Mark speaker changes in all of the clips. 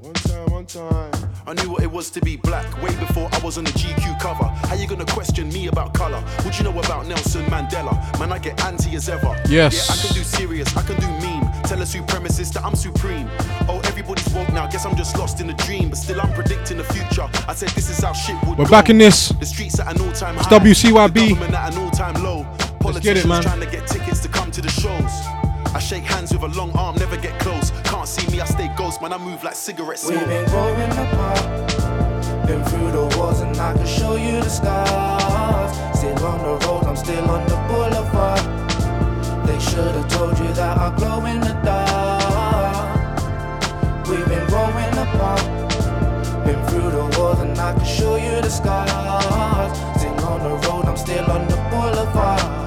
Speaker 1: One time, one time.
Speaker 2: I knew what it was to be black way before I was on the GQ cover. How you gonna question me about color? What you know about Nelson Mandela? Man, I get anti as ever.
Speaker 3: Yes.
Speaker 2: Yeah, I can do serious, I can do meme. Tell a supremacist that I'm supreme. Oh, everybody's woke now. Guess I'm just lost in a dream, but still I'm predicting the future. I said this is how shit would
Speaker 3: We're
Speaker 2: go.
Speaker 3: back in this.
Speaker 2: The streets at an all-time high.
Speaker 3: WCYB.
Speaker 2: The government at an all-time low. Politicians
Speaker 3: get it, man.
Speaker 2: trying to get tickets to come to the shows. I shake hands with a long arm, never get close. Can't see me, I stay ghost, man. I move like cigarette
Speaker 4: We've
Speaker 2: smoke.
Speaker 4: been growing apart. Been through the walls and I can show you the scars. Still on the road, I'm still on the boulevard. They should have told you that I glow in the dark. We've been growing apart. Been through the walls and I can show you the scars. Still on the road, I'm still on the boulevard.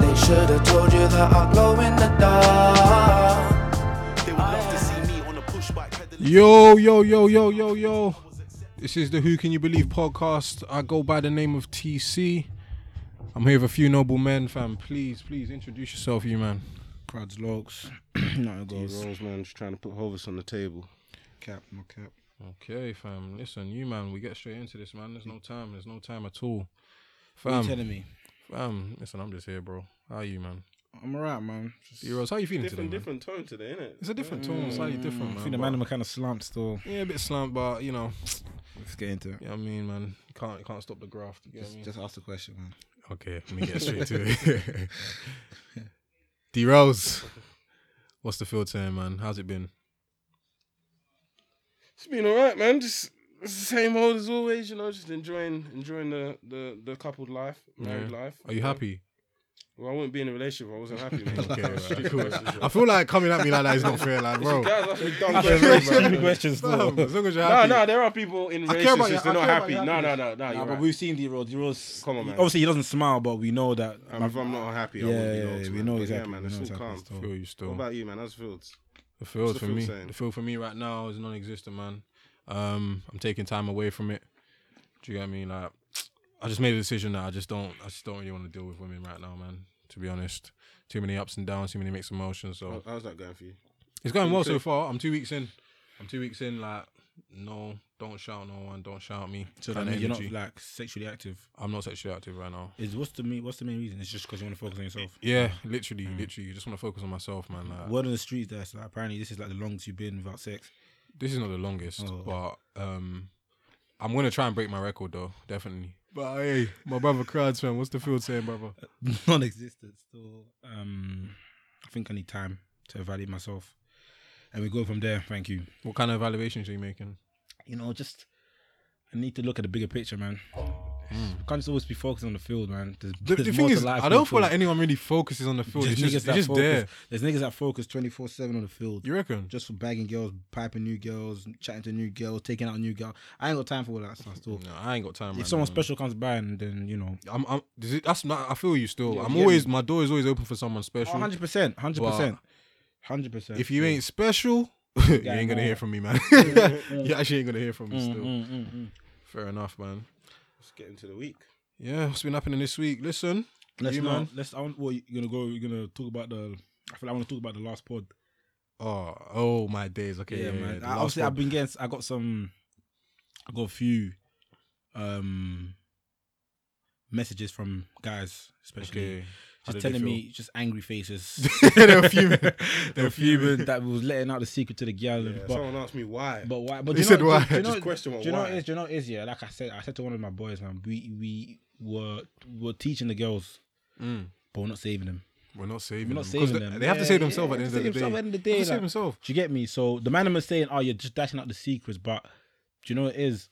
Speaker 4: They should have told you that I glow in the dark.
Speaker 2: They would love to see me on a pushback pedaling.
Speaker 3: Yo, yo, yo, yo, yo, yo. This is the Who Can You Believe podcast. I go by the name of TC. I'm here with a few noble men, fam. Please, please introduce yourself, you man.
Speaker 5: Crads locks. Nothing goes.
Speaker 1: Rolls, man, just trying to put Hovis on the table.
Speaker 5: Cap, no cap.
Speaker 3: Okay, fam. Listen, you man, we get straight into this, man. There's no time. There's no time at all.
Speaker 5: What you
Speaker 3: Fam,
Speaker 5: telling me?
Speaker 3: fam. Listen, I'm just here, bro. How you, man?
Speaker 5: I'm alright, man. Just,
Speaker 3: Heroes, how you feeling
Speaker 1: Different,
Speaker 3: today? man?
Speaker 1: different tone today, innit? Mm.
Speaker 3: It's a different tone, slightly different,
Speaker 5: I
Speaker 3: man.
Speaker 5: think the
Speaker 3: but-
Speaker 5: man were kind of slumped still.
Speaker 3: yeah, a bit slant, but you know,
Speaker 5: Let's get into it.
Speaker 3: you know what I mean, man. You can't, you can't stop the graft. You get what I
Speaker 5: Just,
Speaker 3: mean?
Speaker 5: just ask the question, man.
Speaker 3: Okay, let me get straight to it. D Rose, what's the field saying, man? How's it been?
Speaker 1: It's been alright, man. Just it's the same old as always, you know. Just enjoying, enjoying the the the coupled life, married
Speaker 3: Yeah.
Speaker 1: life.
Speaker 3: Are you
Speaker 1: know?
Speaker 3: happy?
Speaker 1: Well, I wouldn't be in a relationship if I wasn't happy, man.
Speaker 3: Okay, right,
Speaker 1: Stupid
Speaker 3: cool.
Speaker 1: questions, bro.
Speaker 3: I feel like coming at me like that is not fair, like, bro.
Speaker 1: Guys, that's a dumb
Speaker 5: That's
Speaker 1: question,
Speaker 5: stupid
Speaker 1: bro.
Speaker 5: questions
Speaker 3: Fam,
Speaker 5: still.
Speaker 3: as long as you're
Speaker 1: No,
Speaker 3: happy.
Speaker 1: no, there are people in
Speaker 3: care about
Speaker 1: relationships
Speaker 3: your-
Speaker 1: they're not
Speaker 3: I care about
Speaker 1: happy.
Speaker 3: your
Speaker 1: No, no, no, no.
Speaker 5: Nah,
Speaker 1: You're
Speaker 5: but
Speaker 1: right.
Speaker 5: we've seen D Rose. D Rose.
Speaker 1: Come on, man.
Speaker 5: Obviously, he doesn't smile, but we know that.
Speaker 1: Um, if I'm not happy, I
Speaker 5: Yeah,
Speaker 1: won't be
Speaker 5: yeah,
Speaker 1: locked,
Speaker 5: yeah, we
Speaker 1: man.
Speaker 5: know
Speaker 1: But
Speaker 5: exactly,
Speaker 1: Yeah, man,
Speaker 5: we know
Speaker 1: it's all
Speaker 5: exactly,
Speaker 1: calm.
Speaker 5: it's all-
Speaker 3: I feel you
Speaker 1: What
Speaker 3: still.
Speaker 1: about you, man? How's Fields?
Speaker 3: The field
Speaker 1: the
Speaker 3: for
Speaker 1: field
Speaker 3: me,
Speaker 1: saying?
Speaker 3: the field for me right now is non-existent, man. Um, I'm taking time away from it. Do you get me? Like, I just made a decision that I just don't, I just don't really want to deal with women right now, man. To be honest, too many ups and downs, too many mixed emotions. So
Speaker 1: How- How's that going for you?
Speaker 3: It's going well so
Speaker 1: Two.
Speaker 3: far. I'm two weeks in. I'm two weeks in. Like, no, don't shout no one. Don't shout me.
Speaker 5: So that
Speaker 3: Kinda
Speaker 5: means you're not
Speaker 3: energy.
Speaker 5: like sexually active.
Speaker 3: I'm not sexually active right now.
Speaker 5: Is what's the main what's the main reason? It's just because you want to focus on yourself.
Speaker 3: Yeah, literally,
Speaker 5: Mm.
Speaker 3: literally. You just want to focus on myself, man. Like,
Speaker 5: Word on the street that's like apparently this is like the longest you've been without sex.
Speaker 3: this is not the longest, but um, I'm gonna try and break my record though, definitely. But hey, my brother crowds man, what's the field saying, brother?
Speaker 5: non-existent still. Um, I think I need time to evaluate myself, and we go from there. Thank you.
Speaker 3: What kind of evaluations are you making?
Speaker 5: You know, just I need to look at the bigger picture, man. We can't just always be focused on the field, man. There's,
Speaker 3: Hmm. The,
Speaker 5: there's
Speaker 3: the
Speaker 5: more
Speaker 3: thing
Speaker 5: to
Speaker 3: is,
Speaker 5: life
Speaker 3: I
Speaker 5: than the
Speaker 3: don't feel
Speaker 5: field.
Speaker 3: like anyone really focuses on the field.
Speaker 5: There's
Speaker 3: it's
Speaker 5: niggas
Speaker 3: just, it's
Speaker 5: that
Speaker 3: just
Speaker 5: focus,
Speaker 3: there.
Speaker 5: There's niggas that focus twenty four seven on the field,
Speaker 3: You reckon?
Speaker 5: just for bagging girls, piping new girls, chatting to new girls, taking out new girls. I ain't got time for all that stuff. Still,
Speaker 3: No, I ain't got time.
Speaker 5: if
Speaker 3: right
Speaker 5: someone
Speaker 3: now.
Speaker 5: special comes by and then you know,
Speaker 3: I'm, I'm does it, that's not I feel you still. I'm
Speaker 5: yeah.
Speaker 3: always my door is always open for someone special.
Speaker 5: hundred percent, hundred percent, hundred percent.
Speaker 3: if you ain't special, you
Speaker 5: Yeah, Mm,
Speaker 3: ain't gonna
Speaker 5: no.
Speaker 3: hear from me, man. you actually ain't gonna hear from me still. Fair enough, man.
Speaker 1: Let's get into the week.
Speaker 3: Yeah, what's been happening this week? Listen,
Speaker 5: Let's
Speaker 3: you
Speaker 5: not.
Speaker 3: man.
Speaker 5: Let's. I want. Well, you're gonna go. You're gonna talk about the. I feel. Like I want to talk about the last pod.
Speaker 3: Oh, oh my days. Okay, yeah, man.
Speaker 5: I, obviously, I've been getting. I got some. I got a few, um, messages from guys, especially
Speaker 3: okay. How
Speaker 5: just
Speaker 3: did they
Speaker 5: telling me just angry faces.
Speaker 3: feel? they were fuming. They
Speaker 5: They're
Speaker 3: were fuming.
Speaker 5: fuming that was letting out the secret to the girl.
Speaker 1: Yeah,
Speaker 5: but
Speaker 1: someone asked me why.
Speaker 5: But why? But do
Speaker 3: He
Speaker 5: you
Speaker 3: said
Speaker 5: know,
Speaker 3: why?
Speaker 5: Do, do you know,
Speaker 1: Just question what
Speaker 5: do you know
Speaker 1: why.
Speaker 5: what it is? Do you know what it is? Yeah, like I said, I said to one of my boys, man, we we were were teaching the girls,
Speaker 3: Mm.
Speaker 5: but we're not saving them.
Speaker 3: We're not saving
Speaker 5: We're
Speaker 3: them.
Speaker 5: not
Speaker 3: 'cause
Speaker 5: saving
Speaker 3: they,
Speaker 5: them.
Speaker 3: They have to
Speaker 5: Yeah,
Speaker 3: save themselves
Speaker 5: yeah,
Speaker 3: at the end
Speaker 5: they save
Speaker 3: of the day.
Speaker 5: themselves at the end of the
Speaker 3: They
Speaker 5: day,
Speaker 3: have to save
Speaker 5: like-
Speaker 3: themselves.
Speaker 5: Do you get me? So the man was saying, "Oh, you're just dashing out the secrets," but do you know what it is?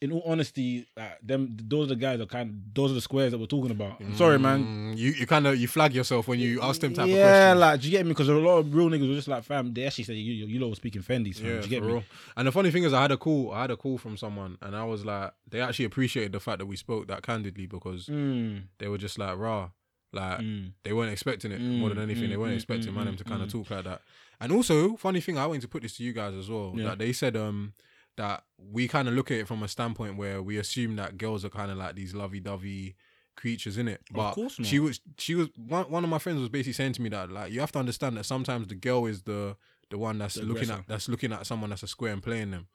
Speaker 5: In all honesty, like, them those are the guys that kind. Those are the squares that we're talking about. I'm sorry, man.
Speaker 3: Mm, you you kind of you flag yourself when you ask them type of
Speaker 5: Yeah,
Speaker 3: questions.
Speaker 5: like do you get me? Because a lot of real niggas were just like, "Fam," they actually said, "You you, you lot were speaking Fendi's." Fam.
Speaker 3: Yeah,
Speaker 5: do you get
Speaker 3: for
Speaker 5: me?
Speaker 3: real. And the funny thing is, I had a call. I had a call from someone, and I was like, they actually appreciated the fact that we spoke that candidly because
Speaker 5: Mm,
Speaker 3: they were just like, "Raw," like
Speaker 5: mm.
Speaker 3: they weren't expecting it more than
Speaker 5: Mm,
Speaker 3: anything. they
Speaker 5: mm,
Speaker 3: weren't
Speaker 5: mm,
Speaker 3: expecting
Speaker 5: mm,
Speaker 3: man them
Speaker 5: mm,
Speaker 3: to kind of talk like that. And also, funny thing, I wanted to put this to you guys as well.
Speaker 5: Yeah.
Speaker 3: That they said um that we kind of look at it from a standpoint where we assume that girls are kind of like these lovey-dovey creatures in it but
Speaker 5: course not.
Speaker 3: she was she was one, one of my friends was basically saying to me that like you have to understand that sometimes the girl is the the one that's
Speaker 5: The
Speaker 3: looking
Speaker 5: aggressor.
Speaker 3: at that's looking at someone that's a square and playing them.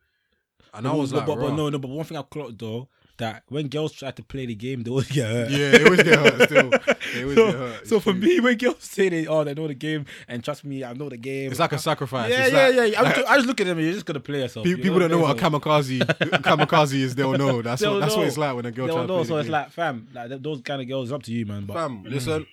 Speaker 3: And I
Speaker 5: But-
Speaker 3: was
Speaker 5: but,
Speaker 3: like,
Speaker 5: but, but
Speaker 3: "Rah."
Speaker 5: no, no. But one thing I clocked though that when girls try to play the game, they always get hurt.
Speaker 3: yeah, it was get hurt still. It was
Speaker 5: so,
Speaker 3: get hurt.
Speaker 5: so for me, when girls say they, oh, they know the game, and trust me, I know the game.
Speaker 3: it's like a sacrifice.
Speaker 5: yeah,
Speaker 3: It's
Speaker 5: yeah,
Speaker 3: like-
Speaker 5: yeah, I, was ju- I just look at them. You're just gonna play yourself.
Speaker 3: Pe-
Speaker 5: You
Speaker 3: People don't know what a
Speaker 5: so-
Speaker 3: kamikaze kamikaze is. They'll know. That's
Speaker 5: They'll
Speaker 3: what that's
Speaker 5: know.
Speaker 3: what it's like when a girl
Speaker 5: They'll
Speaker 3: tries to
Speaker 5: know,
Speaker 3: play
Speaker 5: so
Speaker 3: the
Speaker 5: it's
Speaker 3: game.
Speaker 5: like, Mm. fam, like th- those kind of girls, it's up to you, man. But
Speaker 3: Fam, listen.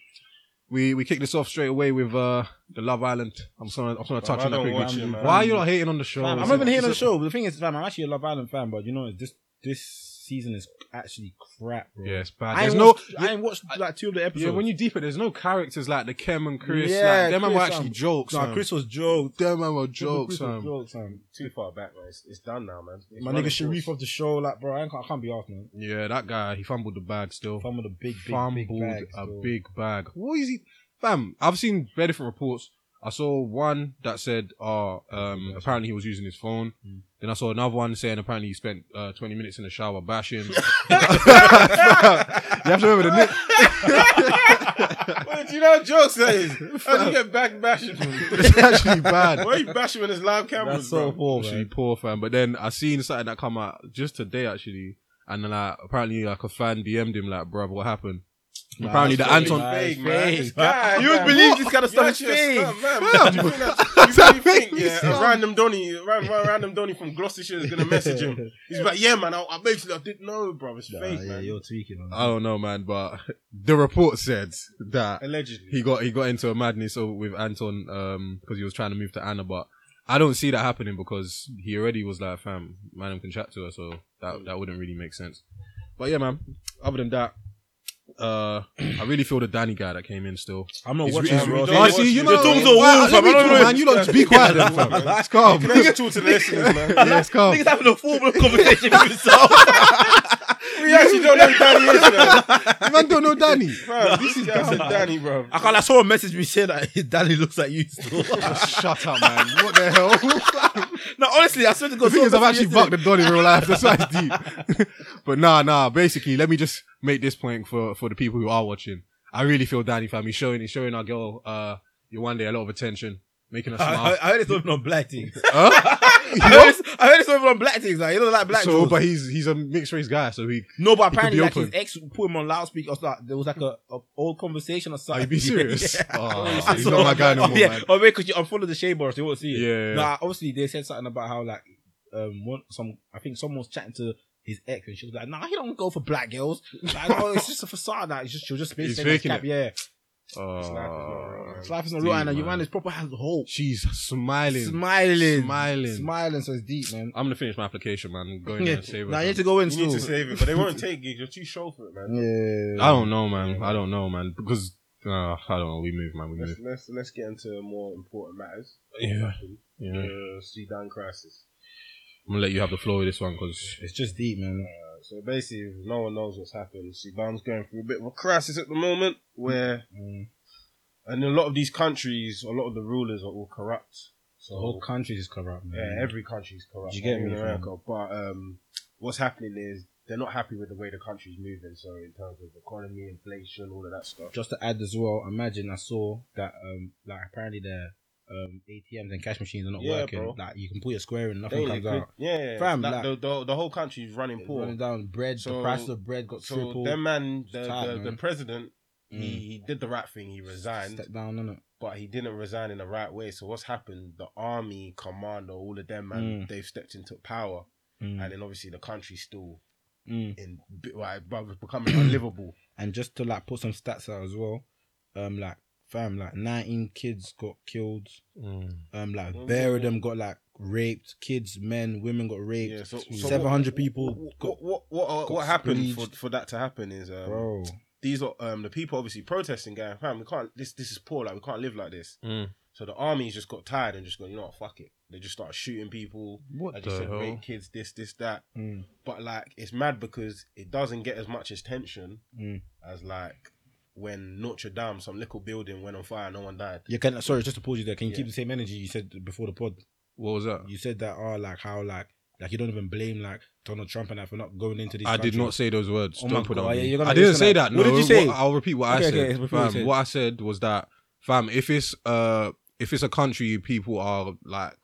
Speaker 3: We we kicked this off straight away with uh the Love Island. I'm sorry, I'm gonna touch
Speaker 1: I
Speaker 3: on that
Speaker 1: don't watch
Speaker 3: quickly.
Speaker 1: it, man.
Speaker 3: Why are you not hating on the show?
Speaker 5: Fam, I'm not even here on the show. But the thing is, fam, I'm actually a Love Island fan, but you know, this this season is actually crap, bro.
Speaker 3: Yeah, it's bad.
Speaker 5: I
Speaker 3: There's
Speaker 5: ain't,
Speaker 3: no.
Speaker 5: watched, I ain't watched like two of the episodes.
Speaker 3: Yeah, when you deep it, there's no characters like the Kem and Chris.
Speaker 5: Yeah,
Speaker 3: like, them man
Speaker 5: Chris,
Speaker 3: were actually
Speaker 5: um,
Speaker 3: jokes.
Speaker 5: nah,
Speaker 3: man.
Speaker 5: Chris was jokes.
Speaker 3: them man were
Speaker 5: Chris
Speaker 3: jokes.
Speaker 5: was
Speaker 3: man.
Speaker 5: jokes, man.
Speaker 1: Too far back, man. It's, it's done now, man. It's
Speaker 5: My
Speaker 1: running
Speaker 5: nigga Sharif
Speaker 1: course.
Speaker 5: off the show, like, bro, I, ain't, I can't be off, man.
Speaker 3: Yeah, that guy he fumbled the bag still.
Speaker 5: Fumbled a big, big,
Speaker 3: fumbled
Speaker 5: big bag.
Speaker 3: a
Speaker 5: bro.
Speaker 3: big bag. What is he? Fam, I've seen benefit reports. I saw one that said, uh, um, apparently he was using his phone.
Speaker 5: Hmm.
Speaker 3: Then I saw another one saying apparently he spent uh, 20 minutes in the shower bashing. you have to remember the Nick.
Speaker 1: Wait, do you know how jokes that is? How do you get back bashing?
Speaker 3: It's actually bad.
Speaker 1: Why are you bashing when there's live cameras,
Speaker 5: That's so
Speaker 1: bro?
Speaker 5: poor,
Speaker 3: Actually
Speaker 5: man.
Speaker 3: poor fam. But then I seen something that come out just today actually, and then like apparently like a fan DM'd him like, bruv, what happened? apparently the
Speaker 1: Nah, it's
Speaker 3: Anton.
Speaker 1: fake,
Speaker 5: Nah,
Speaker 1: man.
Speaker 5: it's
Speaker 1: This
Speaker 5: fake.
Speaker 1: guy,
Speaker 5: You would
Speaker 1: man.
Speaker 5: believe
Speaker 1: What?
Speaker 5: this kind of
Speaker 1: You're
Speaker 5: stuff is
Speaker 1: actually a
Speaker 5: fake.
Speaker 1: scum, man. Man, you think that-
Speaker 3: That
Speaker 1: you really
Speaker 3: makes
Speaker 1: think,
Speaker 3: me
Speaker 1: yeah,
Speaker 3: sick.
Speaker 1: a random Donny, a ran- ran- random Donny from Gloucestershire is gonna message him. He's like, "Yeah, man, I, I basically I didn't know, bro. It's
Speaker 5: Nah,
Speaker 1: fake,
Speaker 5: yeah,
Speaker 1: man.
Speaker 5: you're tweaking, man.
Speaker 3: I don't know, man, but the report said that
Speaker 1: Allegedly,
Speaker 3: he got he got into a madness over with Anton um because he was trying to move to Anna, but I don't see that happening because he already was like, fam, man can chat to her, so that that wouldn't really make sense. But yeah, man. Other than that, uh, I really feel the Danny guy that came in still.
Speaker 5: I'm not
Speaker 3: He's
Speaker 5: watching
Speaker 3: rich-
Speaker 5: this,
Speaker 1: we
Speaker 5: bro.
Speaker 1: don't
Speaker 3: Oh,
Speaker 1: watch
Speaker 3: see, you
Speaker 1: it.
Speaker 3: know,
Speaker 1: The tongues
Speaker 5: are
Speaker 3: Wow,
Speaker 5: wolves,
Speaker 3: let me
Speaker 5: fam. I don't
Speaker 3: talk,
Speaker 5: know.
Speaker 3: man. You lot just be quiet, then, fam. It's calm.
Speaker 1: Can I just talk to the listeners, man?
Speaker 3: Yeah, it's calm.
Speaker 5: Niggas having a formal conversation with himself.
Speaker 1: We actually don't know who Danny is, man.
Speaker 3: Man, don't know Danny.
Speaker 1: Bro, this is guy said Danny, bro.
Speaker 5: I can't. I saw a message me saying that his daddy looks like you still.
Speaker 3: Shut up, man. What the hell?
Speaker 5: no, honestly, I swear to God.
Speaker 3: The thing is, I've actually bucked
Speaker 5: bugged
Speaker 3: the Don in real life. That's why it's deep. but nah, nah. Basically, let me just make this point for for the people who are watching. I really feel Danny fam. He's showing he's showing our girl uh you one day a lot of attention, making her
Speaker 5: I,
Speaker 3: smile.
Speaker 5: I- I heard it's not even on black things.
Speaker 3: Huh?
Speaker 5: I, heard it's, I heard it's not even on black things. Like, you don't like black
Speaker 3: so,
Speaker 5: girls.
Speaker 3: but he's he's a mixed race guy, so he.
Speaker 5: no, but
Speaker 3: could
Speaker 5: apparently,
Speaker 3: be
Speaker 5: like his
Speaker 3: open.
Speaker 5: ex put him on loudspeaker. Or something. There was like a, a old conversation or
Speaker 3: Are
Speaker 5: something.
Speaker 3: you being serious?
Speaker 5: Yeah.
Speaker 3: Oh, he's
Speaker 5: So-
Speaker 3: not my guy no
Speaker 5: oh,
Speaker 3: more,
Speaker 5: yeah.
Speaker 3: man.
Speaker 5: Oh, wait, because you unfollow the shade bar, so you won't see it.
Speaker 3: Yeah.
Speaker 5: Nah, obviously they said something about how like um one some I think someone was chatting to his ex and she was like, Nah, he don't go for black girls. Like, oh, it's just a facade. Like, it's just she was just
Speaker 3: He's
Speaker 5: basically saying that's
Speaker 3: faking
Speaker 5: cap,
Speaker 3: it.
Speaker 5: yeah.
Speaker 3: Oh,
Speaker 5: His life is not real,
Speaker 3: Deep,
Speaker 5: and your
Speaker 3: man.
Speaker 5: man is proper has hope.
Speaker 3: she's smiling.
Speaker 5: Smiling,
Speaker 3: Smiling.
Speaker 5: smiling. So it's deep, man.
Speaker 3: I'm gonna finish my application, man. I'm going there
Speaker 5: Yeah.
Speaker 3: and save her.
Speaker 5: Now you
Speaker 3: fam.
Speaker 5: need to go in
Speaker 1: You need to
Speaker 5: still.
Speaker 1: save it, but they won't take gigs. You're too show for it, man.
Speaker 5: Yeah.
Speaker 3: I don't know, man. I don't know, man. Because uh, I don't know. We move, man. We move.
Speaker 1: Let's, let's let's get into more important matters.
Speaker 3: Yeah.
Speaker 1: The
Speaker 3: Yeah.
Speaker 1: Sudan crisis.
Speaker 3: I'm gonna let you have the floor with this one because
Speaker 5: It's just deep, man.
Speaker 1: Uh, so basically, no one knows what's happened. Sudan's going through a bit of a crisis at the moment, where
Speaker 5: Mm.
Speaker 1: and a lot of these countries, a lot of the rulers are all corrupt. So
Speaker 5: The whole country is corrupt, man.
Speaker 1: yeah, every country's corrupt.
Speaker 5: You get
Speaker 1: even
Speaker 5: me,
Speaker 1: America, but um, what's happening is they're not happy with the way the country's moving. So in terms of economy, inflation, all of that stuff.
Speaker 5: just to add as well, imagine I saw that um like apparently their um ATMs and cash machines are not
Speaker 1: Yeah,
Speaker 5: working.
Speaker 1: bro.
Speaker 5: Like you can put your square in, nothing
Speaker 1: Daily,
Speaker 5: comes
Speaker 1: could-
Speaker 5: out.
Speaker 1: yeah, yeah,
Speaker 5: Fam,
Speaker 1: like,
Speaker 5: like-
Speaker 1: the, the the whole country's running poor.
Speaker 5: Running down bread,
Speaker 1: So-
Speaker 5: the price of bread got
Speaker 1: so
Speaker 5: tripled.
Speaker 1: their man, the,
Speaker 5: Sad,
Speaker 1: the, the
Speaker 5: man.
Speaker 1: president,
Speaker 5: Mm.
Speaker 1: he, he did the right thing. He resigned,
Speaker 5: Step down on it.
Speaker 1: but he didn't resign in the right way. So what's happened? The army, commando, all of them, man,
Speaker 5: Mm.
Speaker 1: they've stepped into power,
Speaker 5: Mm.
Speaker 1: and then obviously the country's still
Speaker 5: Mm.
Speaker 1: in, bi- like, bruv, it's becoming unlivable.
Speaker 5: And just to like put some stats out as well, um like fam, like nineteen kids got killed. Um like
Speaker 1: Mm.
Speaker 5: bare of them got like raped, kids, men, women got raped.
Speaker 1: Yeah, so, so what-
Speaker 5: Seven hundred people got
Speaker 1: What what what, uh,
Speaker 5: got
Speaker 1: what happened for,
Speaker 5: spleeched.
Speaker 1: for that to happen is um,
Speaker 5: bro.
Speaker 1: these are um, the people obviously protesting, going, fam, we can't. This this is poor. Like we can't live like this.
Speaker 3: Mm.
Speaker 1: So the army's just got tired and just gone, you know what, fuck it. They just started shooting people.
Speaker 3: What
Speaker 1: Like you said, rape kids, this, this, that.
Speaker 5: Mm.
Speaker 1: But like, it's mad because it doesn't get as much attention
Speaker 5: Mm.
Speaker 1: as like when Notre Dame, some little building went on fire, and no one died.
Speaker 5: You can sorry, just to pause you there. Can you
Speaker 1: Yeah.
Speaker 5: keep the same energy you said before the pod?
Speaker 3: What was that?
Speaker 5: You said that oh like how like like you don't even blame like Donald Trump and that for not going into these.
Speaker 3: I did
Speaker 5: countries.
Speaker 3: not say those words.
Speaker 5: Oh my
Speaker 3: Don't put that
Speaker 5: God,
Speaker 3: on
Speaker 5: yeah,
Speaker 3: me.
Speaker 5: you're gonna-
Speaker 3: I didn't
Speaker 5: you're
Speaker 3: say
Speaker 5: gonna-
Speaker 3: that. No.
Speaker 5: What did you say?
Speaker 3: I'll repeat what
Speaker 5: Okay,
Speaker 3: I
Speaker 5: okay,
Speaker 3: said.
Speaker 5: it's before you
Speaker 3: Fam,
Speaker 5: said.
Speaker 3: What I said was that, fam, if it's uh, if it's a country people are like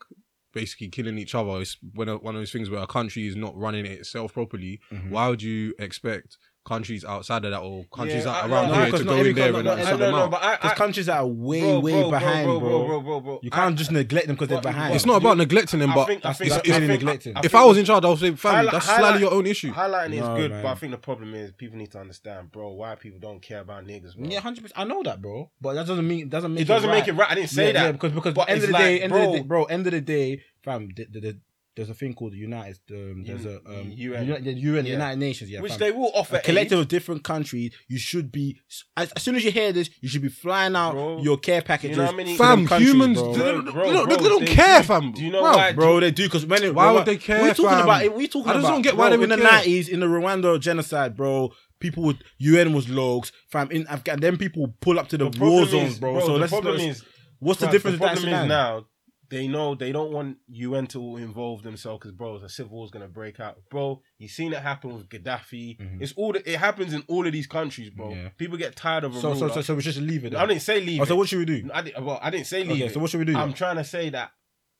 Speaker 3: basically killing each other, it's when one of those things where a country is not running itself properly.
Speaker 1: Mm-hmm.
Speaker 3: Why would you expect countries outside of that or countries
Speaker 1: Yeah,
Speaker 3: out-
Speaker 1: I-
Speaker 3: around
Speaker 1: no,
Speaker 3: here
Speaker 5: because
Speaker 3: to
Speaker 5: not
Speaker 3: go
Speaker 5: every
Speaker 3: in there
Speaker 5: coun-
Speaker 3: and
Speaker 5: no,
Speaker 3: like,
Speaker 5: no,
Speaker 3: sort
Speaker 5: no,
Speaker 3: them
Speaker 5: no,
Speaker 3: out?
Speaker 1: but I-
Speaker 5: There's
Speaker 1: I-
Speaker 5: countries that are way,
Speaker 1: Bro,
Speaker 5: way
Speaker 1: bro,
Speaker 5: behind, bro.
Speaker 1: bro, bro, bro, bro, bro.
Speaker 5: You can't just neglect them because they're
Speaker 1: But-
Speaker 5: behind.
Speaker 3: it's not about neglecting them,
Speaker 1: I
Speaker 3: but
Speaker 1: think- I
Speaker 5: that's-
Speaker 1: think-
Speaker 5: that's
Speaker 1: I
Speaker 5: clearly
Speaker 1: think-
Speaker 5: neglecting.
Speaker 3: if I was in charge, I would say, fam,
Speaker 1: Highli-
Speaker 3: that's
Speaker 1: highlight-
Speaker 3: slightly your own issue.
Speaker 1: Highlighting
Speaker 5: No,
Speaker 1: is good,
Speaker 5: man.
Speaker 1: but I think the problem is people need to understand, bro, why people don't care about niggas. Bro.
Speaker 5: Yeah, hundred percent. I know that, bro. But that doesn't mean doesn't make
Speaker 1: it doesn't
Speaker 5: right.
Speaker 1: make it right. I didn't say
Speaker 5: yeah,
Speaker 1: that.
Speaker 5: yeah, because because
Speaker 1: But
Speaker 5: end of
Speaker 1: it's
Speaker 5: the
Speaker 1: like,
Speaker 5: day, end of the
Speaker 1: bro.
Speaker 5: day, bro, end of the day, fam. The, the, the, there's a thing called the United. Um, there's a um,
Speaker 1: UN.
Speaker 5: Uni- the UN, the
Speaker 1: Yeah.
Speaker 5: United Nations. Yeah,
Speaker 1: which
Speaker 5: fam.
Speaker 1: they will offer
Speaker 5: a collective of different countries. You should be as, as soon as you hear this, you should be flying out
Speaker 1: Bro,
Speaker 5: your care packages.
Speaker 1: you know how many-
Speaker 5: to them
Speaker 3: Fam,
Speaker 5: countries,
Speaker 3: humans
Speaker 5: bro.
Speaker 3: do-
Speaker 1: Bro,
Speaker 3: they,
Speaker 1: bro,
Speaker 3: don't- they
Speaker 1: bro,
Speaker 3: don't
Speaker 1: they
Speaker 3: care,
Speaker 1: do-
Speaker 3: fam.
Speaker 1: do you know
Speaker 3: Bruv,
Speaker 1: why-
Speaker 5: Bro, they do because when it,
Speaker 3: Why
Speaker 5: when-
Speaker 3: would they care,
Speaker 5: We talking
Speaker 3: fam?
Speaker 5: about it. We talking
Speaker 3: I just
Speaker 5: about
Speaker 3: don't get why
Speaker 5: bro,
Speaker 3: they
Speaker 5: in
Speaker 3: would
Speaker 5: the
Speaker 3: care.
Speaker 5: nineties in the Rwanda genocide, bro. People would UN was logs, fam. In Afghan, then people pull up to the,
Speaker 1: The problem
Speaker 5: war
Speaker 1: is-
Speaker 5: zones, bro.
Speaker 1: bro,
Speaker 5: so
Speaker 1: the
Speaker 5: let's,
Speaker 1: problem
Speaker 5: let's-
Speaker 1: is-
Speaker 5: what's the
Speaker 1: Bruv,
Speaker 5: difference?
Speaker 1: The problem
Speaker 5: with that
Speaker 1: is now they know they don't want UN to involve themselves because bro, a civil war is gonna break out. Bro, you seen it happen with Gaddafi. It's all the, it happens in all of these countries, bro.
Speaker 5: Mm-hmm. Yeah.
Speaker 1: People get tired of a
Speaker 5: So, so,
Speaker 1: ruler.
Speaker 5: so, so we should leave it.
Speaker 1: I
Speaker 5: Then.
Speaker 1: didn't say leave.
Speaker 5: Oh, so
Speaker 1: it.
Speaker 5: what should we do?
Speaker 1: I didn't, well, I didn't say leave.
Speaker 5: Okay,
Speaker 1: it.
Speaker 5: so what should we do
Speaker 1: I'm
Speaker 5: then?
Speaker 1: trying to say that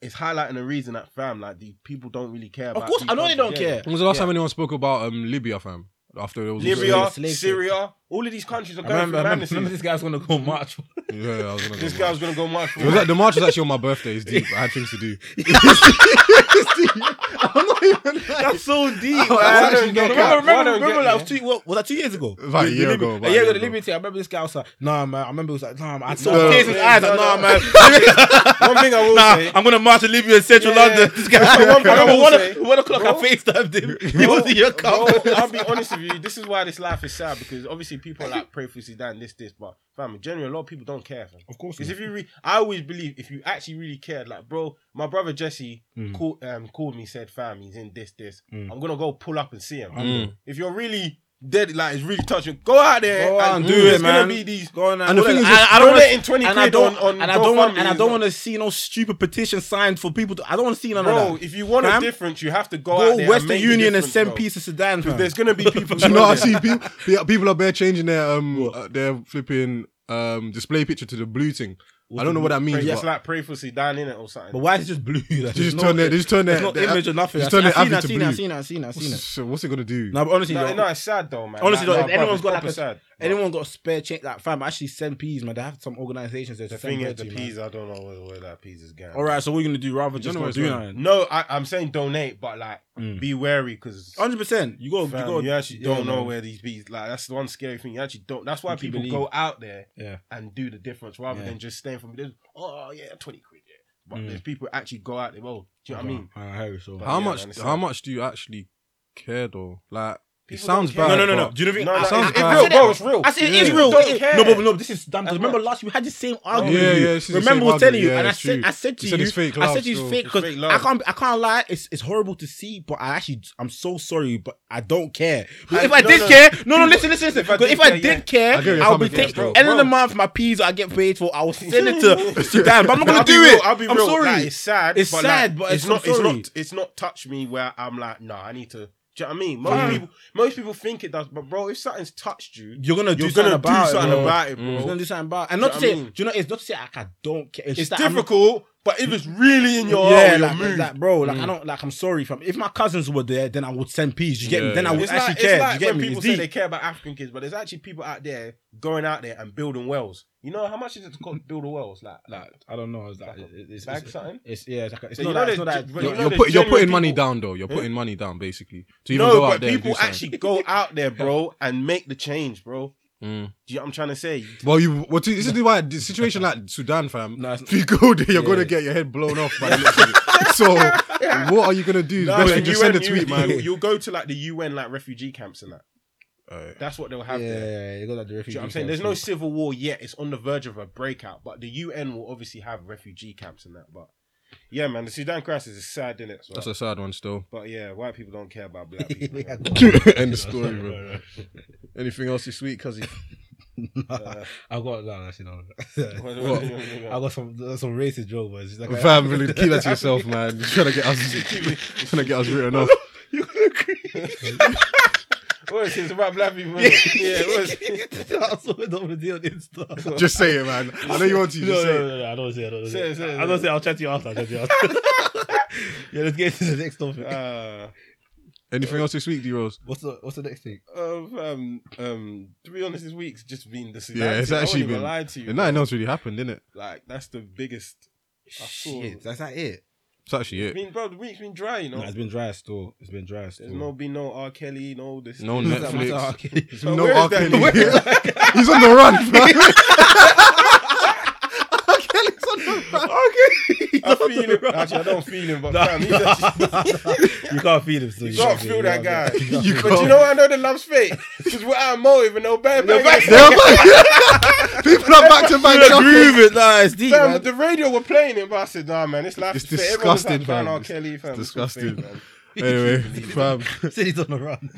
Speaker 1: it's highlighting the reason that fam, like these people don't really care.
Speaker 5: Of
Speaker 1: about
Speaker 5: course,
Speaker 1: these
Speaker 5: I know they don't
Speaker 1: countries. Yeah,
Speaker 5: care.
Speaker 1: yeah.
Speaker 3: When was the last time anyone spoke about um, Libya, fam? After it was
Speaker 1: Libya,
Speaker 5: Slave ship.
Speaker 1: Syria, all of these countries are
Speaker 5: I
Speaker 1: going
Speaker 5: remember, I
Speaker 1: through
Speaker 5: remember,
Speaker 1: madness.
Speaker 5: remember this guy's gonna go march.
Speaker 3: Yeah, yeah, I was gonna.
Speaker 1: This
Speaker 3: go
Speaker 1: guy was gonna go march. for-
Speaker 3: It was like, the march was actually on my birthday. It's deep. I had things to do.
Speaker 5: That's so deep.
Speaker 3: man.
Speaker 5: remember, remember,
Speaker 3: Why
Speaker 5: remember,
Speaker 1: don't get
Speaker 5: that
Speaker 1: me?
Speaker 5: was two. What, was that two years ago?
Speaker 3: About a
Speaker 5: The- the
Speaker 3: year
Speaker 5: Libya-
Speaker 3: ago,
Speaker 5: A
Speaker 3: about a
Speaker 5: year ago,
Speaker 3: year
Speaker 5: the
Speaker 3: ago.
Speaker 5: Libyan thing. I remember this guy was like, "Nah, man." I remember he was like, "Nah, man." I saw
Speaker 3: No,
Speaker 5: tears in his
Speaker 1: no,
Speaker 5: eyes.
Speaker 1: no,
Speaker 5: Like, nah,
Speaker 1: no.
Speaker 5: man.
Speaker 1: One thing I will say.
Speaker 5: I'm gonna march to Libya in Central
Speaker 1: Yeah,
Speaker 5: London.
Speaker 1: yeah.
Speaker 5: This guy. I
Speaker 1: That's the one thing I
Speaker 5: remember
Speaker 1: will
Speaker 5: one,
Speaker 1: say.
Speaker 5: one o'clock.
Speaker 1: Bro.
Speaker 5: I FaceTimed him. He was in your car.
Speaker 1: Bro, I'll be honest with you. This is why this life is sad because obviously people are like pray for Zidane, this, this, but fam, in general, a lot of people don't care. Fam. Of
Speaker 5: course
Speaker 1: because if you, re- I always believe if you actually really cared, like bro, my brother Jesse
Speaker 5: Mm.
Speaker 1: called, um, called me, said, fam, he's in this, this. I'm gonna go pull up and see him.
Speaker 5: Mm.
Speaker 1: If you're really dead, like it's really touching, go out there
Speaker 5: Go out and do
Speaker 1: there's
Speaker 5: it,
Speaker 1: gonna
Speaker 5: man.
Speaker 1: be these.
Speaker 5: Go on
Speaker 3: And the
Speaker 5: well,
Speaker 3: thing is,
Speaker 5: I, I
Speaker 1: don't
Speaker 5: don't want
Speaker 1: letting 20
Speaker 5: and I
Speaker 1: quid
Speaker 5: don't,
Speaker 1: on- on
Speaker 5: and I
Speaker 1: your
Speaker 5: don't want,
Speaker 1: family
Speaker 5: and I
Speaker 1: is
Speaker 5: don't
Speaker 1: not-
Speaker 5: want to see no stupid petition signed for people. To, I don't want to see none of
Speaker 1: Bro,
Speaker 5: that.
Speaker 1: if you want
Speaker 5: Fam,
Speaker 1: a difference, you have to go, out
Speaker 5: go
Speaker 1: there and
Speaker 5: Western
Speaker 1: make the
Speaker 5: Union and
Speaker 1: difference,
Speaker 5: send
Speaker 1: bro.
Speaker 5: peace to Sudan. fam.
Speaker 1: There's gonna be people.
Speaker 3: Do you know? I
Speaker 1: out there.
Speaker 3: see people. yeah, People are bare changing their um uh, their flipping um display picture to the blue thing. I don't know what that means.
Speaker 1: Just
Speaker 3: but
Speaker 1: like pray for Zidane in it or something.
Speaker 5: But why is it just blue? Like,
Speaker 3: They just turn their- they just turn
Speaker 5: there's
Speaker 3: their-
Speaker 5: no
Speaker 3: their-
Speaker 5: image or nothing.
Speaker 3: just
Speaker 5: I-
Speaker 3: turn
Speaker 5: I
Speaker 3: their
Speaker 5: seen it, I
Speaker 3: average to
Speaker 5: seen it, I
Speaker 3: blue.
Speaker 5: seen it, I seen it, I seen it.
Speaker 3: so what's it gonna do?
Speaker 5: No, but honestly,
Speaker 1: No,
Speaker 5: though,
Speaker 1: no, it's sad though, man.
Speaker 5: honestly,
Speaker 1: Like,
Speaker 5: though, if
Speaker 1: nah, bruv,
Speaker 5: anyone's
Speaker 1: it's
Speaker 5: got like
Speaker 1: proper
Speaker 5: a,
Speaker 1: sad.
Speaker 5: anyone got a spare change, like fam, actually send peas, man. They have some organizations that
Speaker 1: The
Speaker 5: send
Speaker 1: thing is,
Speaker 5: bread
Speaker 1: the
Speaker 5: to you,
Speaker 1: peas,
Speaker 5: man.
Speaker 1: I don't know where, where that peas is going.
Speaker 5: All right, so what are you gonna do rather than
Speaker 3: don't
Speaker 5: just
Speaker 3: know
Speaker 5: not
Speaker 3: what's
Speaker 5: doing that?
Speaker 3: going
Speaker 1: No, I, I'm saying donate, but like,
Speaker 5: Hmm.
Speaker 1: be wary because.
Speaker 5: Hundred percent. You got, you
Speaker 1: Fam,
Speaker 5: got.
Speaker 1: you, actually
Speaker 5: yeah,
Speaker 1: don't know
Speaker 5: man.
Speaker 1: where these bees like that's the one scary thing you actually don't that's why
Speaker 5: You keep
Speaker 1: people
Speaker 5: believing.
Speaker 1: go out there
Speaker 5: Yeah.
Speaker 1: and do the difference rather
Speaker 5: Yeah. Hmm.
Speaker 1: than just staying from this oh yeah 20 quid yeah but there's people actually go out there oh do you know what I mean
Speaker 5: I hear you. So.
Speaker 1: But-
Speaker 3: how
Speaker 1: yeah,
Speaker 3: much?
Speaker 1: man, it's
Speaker 3: How
Speaker 1: sad.
Speaker 3: much do you actually care though? Like it
Speaker 1: People
Speaker 3: sounds
Speaker 1: don't
Speaker 3: bad.
Speaker 1: care.
Speaker 5: No, no, no, no.
Speaker 3: but-
Speaker 5: Do you know what I mean?
Speaker 1: No,
Speaker 5: I-
Speaker 1: no,
Speaker 3: sounds
Speaker 5: I-
Speaker 1: it's
Speaker 5: I
Speaker 3: bad.
Speaker 5: said
Speaker 1: real,
Speaker 5: it.
Speaker 1: bro. It's real.
Speaker 5: I said
Speaker 3: Yeah.
Speaker 5: it is real.
Speaker 1: Don't
Speaker 5: It-
Speaker 1: care.
Speaker 5: No, but no, this is damn. Because
Speaker 1: As
Speaker 5: remember
Speaker 1: much.
Speaker 5: last we had the same argument.
Speaker 3: Yeah,
Speaker 5: with you.
Speaker 3: yeah, it's the same
Speaker 5: Remember, I was telling you,
Speaker 3: argument.
Speaker 5: and
Speaker 3: Yeah,
Speaker 5: I
Speaker 3: it's
Speaker 5: said,
Speaker 3: true.
Speaker 5: I said to
Speaker 3: You
Speaker 5: you,
Speaker 3: said it's fake
Speaker 5: I
Speaker 3: love
Speaker 5: said to you,
Speaker 3: still.
Speaker 5: fake
Speaker 1: It's
Speaker 5: because
Speaker 1: fake
Speaker 5: I
Speaker 1: love.
Speaker 5: can't, I can't lie. It's it's horrible to see, but I actually, I'm so sorry, but I don't care. But
Speaker 1: I-
Speaker 5: if I
Speaker 1: no,
Speaker 5: did
Speaker 1: no.
Speaker 5: care, no, no, listen, listen, listen.
Speaker 1: If I
Speaker 5: Because
Speaker 1: did
Speaker 5: if I
Speaker 1: care, yeah.
Speaker 5: did care,
Speaker 3: I get it,
Speaker 5: I would
Speaker 3: somebody
Speaker 5: be
Speaker 3: cares,
Speaker 5: taking
Speaker 3: bro.
Speaker 5: end of the
Speaker 1: Bro.
Speaker 5: month my peas I get paid for. I will send it to Sudan, but I'm not gonna
Speaker 1: I'll be
Speaker 5: do
Speaker 1: real,
Speaker 5: it.
Speaker 1: I'll be
Speaker 5: I'm
Speaker 1: real. Like,
Speaker 5: sorry.
Speaker 1: it's sad.
Speaker 5: It's
Speaker 1: but
Speaker 5: sad,
Speaker 1: like,
Speaker 5: but
Speaker 1: it's
Speaker 5: it's-
Speaker 1: not.
Speaker 5: I'm
Speaker 1: It's
Speaker 5: sorry.
Speaker 1: not. It's not touch me where I'm like, nah, I need to. Do you know what I mean? Most people, most people think it does, but bro, if something's touched you,
Speaker 5: You're gonna do
Speaker 1: you're
Speaker 5: something
Speaker 1: gonna
Speaker 5: about
Speaker 1: do
Speaker 5: it,
Speaker 1: something
Speaker 5: bro. Mm.
Speaker 1: about it, bro.
Speaker 5: You're gonna do something about, and not to
Speaker 1: Do
Speaker 5: say,
Speaker 1: you know what I
Speaker 5: do
Speaker 1: mean?
Speaker 5: you know, it's not to say like, I don't care.
Speaker 1: It's
Speaker 5: just that I'm not-
Speaker 1: difficult, but if it's really in your
Speaker 5: yeah,
Speaker 1: heart,
Speaker 5: like,
Speaker 1: you're moved.
Speaker 5: like, bro, like I
Speaker 1: Mm.
Speaker 5: don't like. I'm sorry, fam. If my cousins were there, then I would send peas. You get me?
Speaker 3: Yeah,
Speaker 5: Then I
Speaker 3: yeah.
Speaker 5: would
Speaker 1: it's
Speaker 5: actually
Speaker 1: like,
Speaker 5: care.
Speaker 1: it's like
Speaker 5: you get
Speaker 1: when
Speaker 5: me?
Speaker 1: people
Speaker 5: It's
Speaker 1: say
Speaker 5: deep.
Speaker 1: they care about African kids, but there's actually people out there going out there and building wells. You know how much is it to co- build a wells? Like,
Speaker 5: like I don't know. It's like,
Speaker 1: Like a
Speaker 5: it's,
Speaker 1: bag
Speaker 5: it's,
Speaker 1: something?
Speaker 5: It's yeah. It's like a, it's
Speaker 1: So
Speaker 5: not
Speaker 1: you know
Speaker 5: that. It's
Speaker 1: there's
Speaker 5: not that. But
Speaker 1: ju- but you
Speaker 5: you
Speaker 1: know
Speaker 3: You're,
Speaker 1: there's
Speaker 3: put, you're
Speaker 1: genuine
Speaker 3: putting money
Speaker 1: people-
Speaker 3: down though. You're putting money down basically to even
Speaker 1: no,
Speaker 3: go out
Speaker 1: but
Speaker 3: there. and do
Speaker 1: people
Speaker 3: something.
Speaker 1: actually go out there, bro, and make the change, bro.
Speaker 3: Mm.
Speaker 1: Do you know what I'm trying to say?
Speaker 3: Well, you. Well, this is why the situation like Sudan, fam.
Speaker 5: No, it's-
Speaker 3: if you go there, you're
Speaker 5: Yeah.
Speaker 3: gonna get your head blown off. by the looks of it. so, what are you gonna do?
Speaker 1: No,
Speaker 3: Best
Speaker 1: but
Speaker 3: thing, just
Speaker 1: UN
Speaker 3: send a tweet,
Speaker 1: you,
Speaker 3: man.
Speaker 1: You, will go to like the UN like refugee camps and that.
Speaker 3: Alright.
Speaker 1: That's what they'll have there. Do
Speaker 5: yeah, you got that.
Speaker 1: you know what I'm saying? There's no civil war yet. It's on the verge of a breakout, but the UN will obviously have refugee camps and that. But yeah, man, the Sudan crisis is sad, innit? So,
Speaker 3: That's a sad one still.
Speaker 1: but yeah, white people don't care about black people. man.
Speaker 3: End of story, bro. Anything else this week, cause
Speaker 5: I got no, that's, you know.
Speaker 1: What-
Speaker 3: What?
Speaker 5: I got some there's some racist joke, but it's just like
Speaker 3: Fam, really keep that to yourself, man. You're trying to get us, trying to get us written off.
Speaker 1: What is this about black people? innit? Yeah, what is
Speaker 6: I saw it over the on Insta.
Speaker 7: Just say it, man. I know you want to. Just
Speaker 6: No,
Speaker 7: say
Speaker 6: no,
Speaker 7: it.
Speaker 6: no, no, I don't say it. I don't
Speaker 1: Say
Speaker 6: say
Speaker 1: it,
Speaker 6: it.
Speaker 1: say it,
Speaker 6: I don't say it. I'll chat to you after. I'll chat to you after. yeah, let's get into the next topic.
Speaker 1: Uh,
Speaker 3: Anything else this week, D Rose?
Speaker 6: what's the What's the next thing?
Speaker 1: um, um, um, to be honest, this week's just been the
Speaker 3: Yeah, it's actually been.
Speaker 1: lied to you.
Speaker 3: Yeah, Nothing else really happened, didn't it?
Speaker 1: Like that's the biggest. I saw.
Speaker 6: Shit, that's that it.
Speaker 3: It's actually
Speaker 1: I
Speaker 3: it.
Speaker 1: mean, bro, the week's been dry, you know.
Speaker 5: Nah, it's been dry still. It's been dry still.
Speaker 1: There's no been no R. Kelly, no this.
Speaker 3: No
Speaker 1: this,
Speaker 3: Netflix.
Speaker 1: that,
Speaker 3: Netflix.
Speaker 6: Netflix.
Speaker 1: So
Speaker 7: No
Speaker 1: where
Speaker 7: R.
Speaker 1: is that
Speaker 7: Kelly.
Speaker 1: in the-
Speaker 7: He's on the run, man.
Speaker 1: I feel him. Actually, I don't feel him, but fam, he's actually,
Speaker 6: You can't feed him. So
Speaker 1: you don't feel that guy.
Speaker 7: You
Speaker 1: But you
Speaker 7: can't.
Speaker 1: know, I know the love's fake because we're out of motive and no bad
Speaker 7: They're
Speaker 1: bang.
Speaker 7: back- People are back to back. shopping.
Speaker 6: Groove it, nah, it's deep,
Speaker 1: Fam,
Speaker 6: man.
Speaker 1: the radio were playing him, but I said, nah, man, it's life.
Speaker 7: It's
Speaker 1: fake. Everyone's
Speaker 7: disgusting,
Speaker 1: like, "Ban
Speaker 7: fam.
Speaker 1: R.
Speaker 7: It's
Speaker 1: Kelly, fam. It's all fake,
Speaker 7: disgusting.
Speaker 1: man."
Speaker 3: Anyway, fam.
Speaker 6: Said he's on the run.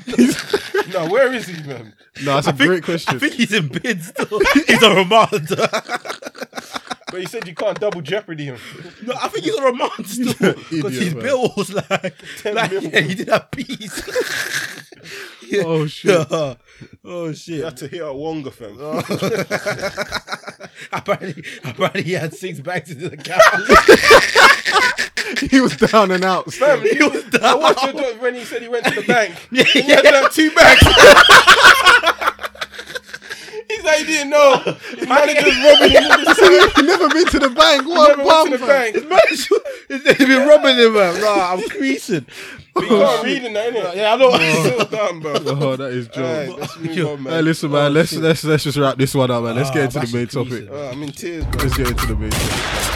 Speaker 1: No, where is he, man?
Speaker 7: No, that's a great
Speaker 6: I
Speaker 7: question.
Speaker 6: think he's in bed still. he's on remand.
Speaker 1: But he said you can't double jeopardy him.
Speaker 6: no, I think he's on remand still because
Speaker 7: Idiot,
Speaker 6: his
Speaker 7: man.
Speaker 6: bill was like, like
Speaker 1: mil.
Speaker 6: yeah, he did a piece.
Speaker 7: Oh shit.
Speaker 6: oh
Speaker 1: You
Speaker 6: shit!
Speaker 1: have to hit a Wonga, fam.
Speaker 6: Apparently, apparently he had six bags into the car.
Speaker 7: He was down and out.
Speaker 1: Fam,
Speaker 6: he was
Speaker 1: I
Speaker 6: down.
Speaker 1: watched your doc when he said he went to the bank.
Speaker 6: Yeah,
Speaker 1: He had to have two bags. He's like, he didn't know. His manager's robbing him. with his-
Speaker 7: He never been to the bank.
Speaker 1: He
Speaker 7: What a
Speaker 1: never went to the
Speaker 7: bum.
Speaker 1: bank.
Speaker 6: His manager, they've been robbing him, man. Nah, I'm creasing.
Speaker 1: But you can't read in that, innit? Yeah, I know. It's so dumb, bro.
Speaker 7: Oh, that is joke.
Speaker 1: Alright, let's move on,
Speaker 7: Hey,
Speaker 1: man.
Speaker 7: listen, man. Let's let's let's just wrap this one up, man. Let's
Speaker 6: Oh, Ah,
Speaker 7: get into
Speaker 6: that's
Speaker 7: the main
Speaker 6: decent.
Speaker 7: topic.
Speaker 1: Uh, I'm in tears, bro.
Speaker 7: Let's get into the main. topic.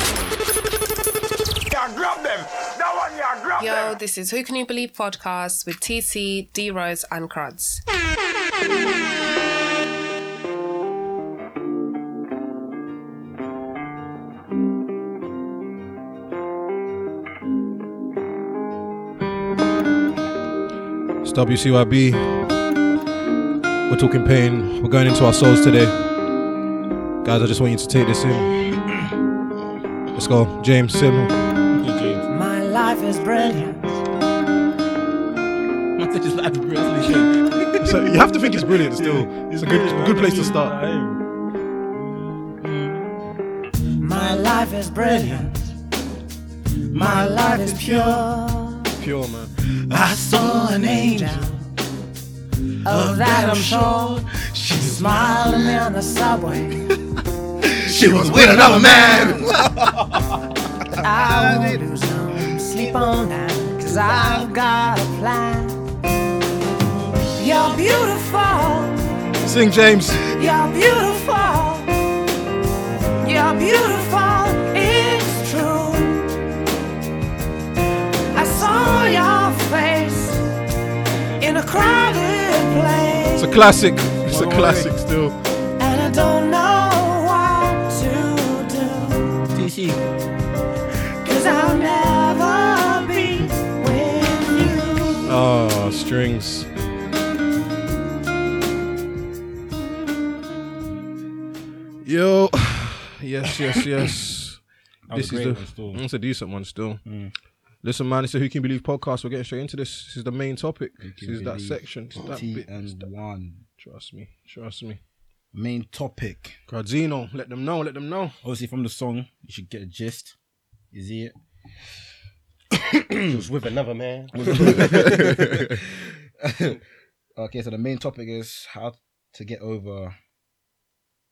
Speaker 8: Yo, this is Who Can You Believe podcast with TT, D Rose, and Cruds.
Speaker 3: It's WCYB. We're talking pain. We're going into our souls today. Guys, I just want you to take this in. Let's go. James Sim.
Speaker 4: My life is brilliant.
Speaker 7: So you have to think it's brilliant. Still, it's a good good place to start.
Speaker 4: My life is brilliant. My life is pure.
Speaker 3: Pure, man.
Speaker 4: I saw an angel. Of that I'm sure. She smiled at me on the subway.
Speaker 7: She was with another man.
Speaker 4: I won't lose no sleep all night, cause I've got a plan. You're beautiful.
Speaker 7: Sing, James.
Speaker 4: You're beautiful. You're beautiful. It's true. I saw your face in a crowded place.
Speaker 3: It's a classic.
Speaker 7: It's a classic. Still,
Speaker 4: And I don't know what to do. Cause I'll never be with you.
Speaker 3: Oh, strings. Yo. Yes, yes, yes.
Speaker 5: That was
Speaker 3: this
Speaker 5: a great one
Speaker 3: is the.
Speaker 5: still. Mm.
Speaker 3: It's a decent one still. Listen, man, it's a Who Can Believe podcast. We're getting straight into this. This is the main topic. This is that
Speaker 5: Believe
Speaker 3: section. It's that
Speaker 6: T
Speaker 3: bit.
Speaker 6: and one
Speaker 3: Trust me. Trust me.
Speaker 6: main topic.
Speaker 3: Grazino, let them know. Let them know.
Speaker 5: Obviously, from the song, you should get a gist. You see it?
Speaker 1: with another man.
Speaker 6: Okay, so the main topic is how to get over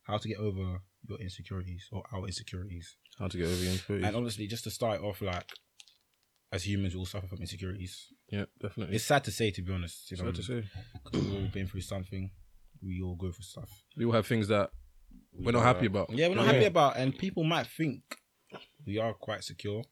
Speaker 6: how to get over your insecurities or our insecurities.
Speaker 3: How to get over your
Speaker 5: And
Speaker 3: insecurities.
Speaker 5: obviously, just to start it off, like, as humans, we all suffer from insecurities.
Speaker 3: Yeah, definitely.
Speaker 5: It's sad to say, to be honest. You
Speaker 3: It's hard to say.
Speaker 5: We've all been through something. We all go through stuff.
Speaker 3: We all have things that we're not happy about.
Speaker 5: Yeah, we're not happy about, and people might think we are quite secure.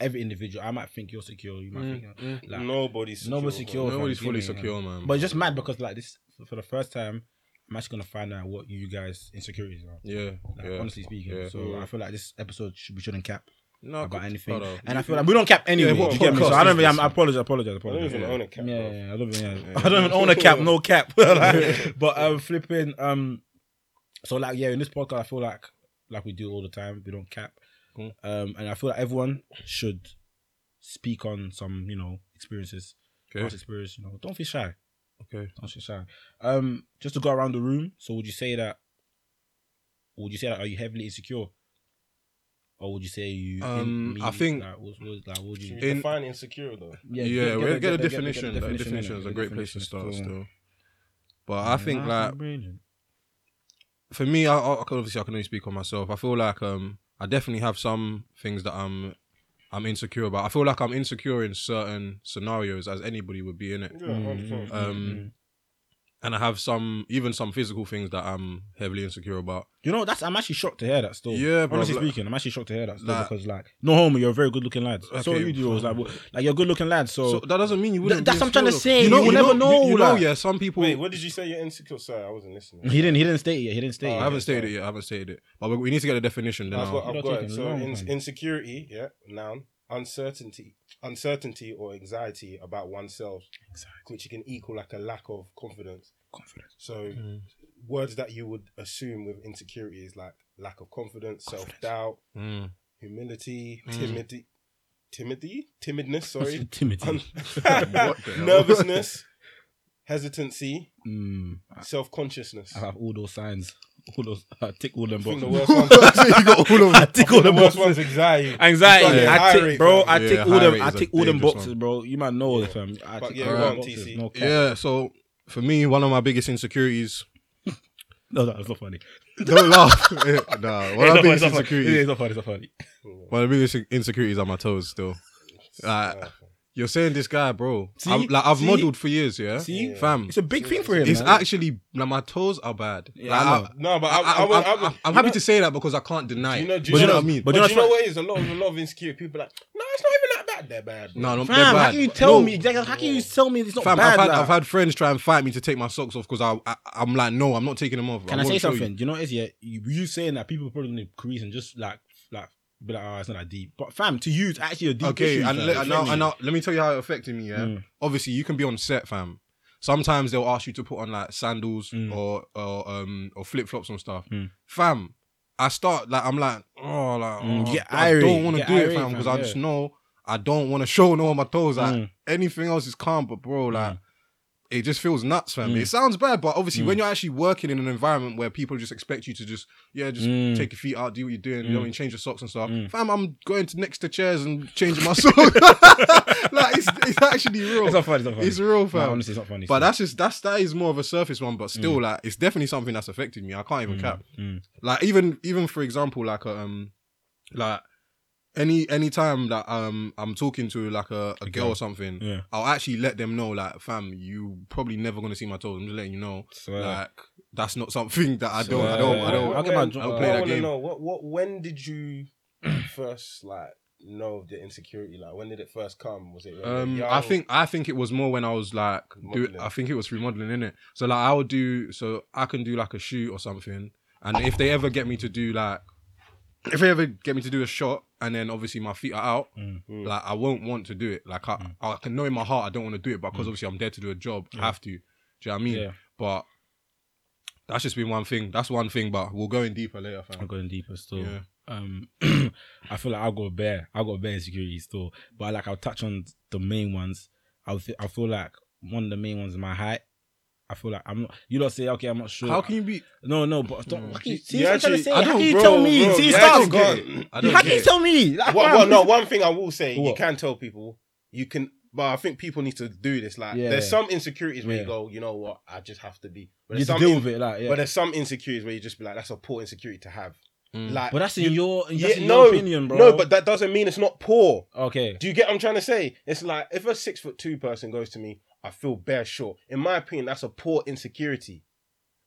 Speaker 5: Every individual, I might think you're secure. You might think like
Speaker 1: Nobody's secure.
Speaker 5: nobody's
Speaker 1: bro.
Speaker 5: secure. from
Speaker 3: Nobody's
Speaker 5: the
Speaker 3: fully
Speaker 5: beginning,
Speaker 3: secure,
Speaker 5: and-
Speaker 3: man.
Speaker 5: But it's just mad because like this, for the first time, I'm actually gonna find out what you guys insecurities are.
Speaker 3: yeah,
Speaker 5: Like,
Speaker 3: yeah.
Speaker 5: Honestly speaking,
Speaker 3: yeah. Mm.
Speaker 5: so I feel like this episode should, we shouldn't cap
Speaker 3: no,
Speaker 5: about
Speaker 3: good-
Speaker 5: anything,
Speaker 3: brother.
Speaker 5: and I feel like we don't cap anyway.
Speaker 3: what
Speaker 5: do you get me? So
Speaker 3: podcast
Speaker 5: I
Speaker 3: is
Speaker 5: don't. Really,
Speaker 3: this,
Speaker 5: I'm, I apologize. Apologize.
Speaker 1: I don't
Speaker 5: Apologize.
Speaker 1: even own a cat,
Speaker 5: Yeah,
Speaker 1: bro.
Speaker 5: yeah, I don't even, yeah. I don't even own a cap, no cap. Like, but um, flipping, um, so like, yeah, in this podcast, I feel like, like we do all the time, we don't cap,
Speaker 3: Cool.
Speaker 5: um, and I feel like everyone should speak on some, you know, experiences,
Speaker 3: Okay.
Speaker 5: past experience. You know, don't be shy.
Speaker 3: Okay.
Speaker 6: Don't say sorry.
Speaker 5: Um, just to go around the room. So would you say that? Would you say that are you heavily insecure, or would you say you? in-
Speaker 3: Um, I
Speaker 5: me-
Speaker 3: think-
Speaker 5: like, what's- what's- like, what do you-
Speaker 1: You
Speaker 3: In-
Speaker 1: define insecure though.
Speaker 3: Yeah, we'll get, a definition. Like, definition is a great place to start still. But I think like for me, I, I can obviously I can only speak on myself. I feel like um I definitely have some things that I'm I'm insecure about. I feel like I'm insecure in certain scenarios, as anybody would be in it.
Speaker 1: Yeah,
Speaker 5: Mm.
Speaker 1: 100%. mm.
Speaker 3: Um, and I have some even some physical things that I'm heavily insecure about.
Speaker 5: You know, that's I'm actually shocked to hear that. Still,
Speaker 3: Yeah, bro,
Speaker 5: honestly
Speaker 3: like-
Speaker 5: speaking, I'm actually shocked to hear that. Still,
Speaker 3: Like-
Speaker 5: because like, no homo, you're a very good looking lad. so are
Speaker 3: Okay,
Speaker 5: you do
Speaker 3: fine.
Speaker 5: like, what- like you're a good looking lad.
Speaker 3: So
Speaker 5: So,
Speaker 3: that doesn't mean you wouldn't.
Speaker 5: that's
Speaker 3: be
Speaker 5: what I'm trying to
Speaker 3: insecure.
Speaker 5: say,
Speaker 3: You know,
Speaker 5: you
Speaker 3: you
Speaker 5: never
Speaker 3: know,
Speaker 5: know,
Speaker 3: You, you know,
Speaker 5: like-
Speaker 3: yeah. Some people.
Speaker 1: Wait, what did you say? You're insecure? Sorry, I wasn't listening.
Speaker 5: he didn't he didn't state it yet. He didn't state it.
Speaker 3: I
Speaker 5: yet.
Speaker 3: haven't stated it. yet, I haven't stated it. But we- we need to get a definition. Then
Speaker 1: I've
Speaker 3: I'll-
Speaker 1: got, I've
Speaker 5: You're
Speaker 1: got it.
Speaker 5: taking
Speaker 1: So
Speaker 5: long,
Speaker 1: in,
Speaker 5: man.
Speaker 1: insecurity, yeah, noun, uncertainty, uncertainty or anxiety about oneself, which you can equal like a lack of confidence. Confidence. So words that you would assume with insecurity is like lack of confidence, self doubt,
Speaker 3: Mm.
Speaker 1: humility, timidity, timidity, timidness. Sorry,
Speaker 5: Timothy.
Speaker 1: Un-
Speaker 3: the hell?
Speaker 1: nervousness, hesitancy,
Speaker 5: Mm,
Speaker 1: self consciousness.
Speaker 5: I have all those signs. All those. I tick all them
Speaker 1: I think the
Speaker 5: boxes.
Speaker 1: worst one's,
Speaker 7: you got all of
Speaker 5: I
Speaker 7: them.
Speaker 5: tick all
Speaker 1: the
Speaker 5: them
Speaker 1: worst
Speaker 5: boxes.
Speaker 1: one's anxiety.
Speaker 5: Anxiety.
Speaker 1: Yeah.
Speaker 5: I
Speaker 1: High
Speaker 5: tick,
Speaker 1: rate,
Speaker 5: bro.
Speaker 1: fam.
Speaker 5: I
Speaker 3: Yeah,
Speaker 5: tick all
Speaker 3: high
Speaker 5: them.
Speaker 3: rate
Speaker 5: I
Speaker 3: is a
Speaker 5: tick all them
Speaker 3: dangerous
Speaker 5: boxes,
Speaker 3: one.
Speaker 5: bro. You might know it, fam. I
Speaker 1: But
Speaker 5: tick
Speaker 1: yeah,
Speaker 5: all
Speaker 1: go
Speaker 5: them
Speaker 1: on,
Speaker 5: boxes.
Speaker 1: TC.
Speaker 5: No cap.
Speaker 3: Yeah. So for me, one of my biggest insecurities.
Speaker 5: No, no, it's not funny.
Speaker 7: Don't laugh. nah,
Speaker 5: It's
Speaker 7: one of
Speaker 5: not
Speaker 7: my
Speaker 5: funny,
Speaker 7: biggest
Speaker 5: it's not funny.
Speaker 7: insecurities.
Speaker 5: It's not funny. It's not funny.
Speaker 3: One of my biggest insecurities are my toes. Still, like you're saying, this guy, bro.
Speaker 5: See?
Speaker 3: I'm, like I've
Speaker 5: See?
Speaker 3: modelled for years. Yeah.
Speaker 5: See?
Speaker 3: fam.
Speaker 5: It's a big thing for him.
Speaker 3: It's
Speaker 5: man.
Speaker 3: actually like my toes are bad.
Speaker 5: Yeah,
Speaker 3: Like,
Speaker 5: I know.
Speaker 1: No, but
Speaker 3: I,
Speaker 1: I, I, would- I would-
Speaker 3: am happy to say that because I can't deny it.
Speaker 1: Do you know, do
Speaker 3: but
Speaker 1: you know,
Speaker 3: what I mean?
Speaker 1: But,
Speaker 5: you know
Speaker 1: do you know
Speaker 5: what's
Speaker 1: what it is? A lot of a lot of insecure people are like, no, it's not even that bad. They're bad. bro."
Speaker 3: no, no, they're
Speaker 5: Fam,
Speaker 3: bad.
Speaker 5: how can you tell
Speaker 3: No,
Speaker 5: me? Like, how can you tell me it's not
Speaker 3: Fam,
Speaker 5: bad?
Speaker 3: I've had
Speaker 5: like?
Speaker 3: I've had friends try and fight me to take my socks off because I, I I'm like, no, I'm not taking them off.
Speaker 5: Can I,
Speaker 3: I'm
Speaker 5: say
Speaker 3: gonna show you.
Speaker 5: something? You know, is yeah, you, you saying that people probably gonna crease and just like like be like, oh, it's not that deep. But fam, to you, it's actually a deep
Speaker 3: Okay,
Speaker 5: issue.
Speaker 3: and,
Speaker 5: fam.
Speaker 3: le- and
Speaker 5: You Mm. know
Speaker 3: now,
Speaker 5: what I
Speaker 3: and
Speaker 5: mean?
Speaker 3: now let me tell you how it affected me. Yeah, obviously you can be on set, fam. Sometimes they'll ask you to put on like sandals
Speaker 5: Mm.
Speaker 3: or or um or flip flops and stuff, fam. I start like I'm like oh like
Speaker 5: Mm,
Speaker 3: oh,
Speaker 5: you get
Speaker 3: I
Speaker 5: irate,
Speaker 3: don't
Speaker 5: you
Speaker 3: want to
Speaker 5: get
Speaker 3: do
Speaker 5: irate,
Speaker 3: it, fam, because
Speaker 5: fam,
Speaker 3: I
Speaker 5: yeah.
Speaker 3: just know I don't want to show no on my toes. Like
Speaker 5: Mm.
Speaker 3: anything else is calm, but bro, like. It just feels nuts, fam.
Speaker 5: Mm.
Speaker 3: It sounds bad, but obviously, when you're actually working in an environment where people just expect you to just, yeah, just
Speaker 5: Mm.
Speaker 3: take your feet out, do what you're doing, you know, and change your socks and stuff. Fam, I'm going to next to chairs and changing my socks. like it's, it's actually real.
Speaker 5: It's not funny. It's not funny.
Speaker 3: It's real, fam.
Speaker 5: No, honestly, it's not funny.
Speaker 3: But that's just that's that is more of a surface one, but still, like it's definitely something that's affected me. I can't even cap.
Speaker 5: Mm.
Speaker 3: Like even even for example, like a, um, like any any time that um I'm talking to like a, a girl or something,
Speaker 5: Yeah.
Speaker 3: I'll actually let them know, like, fam, you probably never gonna see my toes. I'm just letting you know,
Speaker 5: Swear.
Speaker 3: like that's not something that I don't, I don't, I
Speaker 5: Swear.
Speaker 3: don't.
Speaker 5: I'll get my dr-
Speaker 3: I don't
Speaker 1: What
Speaker 3: play
Speaker 1: I
Speaker 3: that
Speaker 1: wanna
Speaker 3: game.
Speaker 1: Know, what, what, when did you first like know of the insecurity? Like, when did it first come? Was it? when you were
Speaker 3: Um,
Speaker 1: young?
Speaker 3: I think I think it was more when I was like, do,
Speaker 1: Modeling.
Speaker 3: I think it was through modeling in it. So like I would do, so I can do like a shoot or something, and if they ever get me to do like, if they ever get me to do a shot, and then obviously my feet are out,
Speaker 5: Mm.
Speaker 3: like I won't want to do it. Like I, I can know in my heart I don't want to do it, but because obviously I'm there to do a job, I have to. Do you know what I mean?
Speaker 5: Mm. Yeah.
Speaker 3: But that's just been one thing. That's one thing, but we'll go in deeper later.
Speaker 5: I'm
Speaker 3: Fam.
Speaker 5: going deeper still.
Speaker 3: Yeah.
Speaker 5: Um, I feel like I got bare, I got bare insecurities still. But like I'll touch on the main ones. I feel, I feel like one of the main ones is my height. I feel like I'm not. You don't say okay. I'm not sure.
Speaker 3: How can you be?
Speaker 5: No, no. But don't, what can you, see,
Speaker 1: You
Speaker 5: what I'm trying to
Speaker 1: actually-
Speaker 5: say.
Speaker 1: I
Speaker 5: How
Speaker 1: don't-
Speaker 5: can you
Speaker 1: bro,
Speaker 5: tell me?
Speaker 1: bro,
Speaker 5: see,
Speaker 1: you
Speaker 5: stop.
Speaker 1: actually get
Speaker 5: How
Speaker 1: it.
Speaker 3: I don't
Speaker 5: can
Speaker 3: get
Speaker 5: you
Speaker 3: it.
Speaker 5: tell me? Like,
Speaker 1: Well,
Speaker 5: fam,
Speaker 1: well, no. One thing I will say, you
Speaker 5: What?
Speaker 1: can tell people. You can, but I think people need to do this. Like,
Speaker 5: Yeah.
Speaker 1: there's some insecurities where
Speaker 5: Yeah.
Speaker 1: you go, you know what? I just have to be. But
Speaker 5: You
Speaker 1: there's
Speaker 5: have to
Speaker 1: some
Speaker 5: deal
Speaker 1: in-
Speaker 5: with it, like yeah.
Speaker 1: But there's some insecurities where you just be like, that's a poor insecurity to have. Like,
Speaker 3: Mm.
Speaker 5: But that's in
Speaker 1: you-
Speaker 5: your, that's in
Speaker 1: Yeah,
Speaker 5: your opinion, bro.
Speaker 1: No, but that doesn't mean it's not poor.
Speaker 5: okay.
Speaker 1: Do you get what I'm trying to say? It's like if a six foot two person goes to me, I feel bare short. In my opinion, that's a poor insecurity.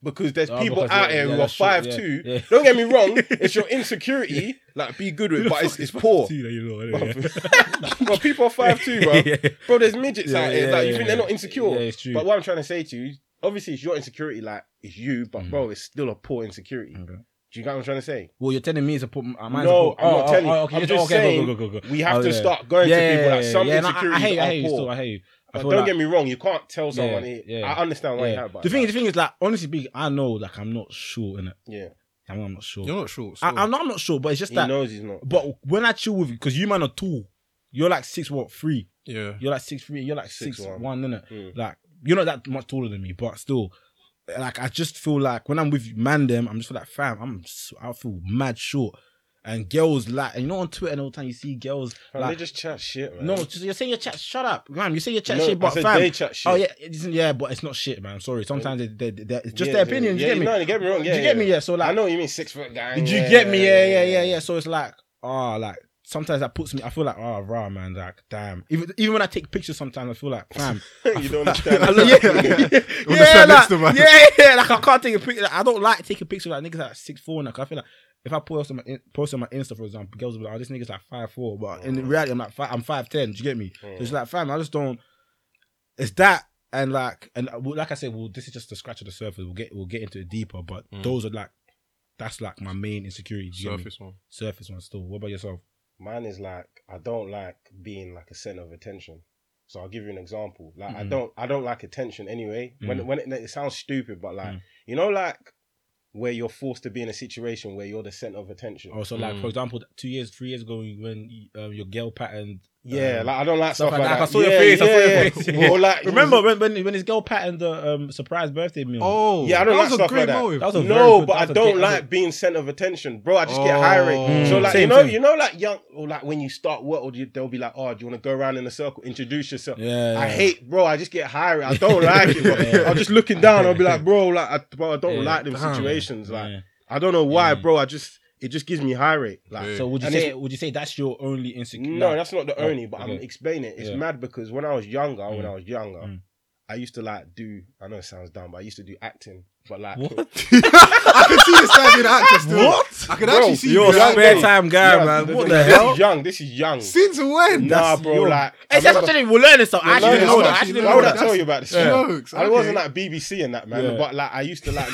Speaker 1: Because there's
Speaker 5: Oh,
Speaker 1: people
Speaker 5: because
Speaker 1: out
Speaker 5: they're- yeah,
Speaker 1: here who are
Speaker 5: that's true,
Speaker 1: five
Speaker 5: yeah,
Speaker 1: two.
Speaker 5: yeah.
Speaker 1: Don't get me wrong, it's your insecurity. Like be good with it, but it's, it's poor.
Speaker 5: See that you know, anyway, yeah.
Speaker 1: but people are five two, bro.
Speaker 5: Yeah.
Speaker 1: Bro, there's midgets
Speaker 5: Yeah,
Speaker 1: out here. like
Speaker 5: yeah,
Speaker 1: you
Speaker 5: yeah,
Speaker 1: think they're
Speaker 5: yeah.
Speaker 1: not insecure.
Speaker 5: Yeah, it's true.
Speaker 1: But what I'm trying to say to you, obviously it's your insecurity, like it's you,
Speaker 5: Mm.
Speaker 1: but bro, it's still a poor insecurity. Do you get what I'm trying to say?
Speaker 5: Well, you're telling me it's a problem. No,
Speaker 1: No, I'm not telling you. I'm just saying we
Speaker 5: Oh,
Speaker 1: have to start going to people that some
Speaker 5: no, I- I
Speaker 1: insecurities
Speaker 5: hate you, I
Speaker 1: are
Speaker 5: hate you
Speaker 1: poor.
Speaker 5: still. I hate you. I
Speaker 1: But
Speaker 5: feel
Speaker 1: don't
Speaker 5: like-
Speaker 1: get me wrong, you can't tell someone
Speaker 5: Yeah,
Speaker 1: it.
Speaker 5: yeah.
Speaker 1: I understand why you
Speaker 5: yeah.
Speaker 1: have about
Speaker 5: The thing,
Speaker 1: that.
Speaker 5: the thing is, like, honestly speaking, I know, like, I'm not sure in it.
Speaker 1: yeah.
Speaker 5: I know I'm not sure.
Speaker 3: You're not sure.
Speaker 5: I,
Speaker 3: still.
Speaker 5: I'm not. I'm not sure, but it's just
Speaker 1: He
Speaker 5: that.
Speaker 1: knows he's not.
Speaker 5: But when I chill with you, because you man are tall, you're like six what three?
Speaker 3: yeah.
Speaker 5: You're like six three. You're like six,
Speaker 1: Six one. Hmm.
Speaker 5: one, innit? Like you're not that much taller than me, but still, like I just feel like when I'm with man them, I'm just feel like fam, I'm s- I feel mad short. And girls like, and you know on Twitter and all the time you see girls
Speaker 1: Fam,
Speaker 5: like.
Speaker 1: they just chat shit, man.
Speaker 5: no, just- you're saying your chat. Shut up, man. You say your chat
Speaker 1: No,
Speaker 5: shit,
Speaker 1: I
Speaker 5: but
Speaker 1: said
Speaker 5: fam.
Speaker 1: they chat shit.
Speaker 5: Oh yeah, it isn't, yeah, but it's not shit, man. Sorry. Sometimes they, they, they, it's just
Speaker 1: Yeah,
Speaker 5: their
Speaker 1: yeah,
Speaker 5: opinion.
Speaker 1: yeah,
Speaker 5: you get me?
Speaker 1: No, you get me wrong. Yeah,
Speaker 5: you get me? Yeah. So like,
Speaker 1: I know what you mean six foot guy.
Speaker 5: did you get me? Yeah, yeah, yeah, yeah. So it's like, ah, like sometimes that puts me. I feel like, oh, rah, man, like damn. Even even when I take pictures, sometimes I feel like, fam.
Speaker 1: you don't understand.
Speaker 5: I look, yeah, yeah, yeah,
Speaker 7: stand next
Speaker 5: like,
Speaker 7: to man.
Speaker 5: yeah, yeah. Like I can't take a picture. Like, I don't like taking pictures of like niggas like six four. Like I feel like if I post on my in- post on my Insta, for example, girls will be like, oh, this nigga's like five four, but in reality, I'm like five, I'm five ten. Do you get me? So it's like, fam, I just don't. It's that. And like, and uh, well, like I said, well, this is just the scratch of the surface. We'll get, we'll get into it deeper. But those are like, that's like my main insecurity. do you get me?
Speaker 3: Surface one.
Speaker 5: Mm. surface one still. What about yourself?
Speaker 1: Mine is like I don't like being like a center of attention. So I'll give you an example. Like
Speaker 5: Mm-hmm.
Speaker 1: I don't I don't like attention anyway.
Speaker 5: Mm.
Speaker 1: When when it, it sounds stupid, but like you know like where you're forced to be in a situation where you're the center of attention.
Speaker 5: Oh, so like for example, two years, three years ago, when um, your girl patterned.
Speaker 1: yeah,
Speaker 5: um,
Speaker 1: like I don't like
Speaker 5: stuff
Speaker 1: stuff,
Speaker 5: like that.
Speaker 1: like, that.
Speaker 5: I saw your
Speaker 1: Yeah,
Speaker 5: face, I
Speaker 1: Yeah,
Speaker 5: saw your
Speaker 1: yeah.
Speaker 5: face, yeah.
Speaker 1: Or like
Speaker 5: remember when, when when his girl patterned the um, surprise birthday meal?
Speaker 3: Oh,
Speaker 1: Mm. Yeah, I
Speaker 3: that
Speaker 1: don't like
Speaker 3: was a
Speaker 1: stuff
Speaker 3: great
Speaker 1: like that.
Speaker 3: motive.
Speaker 5: That was a very
Speaker 1: no,
Speaker 5: good-
Speaker 1: but
Speaker 5: that
Speaker 1: I
Speaker 5: was a
Speaker 1: don't
Speaker 5: good- that was a-
Speaker 1: like being center of attention, bro. I just get
Speaker 3: Oh.
Speaker 1: high rate. So like
Speaker 5: Same,
Speaker 1: you know,
Speaker 5: same.
Speaker 1: you know, like young or like when you start work, or you, they'll be like, oh, do you want to go around in a circle, introduce yourself?
Speaker 5: Yeah, yeah.
Speaker 1: I hate, bro. I just get high rate. I don't like it. Bro. I'm just looking down. I'll be like, bro, like, I, bro, I don't like them situations. Like,
Speaker 5: Yeah.
Speaker 1: I don't know why, bro. I just it just gives me high rate. Like,
Speaker 5: So would you
Speaker 1: And
Speaker 5: say
Speaker 1: it's-
Speaker 5: would you say that's your only insecurity?
Speaker 1: no, that's not the only, but I'm
Speaker 5: okay.
Speaker 1: explaining it. It's
Speaker 5: Yeah.
Speaker 1: mad because when I was younger, when I was younger,
Speaker 5: Mm.
Speaker 1: I used to like do. I know it sounds dumb, but I used to do acting. But like,
Speaker 7: I can see this guy being an actor still. What? I can actually see you.
Speaker 1: you're
Speaker 7: being an
Speaker 1: spare
Speaker 7: actor.
Speaker 5: time guy,
Speaker 1: Yeah,
Speaker 5: man.
Speaker 1: th-
Speaker 5: What
Speaker 1: th-
Speaker 5: the
Speaker 1: this
Speaker 5: hell?
Speaker 1: Is young. This is young.
Speaker 7: Since when?
Speaker 1: nah, bro. Like, I
Speaker 5: Hey, that's what
Speaker 1: remember-
Speaker 5: I'm saying, We're learning stuff. I
Speaker 1: I
Speaker 5: actually
Speaker 1: learned
Speaker 5: didn't
Speaker 1: all
Speaker 5: know that.
Speaker 1: that.
Speaker 5: I actually didn't
Speaker 1: Why
Speaker 5: know
Speaker 1: would I
Speaker 5: that.
Speaker 1: tell you about this? shit?
Speaker 7: Jokes,
Speaker 1: I wasn't
Speaker 7: okay.
Speaker 1: like BBC and that man,
Speaker 5: Yeah.
Speaker 1: but like I used to like.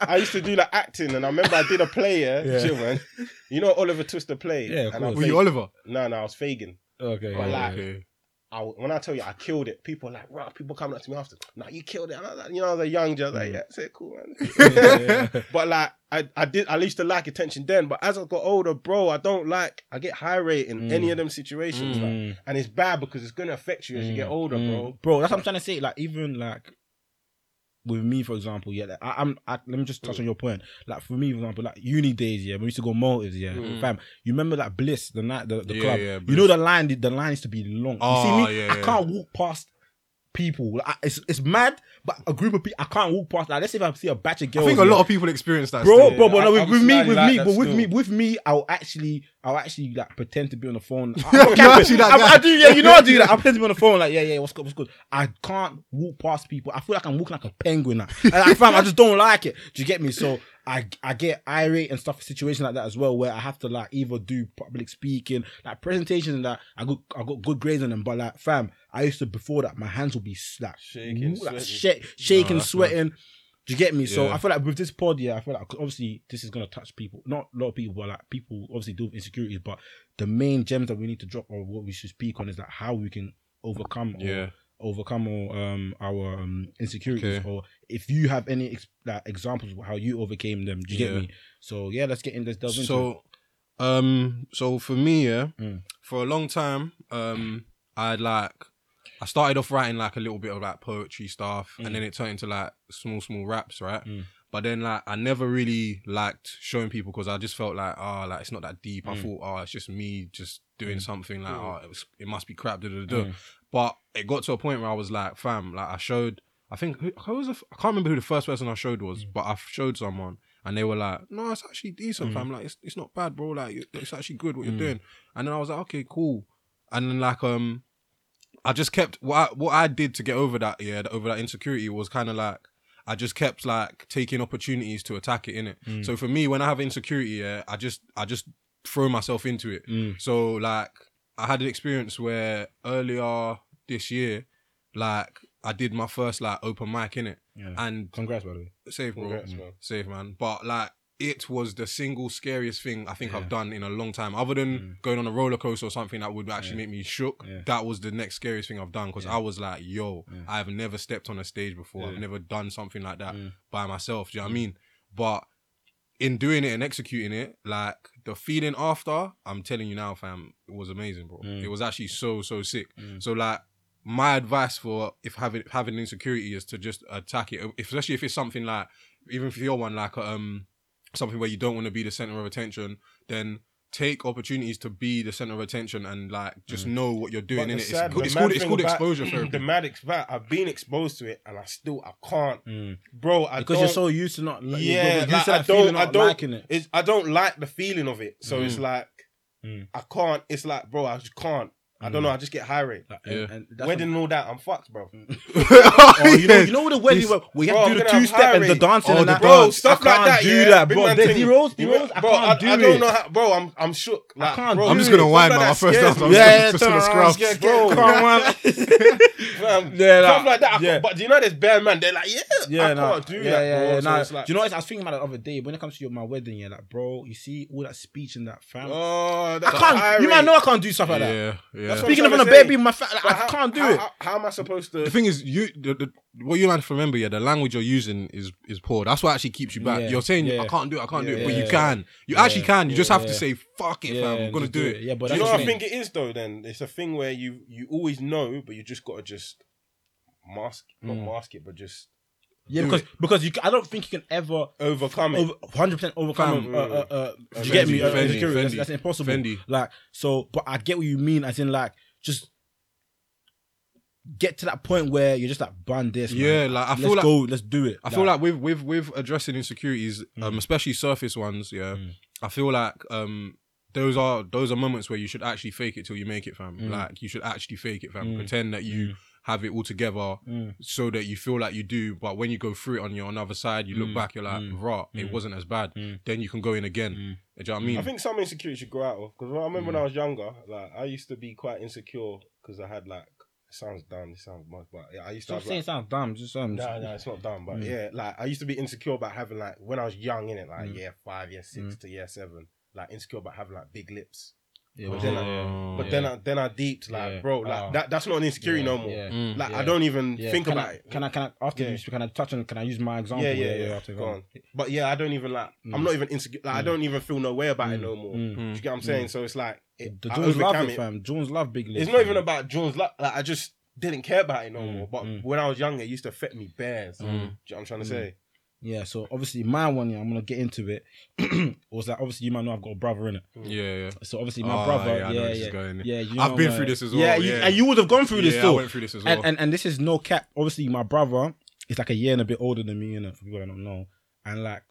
Speaker 1: I used to do like acting, and I remember I did a play. Yeah, chill, man. You know Oliver Twister played.
Speaker 5: Yeah, of
Speaker 1: and I
Speaker 5: course.
Speaker 7: Were
Speaker 1: played-
Speaker 7: you Oliver?
Speaker 1: No, no, I was Fagin.
Speaker 5: Okay.
Speaker 1: But like,
Speaker 3: Okay.
Speaker 1: I, when I tell you I killed it, people are like, "Wow!" People coming up to me after, "No, you killed it." And I was like, you know, I was a young judge,
Speaker 3: Mm.
Speaker 1: like, "Yeah, that's it, cool, man." But like I, I did I used to like attention then, but as I got older, bro, I don't like I get high rate in any of them situations.
Speaker 5: Mm.
Speaker 1: like, and it's bad because it's gonna affect you as you
Speaker 3: Mm.
Speaker 1: get older, bro.
Speaker 5: Bro, that's what I'm trying to say. Like, even like with me, for example, yeah, like, I, I'm. I, let me just touch on your point. Like for me, for example, like uni days, yeah, we used to go motives, yeah,
Speaker 1: Mm.
Speaker 5: fam. You remember that Bliss, the night, the, the
Speaker 3: Yeah,
Speaker 5: club.
Speaker 3: yeah,
Speaker 5: you
Speaker 3: Bliss.
Speaker 5: know the line, the line used to be long. you
Speaker 3: Oh,
Speaker 5: see me?
Speaker 3: yeah,
Speaker 5: I
Speaker 3: yeah.
Speaker 5: can't walk past. People, like, I, it's it's mad, but a group of people I can't walk past. Like, let's say if I see a batch of girls,
Speaker 3: I think a
Speaker 5: yeah,
Speaker 3: lot of people experience that.
Speaker 5: bro,
Speaker 3: still.
Speaker 5: bro, but no,
Speaker 1: I-
Speaker 5: with,
Speaker 1: I'm
Speaker 5: with me,
Speaker 1: slightly
Speaker 5: with
Speaker 1: like
Speaker 5: me,
Speaker 1: that
Speaker 5: but with
Speaker 1: still.
Speaker 5: me, with me, I'll actually, I'll actually like pretend to be on the phone. I,
Speaker 7: You're
Speaker 5: I,
Speaker 7: actually that
Speaker 5: I-
Speaker 7: guy.
Speaker 5: I do, yeah, you know, I do that. I pretend to be on the phone, like, yeah, yeah, what's good, what's good. I can't walk past people. I feel like I'm walking like a penguin. Now. And I, fam, I just don't like it. Do you get me? So I, I get irate and stuff, situations like that as well, where I have to like either do public speaking, like presentations, and that I got, I got good grades on them, but like, fam, I used to before that, my hands would be s- like
Speaker 1: Shaking,
Speaker 5: woo- like,
Speaker 1: sweating.
Speaker 5: shake, shaking,
Speaker 3: that's mad.
Speaker 5: sweating. Do you get me? So
Speaker 3: Yeah.
Speaker 5: I feel like with this pod, yeah, I feel like 'cause obviously this is gonna touch people. Not a lot of people, but like people obviously deal with insecurities. But the main gems that we need to drop or what we should speak on is like how we can overcome, or
Speaker 3: Yeah.
Speaker 5: overcome or um our um, insecurities,
Speaker 3: Okay.
Speaker 5: or if you have any ex- like examples of how you overcame them. Do you
Speaker 3: Yeah.
Speaker 5: get me? So yeah, let's get in. Let's delve into. it.
Speaker 3: So, um, so for me, yeah,
Speaker 5: Mm.
Speaker 3: for a long time, um, I'd like, I started off writing like a little bit of like poetry stuff,
Speaker 5: Hmm.
Speaker 3: and then it turned into like small, small raps, right? But then like I never really liked showing people because I just felt like ah like it's not that deep.
Speaker 5: Hmm.
Speaker 3: I thought ah it's just me just doing something like ah it, was, it must be crap. Da, da, da.
Speaker 5: Hmm.
Speaker 3: da. But it got to a point where I was like fam like I showed I think who, who was the, f- I can't remember who the first person I showed was, but I showed someone and they were like no it's actually decent fam like it's it's not bad bro like it- it's actually good what you're doing. And then I was like okay cool. And then like um I just kept what I, what I did to get over that yeah over that insecurity was kind of like I just kept like taking opportunities to attack it in it. So for me, when I have insecurity, yeah, I just I just throw myself into it. So like I had an experience where earlier this year, like I did my first like open mic in it,
Speaker 5: Yeah.
Speaker 3: and
Speaker 5: Congrats, by the way.
Speaker 3: safe bro,
Speaker 1: Congrats, man.
Speaker 3: safe man. But like it was the single scariest thing I think I've done in a long time, other than going on a roller coaster or something that would actually make me shook.
Speaker 5: Mm. Yeah.
Speaker 3: That was the next scariest thing I've done because I was like, yo, I've never stepped on a stage before. I've never done something like that
Speaker 5: Mm.
Speaker 3: by myself. Do you know what I mean? But in doing it and executing it, like the feeling
Speaker 5: Mm.
Speaker 3: after, I'm telling you now, fam, it was amazing, bro. It was actually so so sick. So like my advice for if having having insecurity is to just attack it, especially if it's something like even for your one like um something where you don't want to be the center of attention, then take opportunities to be the center of attention and like just
Speaker 5: Mm.
Speaker 3: know what you're doing
Speaker 1: But
Speaker 3: in
Speaker 1: the
Speaker 3: it. It's,
Speaker 1: sad-
Speaker 3: called-
Speaker 1: the
Speaker 3: it's
Speaker 1: mad
Speaker 3: called it's
Speaker 1: thing
Speaker 3: called
Speaker 1: about-
Speaker 3: exposure therapy.
Speaker 1: The mad ex- fact, I've been exposed to it and I still I can't, bro. I
Speaker 5: Mm. because
Speaker 1: don't,
Speaker 5: you're so used to not. Like,
Speaker 1: yeah,
Speaker 5: you're used
Speaker 1: like,
Speaker 5: to
Speaker 1: I
Speaker 5: that feeling
Speaker 1: don't, I
Speaker 5: not
Speaker 1: don't,
Speaker 5: liking it.
Speaker 1: It's, I don't like the feeling of it. So it's like I can't. It's like, bro, I just can't. I don't know. I just get high rate.
Speaker 5: And, and that's
Speaker 1: Wedding and all that, I'm fucked, bro.
Speaker 5: Oh, you know, you know what the wedding where we
Speaker 1: Bro,
Speaker 5: have to do
Speaker 1: I'm
Speaker 5: the
Speaker 1: gonna
Speaker 5: two step and the
Speaker 1: hurry.
Speaker 5: dancing
Speaker 1: Oh,
Speaker 5: and
Speaker 1: the
Speaker 5: that.
Speaker 1: bro, stuff
Speaker 5: I can't
Speaker 1: like that.
Speaker 5: do
Speaker 1: yeah.
Speaker 5: that,
Speaker 1: Big
Speaker 5: bro.
Speaker 1: man
Speaker 5: The
Speaker 1: thing.
Speaker 5: zeros, zeros, I
Speaker 1: bro,
Speaker 5: can't do
Speaker 1: I, I
Speaker 5: it.
Speaker 1: don't know how, bro. I'm, I'm shook. Like,
Speaker 5: can't
Speaker 1: bro,
Speaker 5: do
Speaker 7: I'm just gonna
Speaker 1: stuff
Speaker 7: wind
Speaker 1: like
Speaker 7: man. My
Speaker 1: that
Speaker 7: first
Speaker 1: scares
Speaker 7: half, I'm
Speaker 1: me.
Speaker 7: just, just gonna
Speaker 1: Bro,
Speaker 7: scrub.
Speaker 1: fam.
Speaker 5: Yeah,
Speaker 1: stuff
Speaker 5: like-
Speaker 1: like that. I
Speaker 5: yeah.
Speaker 1: can't- But do you know there's bare man? They're like, yeah, I
Speaker 5: Yeah, nah.
Speaker 1: can't do
Speaker 5: yeah,
Speaker 1: that,
Speaker 5: yeah,
Speaker 1: bro.
Speaker 5: yeah,
Speaker 1: so
Speaker 5: nah.
Speaker 1: it's like,
Speaker 5: Do you know what? I was thinking about the other day when it comes to your, my wedding. Yeah, like, bro, you see all that speech and that fam.
Speaker 1: oh,
Speaker 5: I
Speaker 1: that's
Speaker 5: can't. You
Speaker 1: irate.
Speaker 5: might know I can't do stuff like that.
Speaker 3: yeah, yeah.
Speaker 5: Speaking
Speaker 1: I'm
Speaker 5: of on a
Speaker 1: trying to
Speaker 5: baby, my fa- like,
Speaker 1: But
Speaker 5: I
Speaker 1: how-
Speaker 5: can't do
Speaker 1: how-
Speaker 5: it.
Speaker 1: How, how am I supposed to?
Speaker 3: the thing is, you the, the, what you have to remember, yeah, the language you're using is is poor. That's what actually keeps you back.
Speaker 5: Yeah,
Speaker 3: You're saying
Speaker 5: yeah.
Speaker 3: I can't do it, I can't do it, but you
Speaker 5: yeah.
Speaker 3: can. You actually can. You just have to say, "Fuck it, fam, I'm
Speaker 5: and
Speaker 3: gonna
Speaker 5: just
Speaker 3: do it."
Speaker 5: Yeah, but
Speaker 1: Do you
Speaker 5: that's the
Speaker 1: know what I
Speaker 5: thing.
Speaker 1: think it is though? Then it's a thing where you you always know, but you just gotta just mask, not
Speaker 5: Mm.
Speaker 1: mask it, but just
Speaker 5: Yeah, because because you, ca- I don't think you can ever
Speaker 1: overcome it.
Speaker 5: over hundred percent overcome.
Speaker 3: Fam.
Speaker 5: Uh, uh, uh,
Speaker 1: Fendi,
Speaker 5: you get me? Uh,
Speaker 1: Fendi,
Speaker 5: insecurity. That's,
Speaker 3: Fendi,
Speaker 5: that's impossible.
Speaker 3: Fendi.
Speaker 5: Like so, but I get what you mean. As in, like just get to that point where you're just like, ban this. man.
Speaker 3: Yeah, like, I feel
Speaker 5: let's
Speaker 3: like-
Speaker 5: go, let's do it.
Speaker 3: I feel like with with with addressing insecurities,
Speaker 5: Mm.
Speaker 3: um, especially surface ones, yeah, I feel like um those are those are moments where you should actually fake it till you make it, fam.
Speaker 5: Mm.
Speaker 3: Like you should actually fake it, fam. Pretend that you have it all together
Speaker 5: Mm.
Speaker 3: so that you feel like you do. But when you go through it on your on the other side, you
Speaker 5: Mm.
Speaker 3: look back, you're like, rah, it wasn't as bad. Then you can go in again. Do you know what I mean?
Speaker 1: I think some insecurity should grow out of. Because I remember
Speaker 5: Mm.
Speaker 1: when I was younger, like I used to be quite insecure because I had like it sounds dumb, it sounds mad, but yeah, I used to
Speaker 5: Stop
Speaker 1: have
Speaker 5: saying Mm.
Speaker 1: like.
Speaker 5: it sounds dumb. Just um,
Speaker 1: No, no, it's not dumb, but yeah, like I used to be insecure about having like when I was young in it,
Speaker 5: Mm.
Speaker 1: like year five, year six to year seven, like insecure about having like big lips.
Speaker 5: yeah,
Speaker 1: But
Speaker 5: but
Speaker 1: then,
Speaker 5: then,
Speaker 3: Mm.
Speaker 1: I, but then I then I deeped like,
Speaker 5: Mm. Yeah.
Speaker 1: bro, like
Speaker 5: Oh.
Speaker 1: that, that's not an insecurity no more.
Speaker 3: Mm.
Speaker 5: yeah,
Speaker 1: Like I
Speaker 5: yeah.
Speaker 1: don't even
Speaker 5: yeah.
Speaker 1: think
Speaker 5: can
Speaker 1: about
Speaker 5: I,
Speaker 1: it.
Speaker 5: Can I? Can I? After
Speaker 1: Yeah.
Speaker 5: you speak, can I touch on? Can I use my example?
Speaker 1: yeah, yeah, yeah.
Speaker 5: after-
Speaker 1: Go on. But yeah, I don't even like. I'm not even insecure. Like I don't even feel no way about it no more. Do you get what I'm saying? So it's like it,
Speaker 5: The
Speaker 1: I
Speaker 5: Jones love
Speaker 1: overcame
Speaker 5: it, fam. Jones love big lips.
Speaker 1: It's not
Speaker 5: fam.
Speaker 1: even about Jones. Like, like I just didn't care about it no more. But when I was younger, it used to affect me bears. Do you know what I'm trying to say?
Speaker 5: Yeah, so obviously my one, yeah, I'm gonna get into it. was that obviously you might know I've got a brother in it.
Speaker 3: yeah, yeah.
Speaker 5: So obviously my
Speaker 3: Oh,
Speaker 5: brother,
Speaker 3: yeah,
Speaker 5: yeah,
Speaker 3: I know
Speaker 5: yeah,
Speaker 3: where this is
Speaker 5: yeah,
Speaker 3: going.
Speaker 5: you
Speaker 3: I've
Speaker 5: know
Speaker 3: been
Speaker 5: where-
Speaker 3: through this as
Speaker 5: Yeah,
Speaker 3: well,
Speaker 5: you,
Speaker 3: yeah.
Speaker 5: and you would have gone through this
Speaker 3: Yeah, I
Speaker 5: too.
Speaker 3: went through this as
Speaker 5: And,
Speaker 3: well.
Speaker 5: and and this is no cap. Obviously my brother is like a year and a bit older than me, you know, for people that don't know. And like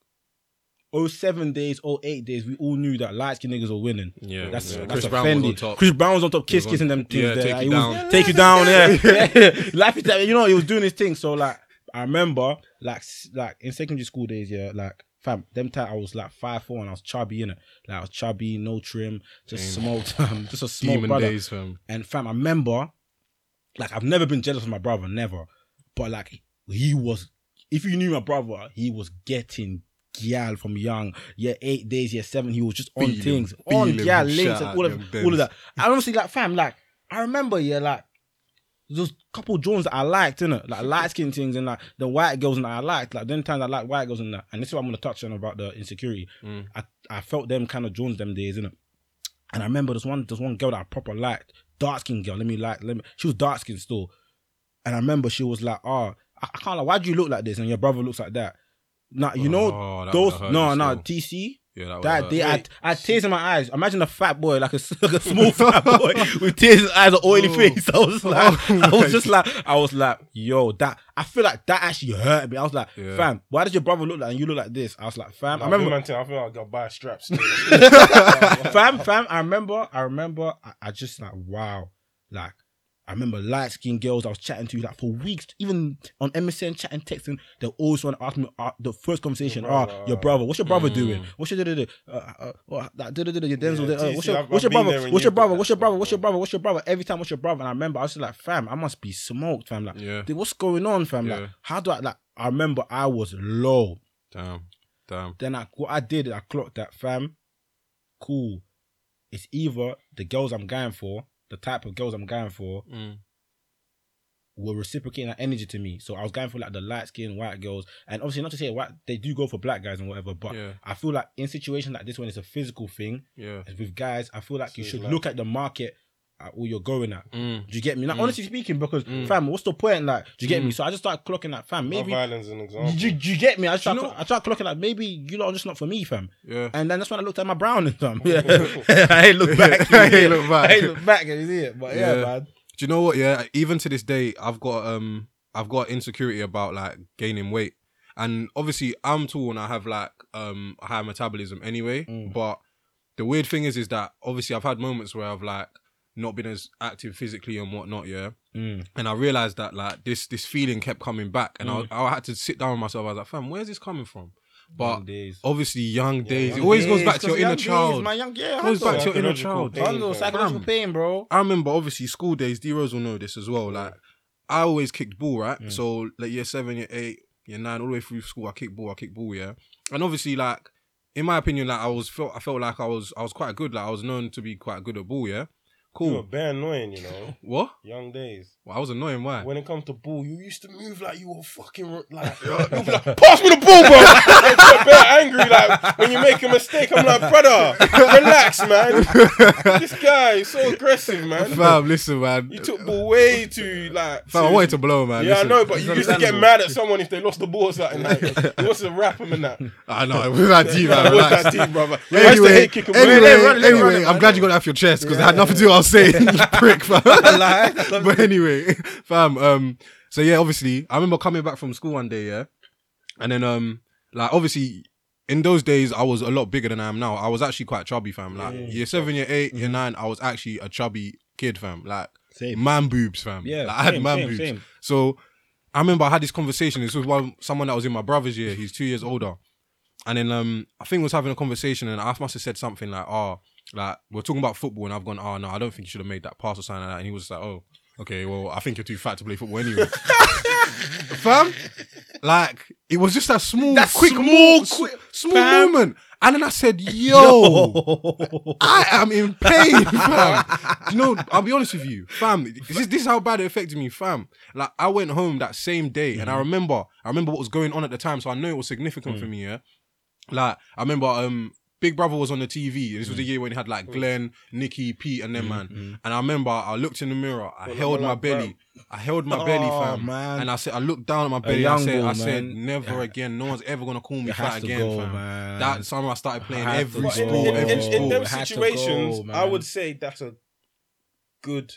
Speaker 5: 07 days, 08 days, we all knew that light skin niggas were winning.
Speaker 3: Yeah,
Speaker 5: that's
Speaker 3: yeah.
Speaker 5: that's
Speaker 3: Chris
Speaker 5: a
Speaker 3: Brown was
Speaker 5: Fendi.
Speaker 3: on top.
Speaker 5: Chris Brown was on top, kiss
Speaker 3: on-
Speaker 5: kiss and them things.
Speaker 3: yeah,
Speaker 5: there.
Speaker 3: take
Speaker 5: like,
Speaker 3: you
Speaker 5: he was-
Speaker 3: down.
Speaker 5: take you down. Yeah, yeah. life is that. You know, he was doing his thing. So like, I remember like s- like in secondary school days, yeah, like. Fam, them time I was like five four and I was chubby in it, like I was chubby, no trim, just smoked, um, just a small
Speaker 3: Demon
Speaker 5: brother.
Speaker 3: days, fam.
Speaker 5: And fam, I remember, like I've never been jealous of my brother, never. But like he was, if you knew my brother, he was getting gyal from young. Yeah, eight days, yeah, seven. He was just on
Speaker 3: Feeling,
Speaker 5: things, on
Speaker 3: feeling,
Speaker 5: gyal links
Speaker 3: shout
Speaker 5: and all of
Speaker 3: out them
Speaker 5: all of
Speaker 3: dens.
Speaker 5: that. And honestly, like fam, like I remember, yeah, like. Those couple Jones that I liked, innit? Like light skin things and like the white girls and that I liked. Like them times I liked white girls and that. And this is what I'm gonna touch on about the insecurity.
Speaker 3: Mm.
Speaker 5: I, I felt them kind of Jones them days, innit? And I remember this one, this one girl that I proper liked, dark skinned girl. Let me like, let me. She was dark skinned still, and I remember she was like, "Ah, I, I can't like. Why do you look like this?" And your brother looks like that. Now you
Speaker 3: Oh,
Speaker 5: know
Speaker 3: that
Speaker 5: those.
Speaker 3: would've hurt
Speaker 5: No,
Speaker 3: you
Speaker 5: no,
Speaker 3: still.
Speaker 5: TC.
Speaker 3: Yeah, that
Speaker 5: That
Speaker 3: would've
Speaker 5: day,
Speaker 3: hurt.
Speaker 5: I, I had tears in my eyes. Imagine a fat boy, like a, s- like a small fat boy with tears in his eyes, an
Speaker 3: Oh.
Speaker 5: oily face. I was like, I was just like, I was like, yo, that. I feel like that actually hurt me. I was like,
Speaker 3: Yeah.
Speaker 5: fam, why does your brother look like and you look like this? I was like, fam, I
Speaker 1: Like,
Speaker 5: remember
Speaker 1: man, I feel like I got by straps.
Speaker 5: fam, fam. I remember, I remember. I, I just like wow, like I remember light skinned girls I was chatting to like for weeks, even on MSN chatting, texting. They always want to ask me uh, the first conversation. Ah, your brother. What's your brother doing? What's your da-da-da? Uh, uh, uh, that da-da-da, your Denzel.
Speaker 1: Mm. Yeah,
Speaker 5: da- uh,
Speaker 1: TC,
Speaker 5: what's your
Speaker 1: I've-
Speaker 5: what's your
Speaker 1: I've been
Speaker 5: brother?
Speaker 1: there when
Speaker 5: What's
Speaker 1: you
Speaker 5: your brother?
Speaker 1: did
Speaker 5: What's
Speaker 1: that
Speaker 5: your brother?
Speaker 1: stuff,
Speaker 5: What's your brother? What's your brother? Every time, what's your brother? And I remember I was just like, fam, I must be smoked, fam. Like,
Speaker 3: Yeah.
Speaker 5: dude, what's going on, fam?
Speaker 3: Yeah.
Speaker 5: Like, how do I like? I remember I was low.
Speaker 3: Damn, damn.
Speaker 5: Then I what I did, I clocked that fam. Cool. It's either the girls I'm going for, the type of girls I'm going for,
Speaker 3: Mm.
Speaker 5: were reciprocating that energy to me. So I was going for like the light skinned white girls, and obviously not to say white, they do go for black guys and whatever. But
Speaker 3: Yeah.
Speaker 5: I feel like in situations like this, when it's a physical thing
Speaker 3: Yeah.
Speaker 5: with guys, I feel like you
Speaker 1: it's
Speaker 5: should
Speaker 1: like-
Speaker 5: look at the market at or you're going at.
Speaker 3: Mm. Mm.
Speaker 5: Do you get me? Like honestly speaking, because fam, what's the point? Like, do you get me? So I just start clocking that fam. Maybe
Speaker 1: Love Island's an example.
Speaker 5: do you, do you get me? I just
Speaker 3: Do you
Speaker 5: start,
Speaker 3: know-
Speaker 5: I start clocking like maybe you lot are just not for me, fam.
Speaker 3: Yeah.
Speaker 5: And then that's when I looked at my brown and fam. Yeah. I ain't look back.
Speaker 7: I ain't look back.
Speaker 5: I ain't look back. You see it? But yeah,
Speaker 3: Yeah.
Speaker 5: man.
Speaker 3: Do you know what? Yeah, even to this day, I've got um, I've got insecurity about like gaining weight, and obviously I'm tall and I have like um a high metabolism anyway. But the weird thing is, is that obviously I've had moments where I've like not been as active physically and whatnot. Yeah, and I realized that like this this feeling kept coming back, and I, I had to sit down with myself. I was like, fam, where's this coming from? But
Speaker 5: days.
Speaker 3: obviously, young days. it always goes back to your inner child.
Speaker 5: My young, yeah,
Speaker 3: it goes back to your inner
Speaker 1: Psychological
Speaker 3: child.
Speaker 1: pain,
Speaker 5: Hundo,
Speaker 1: fam.
Speaker 5: psychological pain, bro.
Speaker 3: I remember obviously school days, D Rose will know this as well. Like I always kicked ball, right?
Speaker 1: Mm.
Speaker 3: So like year seven, year eight, year nine, all the way through school, I kicked ball, I kicked ball, yeah. And obviously, like, in my opinion, like I was felt I felt like I was I was quite good, like I was known to be quite good at ball, yeah.
Speaker 1: You were
Speaker 3: Cool.
Speaker 1: bare annoying, you know.
Speaker 3: What?
Speaker 1: Young days.
Speaker 3: Well, I was annoying, why?
Speaker 1: When it comes to ball, you used to move like you were fucking ro- like you'll be like, pass me the ball, bro. I got bare angry like when you make a mistake. I'm like, brother, relax, man. This guy is so aggressive, man.
Speaker 3: Fam, listen, man.
Speaker 1: You took ball way too like.
Speaker 3: Fam, I wanted to blow, man.
Speaker 1: Yeah,
Speaker 3: listen.
Speaker 1: I know, but you
Speaker 3: It's
Speaker 1: used to get
Speaker 3: understandable.
Speaker 1: mad at someone if they lost the ball or something. Like, you was to rap them and that.
Speaker 3: I know, it was that deep, man.
Speaker 1: It was that
Speaker 3: Relax.
Speaker 1: deep, brother. I used to
Speaker 3: Anyway,
Speaker 1: hate kick 'em.
Speaker 3: anyway,
Speaker 1: Run it, run it, run it,
Speaker 3: anyway,
Speaker 1: run
Speaker 3: I'm
Speaker 1: it.
Speaker 3: glad you got it off your chest because I had nothing to do. I was saying, you prick, fam. but anyway, fam. Um, so yeah, obviously, I remember coming back from school one day, yeah, and then um, like obviously, in those days, I was a lot bigger than I am now. I was actually quite chubby, fam. Like year seven, year 8 year nine, I was actually a chubby kid, fam. Like
Speaker 5: Same.
Speaker 3: man boobs, fam.
Speaker 5: Yeah,
Speaker 3: Like, I had
Speaker 5: same,
Speaker 3: man
Speaker 5: same,
Speaker 3: boobs.
Speaker 5: same.
Speaker 3: So I remember I had this conversation. This was one someone that was in my brother's year. He's two years older. And then um, I think we was having a conversation, and I must have said something like, "Oh, like we're talking about football," and I've gone, "Oh no, I don't think you should have made that pass or something like that." And he was just like, "Oh, okay, well, I think you're too fat to play football anyway." Fam, like it was just a small, quick, small, small, movement, and then I said, "Yo, I am in pain, fam." Do you know, I'll be honest with you, fam. This is, this is how bad it affected me, fam. Like I went home that same day,
Speaker 5: Mm-hmm.
Speaker 3: and I remember, I remember what was going on at the time, so I know it was significant for
Speaker 5: Mm.
Speaker 3: me, yeah. Like I remember, um, Big Brother was on the TV. This
Speaker 5: Mm.
Speaker 3: was the year when he had like Glenn, Nikki, Pete, and them
Speaker 5: Mm-hmm.
Speaker 3: man. And I remember I looked in the mirror. I held my belly. I held my belly,
Speaker 5: Oh,
Speaker 3: fam.
Speaker 5: man.
Speaker 3: And I said, I looked down at my belly. I
Speaker 5: young
Speaker 3: said, I
Speaker 5: bull,
Speaker 3: said,
Speaker 5: man.
Speaker 3: never again. No one's ever gonna call me
Speaker 5: It has
Speaker 3: fat
Speaker 5: to
Speaker 3: again,
Speaker 5: go,
Speaker 3: fam.
Speaker 5: man.
Speaker 3: That summer I started playing
Speaker 5: has
Speaker 3: every
Speaker 5: to
Speaker 1: But in,
Speaker 3: sport,
Speaker 1: in,
Speaker 5: Bro,
Speaker 1: in,
Speaker 3: every
Speaker 5: bro,
Speaker 1: in
Speaker 3: sport.
Speaker 1: those
Speaker 5: had to go,
Speaker 1: situations, I
Speaker 5: man.
Speaker 1: would say that's a good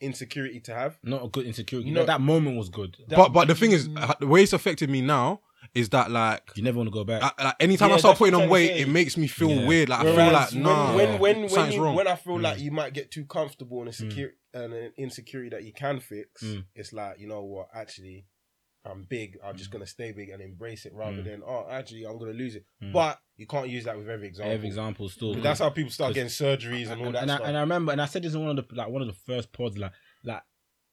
Speaker 1: insecurity to have.
Speaker 5: Not a good insecurity.
Speaker 1: You
Speaker 5: No,
Speaker 1: know-
Speaker 5: that moment was good.
Speaker 3: But but the thing is, uh, the way it's affected me now is that like.
Speaker 5: You never want to go back.
Speaker 3: I, like anytime
Speaker 1: Yeah,
Speaker 3: I start
Speaker 1: that's what
Speaker 3: putting on
Speaker 1: I'm
Speaker 3: weight,
Speaker 1: saying.
Speaker 3: it makes me feel
Speaker 5: Yeah.
Speaker 3: weird. Like I
Speaker 1: Whereas
Speaker 3: feel like nah,
Speaker 1: when when when when,
Speaker 3: something's
Speaker 1: you,
Speaker 3: wrong.
Speaker 1: when I feel like you might get too comfortable in a secure and an insecurity that you can fix,
Speaker 5: Mm.
Speaker 1: it's like you know what, actually, I'm big. I'm just gonna stay big and embrace it rather
Speaker 5: Mm.
Speaker 1: than oh, actually, I'm gonna lose it.
Speaker 5: Mm.
Speaker 1: But you can't use that with every example.
Speaker 5: Every example still.
Speaker 3: Mm.
Speaker 1: That's how people start getting surgeries and all
Speaker 5: and,
Speaker 1: that
Speaker 5: and I,
Speaker 1: stuff.
Speaker 5: and I remember, and I said this in one of the like one of the first pods, like like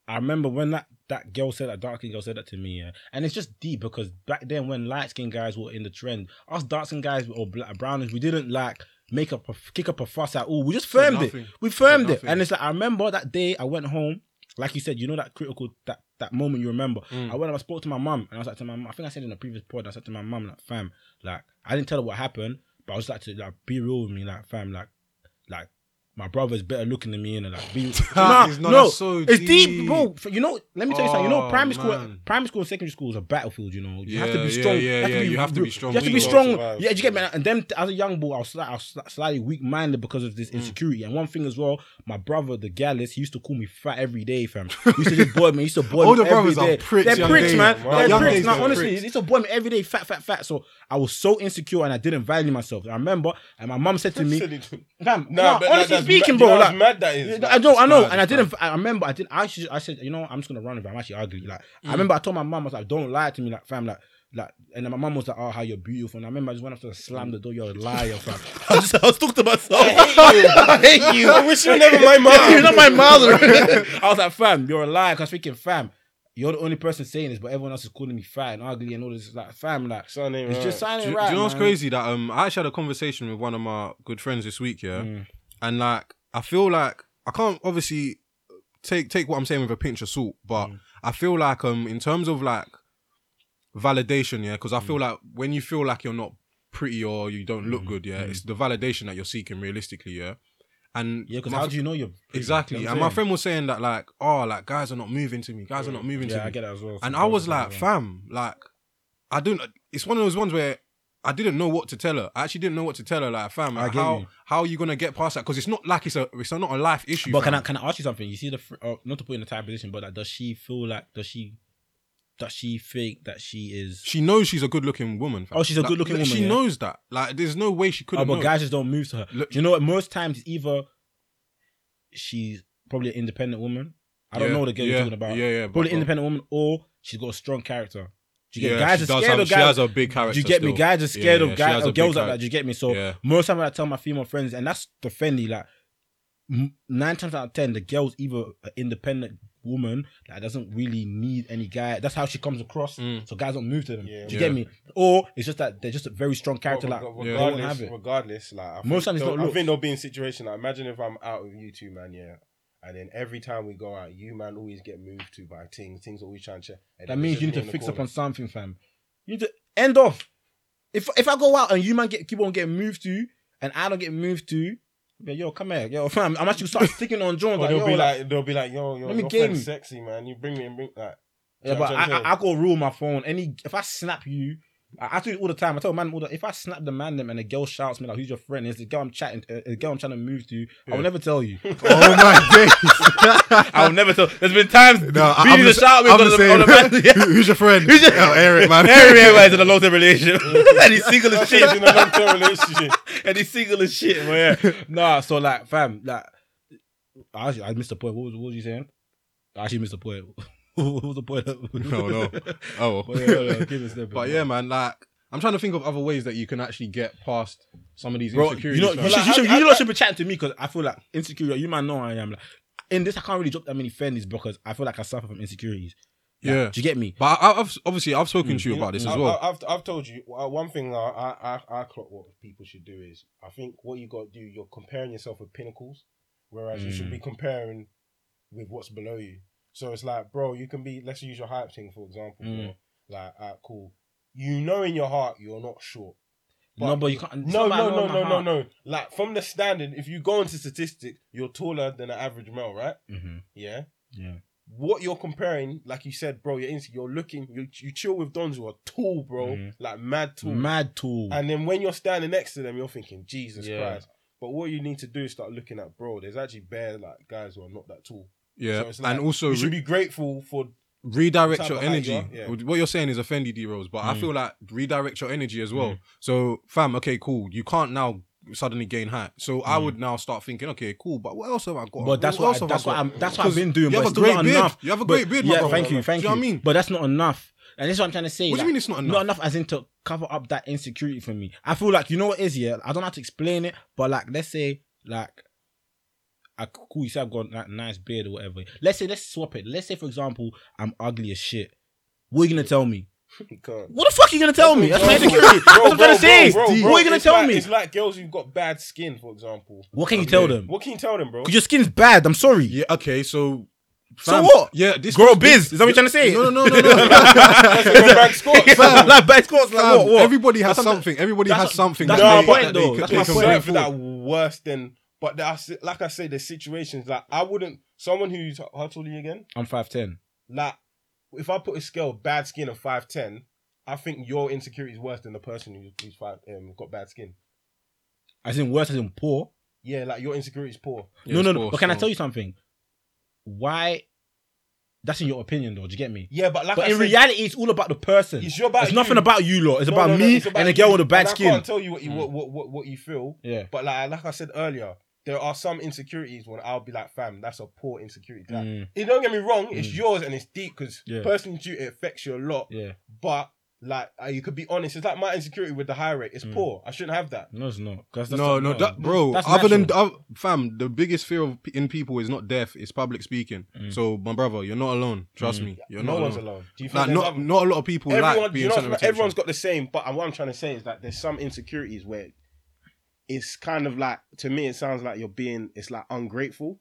Speaker 5: I remember when that that girl said that dark skin girl said that to me, yeah. And it's just deep because back then when light skin guys were in the trend, us dark skin guys or bla brownies, we didn't like make up a kick up a fuss at all. We just firmed it.
Speaker 3: nothing.
Speaker 5: We firmed
Speaker 3: Said
Speaker 5: it.
Speaker 3: nothing.
Speaker 5: And it's like I remember that day I went home. Like you said, you know that critical that that moment you remember.
Speaker 3: Mm.
Speaker 5: I went and I spoke to my mum and I was like to my mum, I think I said in the previous pod, I said to my mum, like, fam, like I didn't tell her what happened, but I was like to like be real with me, like, fam, like like my brother's better looking than me, and like be nah,
Speaker 3: It's not-
Speaker 5: no,
Speaker 3: that's so
Speaker 5: it's deep,
Speaker 3: deep.
Speaker 5: bro. F- You know, let me tell you something. You know,
Speaker 3: Oh,
Speaker 5: primary school,
Speaker 3: man.
Speaker 5: primary school, and secondary school is a battlefield. You know, you have to
Speaker 3: Yeah,
Speaker 5: be
Speaker 3: yeah,
Speaker 5: strong.
Speaker 3: yeah, yeah. You have to be
Speaker 5: re-
Speaker 3: strong.
Speaker 5: You have to be
Speaker 3: We will
Speaker 5: strong.
Speaker 1: survive.
Speaker 5: Yeah, do you get me? And then as a young boy, I was, sli- I was sli- slightly weak minded because of
Speaker 3: Mm.
Speaker 5: this insecurity. And one thing as well, my brother, the Gallus, he used to call me fat every day, fam. He used to just boy me. He used to boy
Speaker 3: Older
Speaker 5: me every
Speaker 3: brothers are
Speaker 5: day.
Speaker 3: pricks,
Speaker 5: They're
Speaker 3: young
Speaker 5: pricks,
Speaker 3: days,
Speaker 5: man.
Speaker 3: bro.
Speaker 5: They're
Speaker 3: Young
Speaker 5: pricks.
Speaker 3: days,
Speaker 5: Now,
Speaker 3: they're
Speaker 5: honestly,
Speaker 3: pricks.
Speaker 5: it's a boy me every day, fat, fat, fat. So I was so insecure and I didn't value myself. I remember, and my mum said to me, Fam,
Speaker 1: Nah,
Speaker 5: no,
Speaker 1: but that-
Speaker 5: honestly
Speaker 1: that's
Speaker 5: speaking,
Speaker 1: mad-
Speaker 5: bro,
Speaker 1: you know
Speaker 5: like,
Speaker 1: how mad that is?
Speaker 5: I know, I know,
Speaker 3: mad,
Speaker 5: and I
Speaker 3: it's
Speaker 5: didn't. I remember, I did. I actually, I said, you know, what, I'm just gonna run with it. I'm actually ugly. Like, I remember, I told my mum, I was like, don't lie to me, like, fam, like. Like, and then my mum was like, "Oh, how you're beautiful." And I remember I just went up to her, slammed the door. You're a liar, fam. I just, I was talking to myself. I hate you.
Speaker 1: I wish you were never my mom.
Speaker 5: You're not my mother. I was like, "Fam, you're a liar." Cause freaking fam, you're the only person saying this, but everyone else is calling me fat and ugly and all this. Like, fam, like
Speaker 1: Son ain't
Speaker 5: it's
Speaker 1: right.
Speaker 5: just
Speaker 3: Do
Speaker 5: signing
Speaker 3: you-
Speaker 5: right.
Speaker 3: Do you know what's
Speaker 5: man.
Speaker 3: crazy? That um, I actually had a conversation with one of my good friends this week, yeah,
Speaker 5: Mm.
Speaker 3: and like I feel like I can't obviously take take what I'm saying with a pinch of salt, but
Speaker 5: Mm.
Speaker 3: I feel like um, in terms of like validation, yeah, because I
Speaker 5: Mm.
Speaker 3: feel like when you feel like you're not pretty or you don't look good, yeah, it's the validation that you're seeking realistically, yeah. And
Speaker 5: Mm. Yeah, because
Speaker 3: my
Speaker 5: how
Speaker 3: fr-
Speaker 5: do you know you're pretty?
Speaker 3: exactly?
Speaker 5: You know
Speaker 3: and
Speaker 5: what
Speaker 3: my
Speaker 5: I'm
Speaker 3: friend was saying that like, oh, like guys are not moving to me. Guys are not
Speaker 5: saying?
Speaker 3: moving to
Speaker 5: Yeah,
Speaker 3: me.
Speaker 5: I get that as well.
Speaker 3: And I was like, fam, like, I don't. It's one of those ones where I didn't know what to tell her. I actually didn't know what to tell her. Like, fam, like,
Speaker 5: get
Speaker 3: how
Speaker 5: you.
Speaker 3: how are you gonna get past that? Because it's not like it's a it's not a life issue.
Speaker 5: But
Speaker 3: fam.
Speaker 5: can I can I ask you something? You see the fr- uh, not to put you in a tight position, but like, does she feel like does she does she think that she is?
Speaker 3: She knows she's a good-looking woman. fam.
Speaker 5: Oh, she's a
Speaker 3: Like,
Speaker 5: good-looking
Speaker 3: She
Speaker 5: woman, yeah?
Speaker 3: knows that. Like, there's no way she could.
Speaker 5: Oh,
Speaker 3: have
Speaker 5: but guys just don't move to her.
Speaker 3: Look-
Speaker 5: Do you know what? Most times, it's either she's probably an independent woman. I don't
Speaker 3: Yeah,
Speaker 5: know the girl
Speaker 3: yeah,
Speaker 5: you're talking about.
Speaker 3: yeah, yeah, but-
Speaker 5: Probably
Speaker 3: but-
Speaker 5: independent woman, or she's got a strong character. Do you
Speaker 3: yeah,
Speaker 5: get guys
Speaker 3: she
Speaker 5: are
Speaker 3: does
Speaker 5: scared
Speaker 3: have-
Speaker 5: of
Speaker 3: She
Speaker 5: guys?
Speaker 3: has a big character.
Speaker 5: Do you get me?
Speaker 3: still.
Speaker 5: Guys are
Speaker 3: Yeah,
Speaker 5: scared
Speaker 3: yeah,
Speaker 5: of
Speaker 3: she has
Speaker 5: guys
Speaker 3: a
Speaker 5: or
Speaker 3: big
Speaker 5: girls like
Speaker 3: character.
Speaker 5: that. Do you get me? So
Speaker 3: Yeah.
Speaker 5: most time I tell my female friends, and that's the friendly like m- nine times out of ten, the girl's either an independent woman that doesn't really need any guy. That's how she comes across.
Speaker 3: Mm.
Speaker 5: So guys don't move to them.
Speaker 1: Yeah.
Speaker 5: Do you
Speaker 3: Yeah.
Speaker 5: get me? Or it's just that they're just a very strong character. Like
Speaker 1: Reg-
Speaker 5: they
Speaker 3: Yeah.
Speaker 5: won't
Speaker 1: regardless,
Speaker 5: have it.
Speaker 1: regardless, like I
Speaker 5: Most
Speaker 1: think
Speaker 5: times it's not
Speaker 1: they'll- I think
Speaker 5: looks.
Speaker 1: there'll be in situation like imagine if I'm out with you two, man, yeah, and then every time we go out, you man always get moved to by things, things always trying to. and
Speaker 5: That
Speaker 1: then
Speaker 5: means
Speaker 1: it's
Speaker 5: you need
Speaker 1: just
Speaker 5: to
Speaker 1: me in the
Speaker 5: fix up
Speaker 1: corner.
Speaker 5: on something, fam. You need to end off. If if I go out and you man get keep on getting moved to, and I don't get moved to, yeah, yo, come here, yo, fam. I'm actually start sticking on John.
Speaker 1: Or
Speaker 5: like,
Speaker 1: they'll
Speaker 5: yo,
Speaker 1: be
Speaker 5: like-
Speaker 1: like, they'll be like, yo, yo,
Speaker 5: Let me
Speaker 1: your
Speaker 5: game
Speaker 1: friend's
Speaker 5: you.
Speaker 1: sexy, man. You bring me and bring that.
Speaker 5: Yeah,
Speaker 1: Do you
Speaker 5: but
Speaker 1: know what I'm
Speaker 5: I,
Speaker 1: saying?
Speaker 5: I, I go rule my phone. Any if I snap you, I, I do it all the time. I tell man all the, if I snap the man them and the girl shouts me like, "Who's your friend?" It's the girl I'm chatting, uh, the girl I'm trying to move to. I will never tell you.
Speaker 7: Oh my days.
Speaker 5: I will never tell. There's been times
Speaker 7: No, I-
Speaker 5: Beanie
Speaker 7: I'm
Speaker 5: the
Speaker 7: just,
Speaker 5: shout me
Speaker 7: I'm just
Speaker 5: because of the-
Speaker 7: saying,
Speaker 5: on the man.
Speaker 7: who- who's your friend?
Speaker 5: Who's your-
Speaker 7: oh, Eric, man.
Speaker 5: Everybody's in a long term relationship and he's single as
Speaker 1: She's in
Speaker 5: shit.
Speaker 1: a long-term relationship.
Speaker 5: and he's single as shit. But yeah, nah. So like, fam, like, I, actually- I missed the point. What was what was you saying? I actually missed the point. what was the point?
Speaker 3: No, no. Oh.
Speaker 5: But yeah, no, no, give us that,
Speaker 3: But yeah, man, like I'm trying to think of other ways that you can actually get past some of these
Speaker 5: Bro,
Speaker 3: insecurities.
Speaker 5: you know,
Speaker 3: fam.
Speaker 5: you, should, you, should, you lot should be chatting to me because I feel like insecure. You might know I am. Like, in this, I can't really drop that many fendies because I feel like I suffer from insecurities. Like,
Speaker 3: Yeah.
Speaker 5: do you get me?
Speaker 3: but I, I've obviously I've spoken to you about this as
Speaker 1: I've-
Speaker 3: well.
Speaker 1: I've, I've, I've told you uh, one thing. that I, I I clock what people should do is I think what you got to do. You're comparing yourself with pinnacles, whereas you
Speaker 3: Mm.
Speaker 1: should be comparing with what's below you. So it's like, bro, you can be. Let's use your hype thing for example.
Speaker 5: Mm.
Speaker 1: yeah. Like, all right, cool. You know in your heart you're not short. But-
Speaker 5: no, but you can't.
Speaker 1: No,
Speaker 5: somebody
Speaker 1: no,
Speaker 5: know
Speaker 1: no,
Speaker 5: my
Speaker 1: no, no,
Speaker 5: heart.
Speaker 1: no. Like from the standing, if you go into statistics, you're taller than an average male, right?
Speaker 5: Mhm.
Speaker 1: Yeah.
Speaker 5: Yeah.
Speaker 1: What you're comparing, like you said, bro, you're into, you're looking, you, you chill with dons who are tall, bro,
Speaker 5: Mhm.
Speaker 1: like mad tall.
Speaker 5: Mad tool.
Speaker 1: And then when you're standing next to them, you're thinking, Jesus
Speaker 5: Yeah.
Speaker 1: Christ. But what you need to do is start looking at, bro, there's actually bare like guys who are not that tall.
Speaker 3: yeah,
Speaker 1: So it's like,
Speaker 3: and also
Speaker 1: you should
Speaker 3: re-
Speaker 1: be grateful for
Speaker 3: redirect
Speaker 1: type
Speaker 3: your
Speaker 1: of height you
Speaker 3: energy.
Speaker 1: are, yeah.
Speaker 3: What you're saying is offendy D rolls, but I feel like redirect your energy as well. So, fam, okay, cool. You can't now suddenly gain height. So I would now start thinking, okay, cool, but what else have I got?
Speaker 5: But that's what,
Speaker 3: else
Speaker 5: I,
Speaker 3: have I
Speaker 5: that's what
Speaker 3: got?
Speaker 5: I'm. That's what I've
Speaker 3: Because
Speaker 5: been doing. but
Speaker 3: You have a
Speaker 5: it's
Speaker 3: great
Speaker 5: not
Speaker 3: beard.
Speaker 5: enough.
Speaker 3: You have a
Speaker 5: But-
Speaker 3: great beard, my
Speaker 5: yeah,
Speaker 3: brother.
Speaker 5: thank you, thank
Speaker 3: Do
Speaker 5: you.
Speaker 3: you. know what I mean?
Speaker 5: But that's not enough. And this is what I'm trying to say.
Speaker 3: What do you
Speaker 5: like,
Speaker 3: mean it's not enough?
Speaker 5: Not enough as in to cover up that insecurity for me. I feel like you know what it is yeah. I don't know how to explain it, but like let's say like I cool. You say I've got like nice beard or whatever. Let's say let's swap it. Let's say for example I'm ugly as shit. What are you gonna tell me?
Speaker 1: God.
Speaker 5: What the fuck are you gonna tell me? That's my
Speaker 1: Bro,
Speaker 5: insecurity. That's what I'm
Speaker 1: bro,
Speaker 5: trying to say.
Speaker 1: bro, bro, bro,
Speaker 5: What are you gonna
Speaker 1: it's
Speaker 5: tell
Speaker 1: like-
Speaker 5: me?
Speaker 1: It's like girls who've got bad skin, for example.
Speaker 5: What can you tell them?
Speaker 1: What can you tell them, bro?
Speaker 5: Because your skin's bad. I'm sorry.
Speaker 3: Yeah, okay, so.
Speaker 5: So what?
Speaker 3: Yeah, this
Speaker 5: Grow
Speaker 3: this-
Speaker 5: biz. Is that what you're trying to say?
Speaker 3: No, no, no, no, no.
Speaker 1: Fam,
Speaker 5: like, but it's called, like,
Speaker 3: Fam,
Speaker 5: what, what?
Speaker 3: Everybody has
Speaker 5: That's what-
Speaker 3: something. Everybody
Speaker 5: that's
Speaker 3: has
Speaker 5: what-
Speaker 3: something.
Speaker 5: that's
Speaker 3: that
Speaker 5: my
Speaker 3: they-
Speaker 5: point,
Speaker 3: that they
Speaker 5: though.
Speaker 3: can-
Speaker 5: That's
Speaker 3: they
Speaker 5: my
Speaker 3: can
Speaker 5: point.
Speaker 3: bring
Speaker 1: certain
Speaker 5: Sorry
Speaker 1: for
Speaker 3: forward.
Speaker 1: that worse than. But there are, si- like I say, there's situations like I wouldn't. Someone who's how tall are you again?
Speaker 5: I'm five ten.
Speaker 1: Like, if I put a scale of bad skin of five ten, I think your insecurity is worse than the person who, who's five um, got bad skin.
Speaker 5: As in worse, as in poor.
Speaker 1: Yeah, like your insecurity is poor.
Speaker 3: Yeah,
Speaker 5: no,
Speaker 3: it's
Speaker 5: no, no.
Speaker 3: poor,
Speaker 5: but can I
Speaker 3: so-
Speaker 5: tell you something? Why? That's in your opinion, though. Do you get me?
Speaker 1: Yeah, but like
Speaker 5: But
Speaker 1: I
Speaker 5: in
Speaker 1: said,
Speaker 5: reality, it's all about the person.
Speaker 1: It's your- about
Speaker 5: It's nothing
Speaker 1: you.
Speaker 5: about you lot. It's
Speaker 1: No,
Speaker 5: about
Speaker 1: no, no,
Speaker 5: me
Speaker 1: it's about
Speaker 5: and the
Speaker 1: you.
Speaker 5: girl with the bad
Speaker 1: And I
Speaker 5: skin. Hmm.
Speaker 1: can't tell you what you what, what, what, what you feel.
Speaker 5: Yeah.
Speaker 1: But like like I said earlier, there are some insecurities when I'll be like, fam, that's a poor insecurity. Like,
Speaker 5: Mm.
Speaker 1: It don't get me wrong, it's
Speaker 3: Mm.
Speaker 1: yours and it's deep because
Speaker 5: Yeah.
Speaker 1: personally to you it affects you a lot.
Speaker 5: Yeah.
Speaker 1: But like uh, you could be honest, it's like my insecurity with the high rate.
Speaker 3: Mm.
Speaker 1: It's poor. I shouldn't have that.
Speaker 5: No, it's not. 'Cause that's
Speaker 3: No,
Speaker 5: not-
Speaker 3: no, that, bro.
Speaker 5: That's
Speaker 3: other than
Speaker 5: natural.
Speaker 3: uh, fam, the biggest fear of, in people is not death; it's public speaking. So, my brother, you're not alone. Trust me, you're
Speaker 1: Mm. no
Speaker 3: not
Speaker 1: one's
Speaker 3: alone.
Speaker 1: alone. Do you think
Speaker 3: Like,
Speaker 1: there's
Speaker 3: not
Speaker 1: other-
Speaker 3: not a lot of people
Speaker 1: everyone,
Speaker 3: like
Speaker 1: do
Speaker 3: being
Speaker 1: you know,
Speaker 3: center of
Speaker 1: what-
Speaker 3: attention.
Speaker 1: everyone's got the same? But what I'm trying to say is that there's some insecurities where it's kind of like to me it sounds like you're being it's like ungrateful.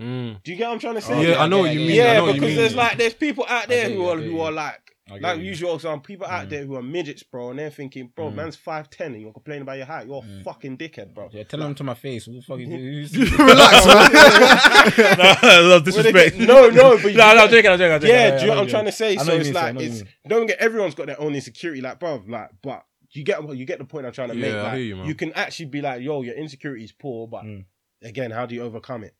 Speaker 3: Mm.
Speaker 1: Do you get what I'm trying to say?
Speaker 3: Oh, yeah, I know what you mean. I
Speaker 1: Yeah,
Speaker 3: know what you
Speaker 1: because
Speaker 3: mean.
Speaker 1: there's like there's people out there who are who are like
Speaker 5: I get
Speaker 1: Like
Speaker 5: you. Mm.
Speaker 1: usual example, people out there who are midgets, bro, and they're thinking, bro, man's five ten, and you're complaining about your height. You're a fucking dickhead, bro.
Speaker 5: Mm. Yeah, tell them to my face. What the fuck is
Speaker 7: Relax, man.
Speaker 5: no, disrespect.
Speaker 1: No, no, but you-
Speaker 5: no, no, I'm joking. I'm joking. I'm joking.
Speaker 1: Yeah,
Speaker 5: I
Speaker 1: do you know
Speaker 5: know
Speaker 1: what I'm trying to say?
Speaker 5: I know
Speaker 1: So
Speaker 5: what
Speaker 1: it's
Speaker 5: you mean, sir, I
Speaker 1: like
Speaker 5: know what you
Speaker 1: it's
Speaker 5: mean.
Speaker 1: don't get everyone's got their own insecurity, like bruv, like but you get what you get the point I'm trying to
Speaker 3: Yeah,
Speaker 1: make.
Speaker 3: I
Speaker 1: Like,
Speaker 3: hear you, man.
Speaker 1: can actually be like, yo, your insecurity is poor, but
Speaker 5: Mm.
Speaker 1: again, how do you overcome it?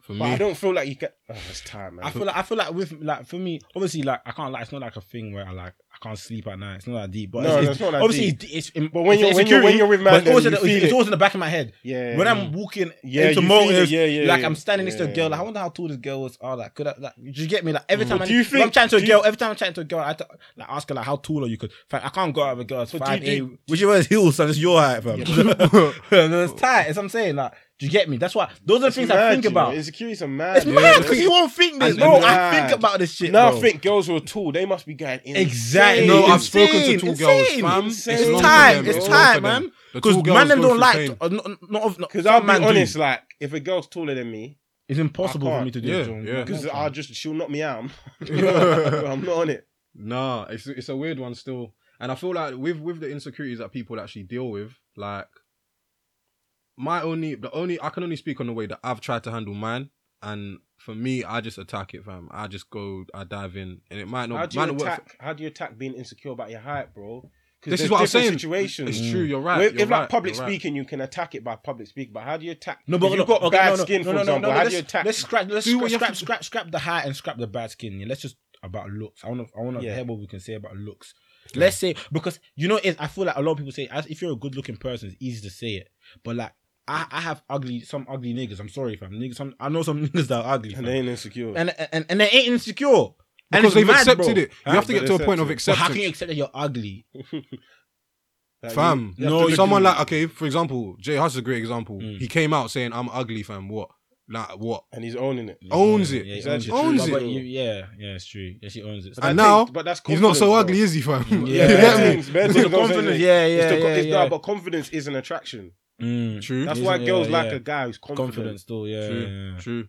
Speaker 3: For
Speaker 1: But I
Speaker 3: me,
Speaker 1: don't feel like you can. Oh, it's time, man.
Speaker 5: I feel like I feel like with like for me, obviously like I can't like it's not like a thing where I like I can't sleep at night. It's not that deep, but
Speaker 1: No,
Speaker 5: it's,
Speaker 1: no, it's not that
Speaker 5: obviously
Speaker 1: deep.
Speaker 5: it's, it's in-
Speaker 1: But when
Speaker 5: it's
Speaker 1: you're- when you're-
Speaker 5: insecurity,
Speaker 1: when you're with
Speaker 5: but
Speaker 1: man, then
Speaker 5: it's, always,
Speaker 1: you
Speaker 5: in the-
Speaker 1: feel
Speaker 5: it's,
Speaker 1: it.
Speaker 5: always in the back of my head.
Speaker 1: Yeah,
Speaker 5: when
Speaker 1: yeah.
Speaker 5: I'm walking
Speaker 1: Mm. Yeah,
Speaker 5: into
Speaker 1: you feel it.
Speaker 5: motives,
Speaker 1: Yeah, yeah,
Speaker 5: like
Speaker 1: yeah.
Speaker 5: I'm standing next to a
Speaker 1: Yeah. Mm.
Speaker 5: girl. Like, I wonder how tall this girl was. Oh, like could I, like did you get me? Like every time I,
Speaker 1: do you
Speaker 5: if
Speaker 1: think-
Speaker 5: I'm chatting to a
Speaker 1: do you-
Speaker 5: girl, every time I'm chatting to a girl, I have to, like ask her like how tall are you? Because I can't go out with a girl that's
Speaker 1: But do you-
Speaker 5: five eight,
Speaker 1: do-
Speaker 5: whichever is heels, so it's your height, fam. No, it's tight. It's what I'm saying. Like, do you get me? That's why those are the things I think about.
Speaker 1: Insecurities are mad.
Speaker 5: It's
Speaker 1: bro.
Speaker 5: mad because you won't think this,
Speaker 1: It's
Speaker 5: bro. I
Speaker 1: mad.
Speaker 5: think about this shit.
Speaker 1: Now I
Speaker 5: bro.
Speaker 1: think girls who are tall, they must be going insane.
Speaker 5: Exactly.
Speaker 3: No, I've
Speaker 5: Insane,
Speaker 3: spoken to two girls,
Speaker 5: insane.
Speaker 3: fam.
Speaker 1: Insane.
Speaker 5: It's
Speaker 1: long for
Speaker 5: time.
Speaker 1: them,
Speaker 5: It's
Speaker 1: it's long
Speaker 5: time,
Speaker 3: for
Speaker 5: man.
Speaker 3: them. The
Speaker 5: Because
Speaker 3: two girls
Speaker 5: man them
Speaker 3: go
Speaker 5: don't
Speaker 3: through
Speaker 5: like.
Speaker 3: pain.
Speaker 5: uh, not, not of, not,
Speaker 1: Because
Speaker 5: some
Speaker 1: I'll be
Speaker 5: man do.
Speaker 1: honest, like if a girl's taller than me,
Speaker 5: it's impossible
Speaker 1: I
Speaker 5: for me to do.
Speaker 3: Yeah,
Speaker 5: it, John.
Speaker 3: yeah.
Speaker 1: because I'll just she'll knock me out. I'm not on it.
Speaker 3: Nah, it's it's a weird one still, and I feel like with with the insecurities that people actually deal with, like my only the only I can only speak on the way that I've tried to handle mine, and for me, I just attack it, fam. I just go, I dive in, and it might not.
Speaker 1: How do
Speaker 3: might
Speaker 1: you
Speaker 3: not work
Speaker 1: attack? How do you attack being insecure about your height, bro? 'Cause
Speaker 3: This is
Speaker 1: there's
Speaker 3: what I'm
Speaker 1: different
Speaker 3: saying.
Speaker 1: Situations.
Speaker 3: It's true, you're right,
Speaker 1: Well,
Speaker 3: you're
Speaker 1: If like
Speaker 3: right,
Speaker 1: public
Speaker 3: you're right.
Speaker 1: speaking, you can attack it by public speaking. But how do you attack?
Speaker 5: No, but
Speaker 1: if
Speaker 5: look,
Speaker 1: you've got
Speaker 5: okay,
Speaker 1: bad
Speaker 5: no, no,
Speaker 1: skin,
Speaker 5: no,
Speaker 1: for
Speaker 5: no, no, no,
Speaker 1: example. how
Speaker 5: let's,
Speaker 1: do you attack?
Speaker 5: Let's scrap, let's
Speaker 3: Do
Speaker 5: scrap,
Speaker 3: what you have
Speaker 5: scrap,
Speaker 3: to-
Speaker 5: scrap, scrap the height and scrap the bad skin. Yeah, let's just about looks. I want to, I want to
Speaker 1: Yeah.
Speaker 5: hear what we can say about looks. Let's say because you know, it, I feel like a lot of people say as if you're a good looking person, it's easy to say it, but like. I, I have ugly some ugly niggas. I'm sorry, fam. Niggas, some, I know some niggas that are ugly, fam.
Speaker 1: And they ain't insecure.
Speaker 5: and and, and they ain't insecure. and
Speaker 3: because
Speaker 5: it's
Speaker 3: they've
Speaker 5: mad,
Speaker 3: accepted
Speaker 5: bro.
Speaker 3: it. You have to
Speaker 1: But
Speaker 3: get to a point of
Speaker 5: But
Speaker 3: acceptance.
Speaker 5: how can you accept that you're ugly?
Speaker 1: Like,
Speaker 3: fam.
Speaker 1: you- you have
Speaker 5: No,
Speaker 1: to look
Speaker 3: someone
Speaker 1: in-
Speaker 3: like okay, for example, Jay Huss is a great example.
Speaker 5: Mm.
Speaker 3: He came out saying, "I'm ugly, fam." What? Like what?
Speaker 1: and he's owning it.
Speaker 3: Owns it.
Speaker 5: Yeah,
Speaker 1: It's
Speaker 5: he owns it.
Speaker 1: actually
Speaker 3: Owns
Speaker 5: But-
Speaker 3: it.
Speaker 5: but you- yeah, yeah, it's true. Yeah, she owns it.
Speaker 3: And
Speaker 1: I
Speaker 3: now
Speaker 1: think- but that's
Speaker 3: he's not so
Speaker 1: confidence,
Speaker 3: ugly,
Speaker 1: though.
Speaker 3: is he, fam? You
Speaker 5: Yeah.
Speaker 3: get me?
Speaker 1: Bare things, bare things, I'm saying,
Speaker 5: confidence,
Speaker 1: innit?
Speaker 5: yeah,
Speaker 1: It's the
Speaker 5: yeah,
Speaker 1: co-
Speaker 5: yeah,
Speaker 1: it's-
Speaker 5: yeah.
Speaker 1: no, But confidence is an attraction.
Speaker 5: Mm.
Speaker 3: True.
Speaker 1: That's
Speaker 5: Isn't-
Speaker 1: why
Speaker 5: yeah,
Speaker 1: girls like
Speaker 5: yeah.
Speaker 1: a guy who's confident.
Speaker 5: Confidence, still, yeah,
Speaker 3: True.
Speaker 5: yeah, yeah.
Speaker 3: True.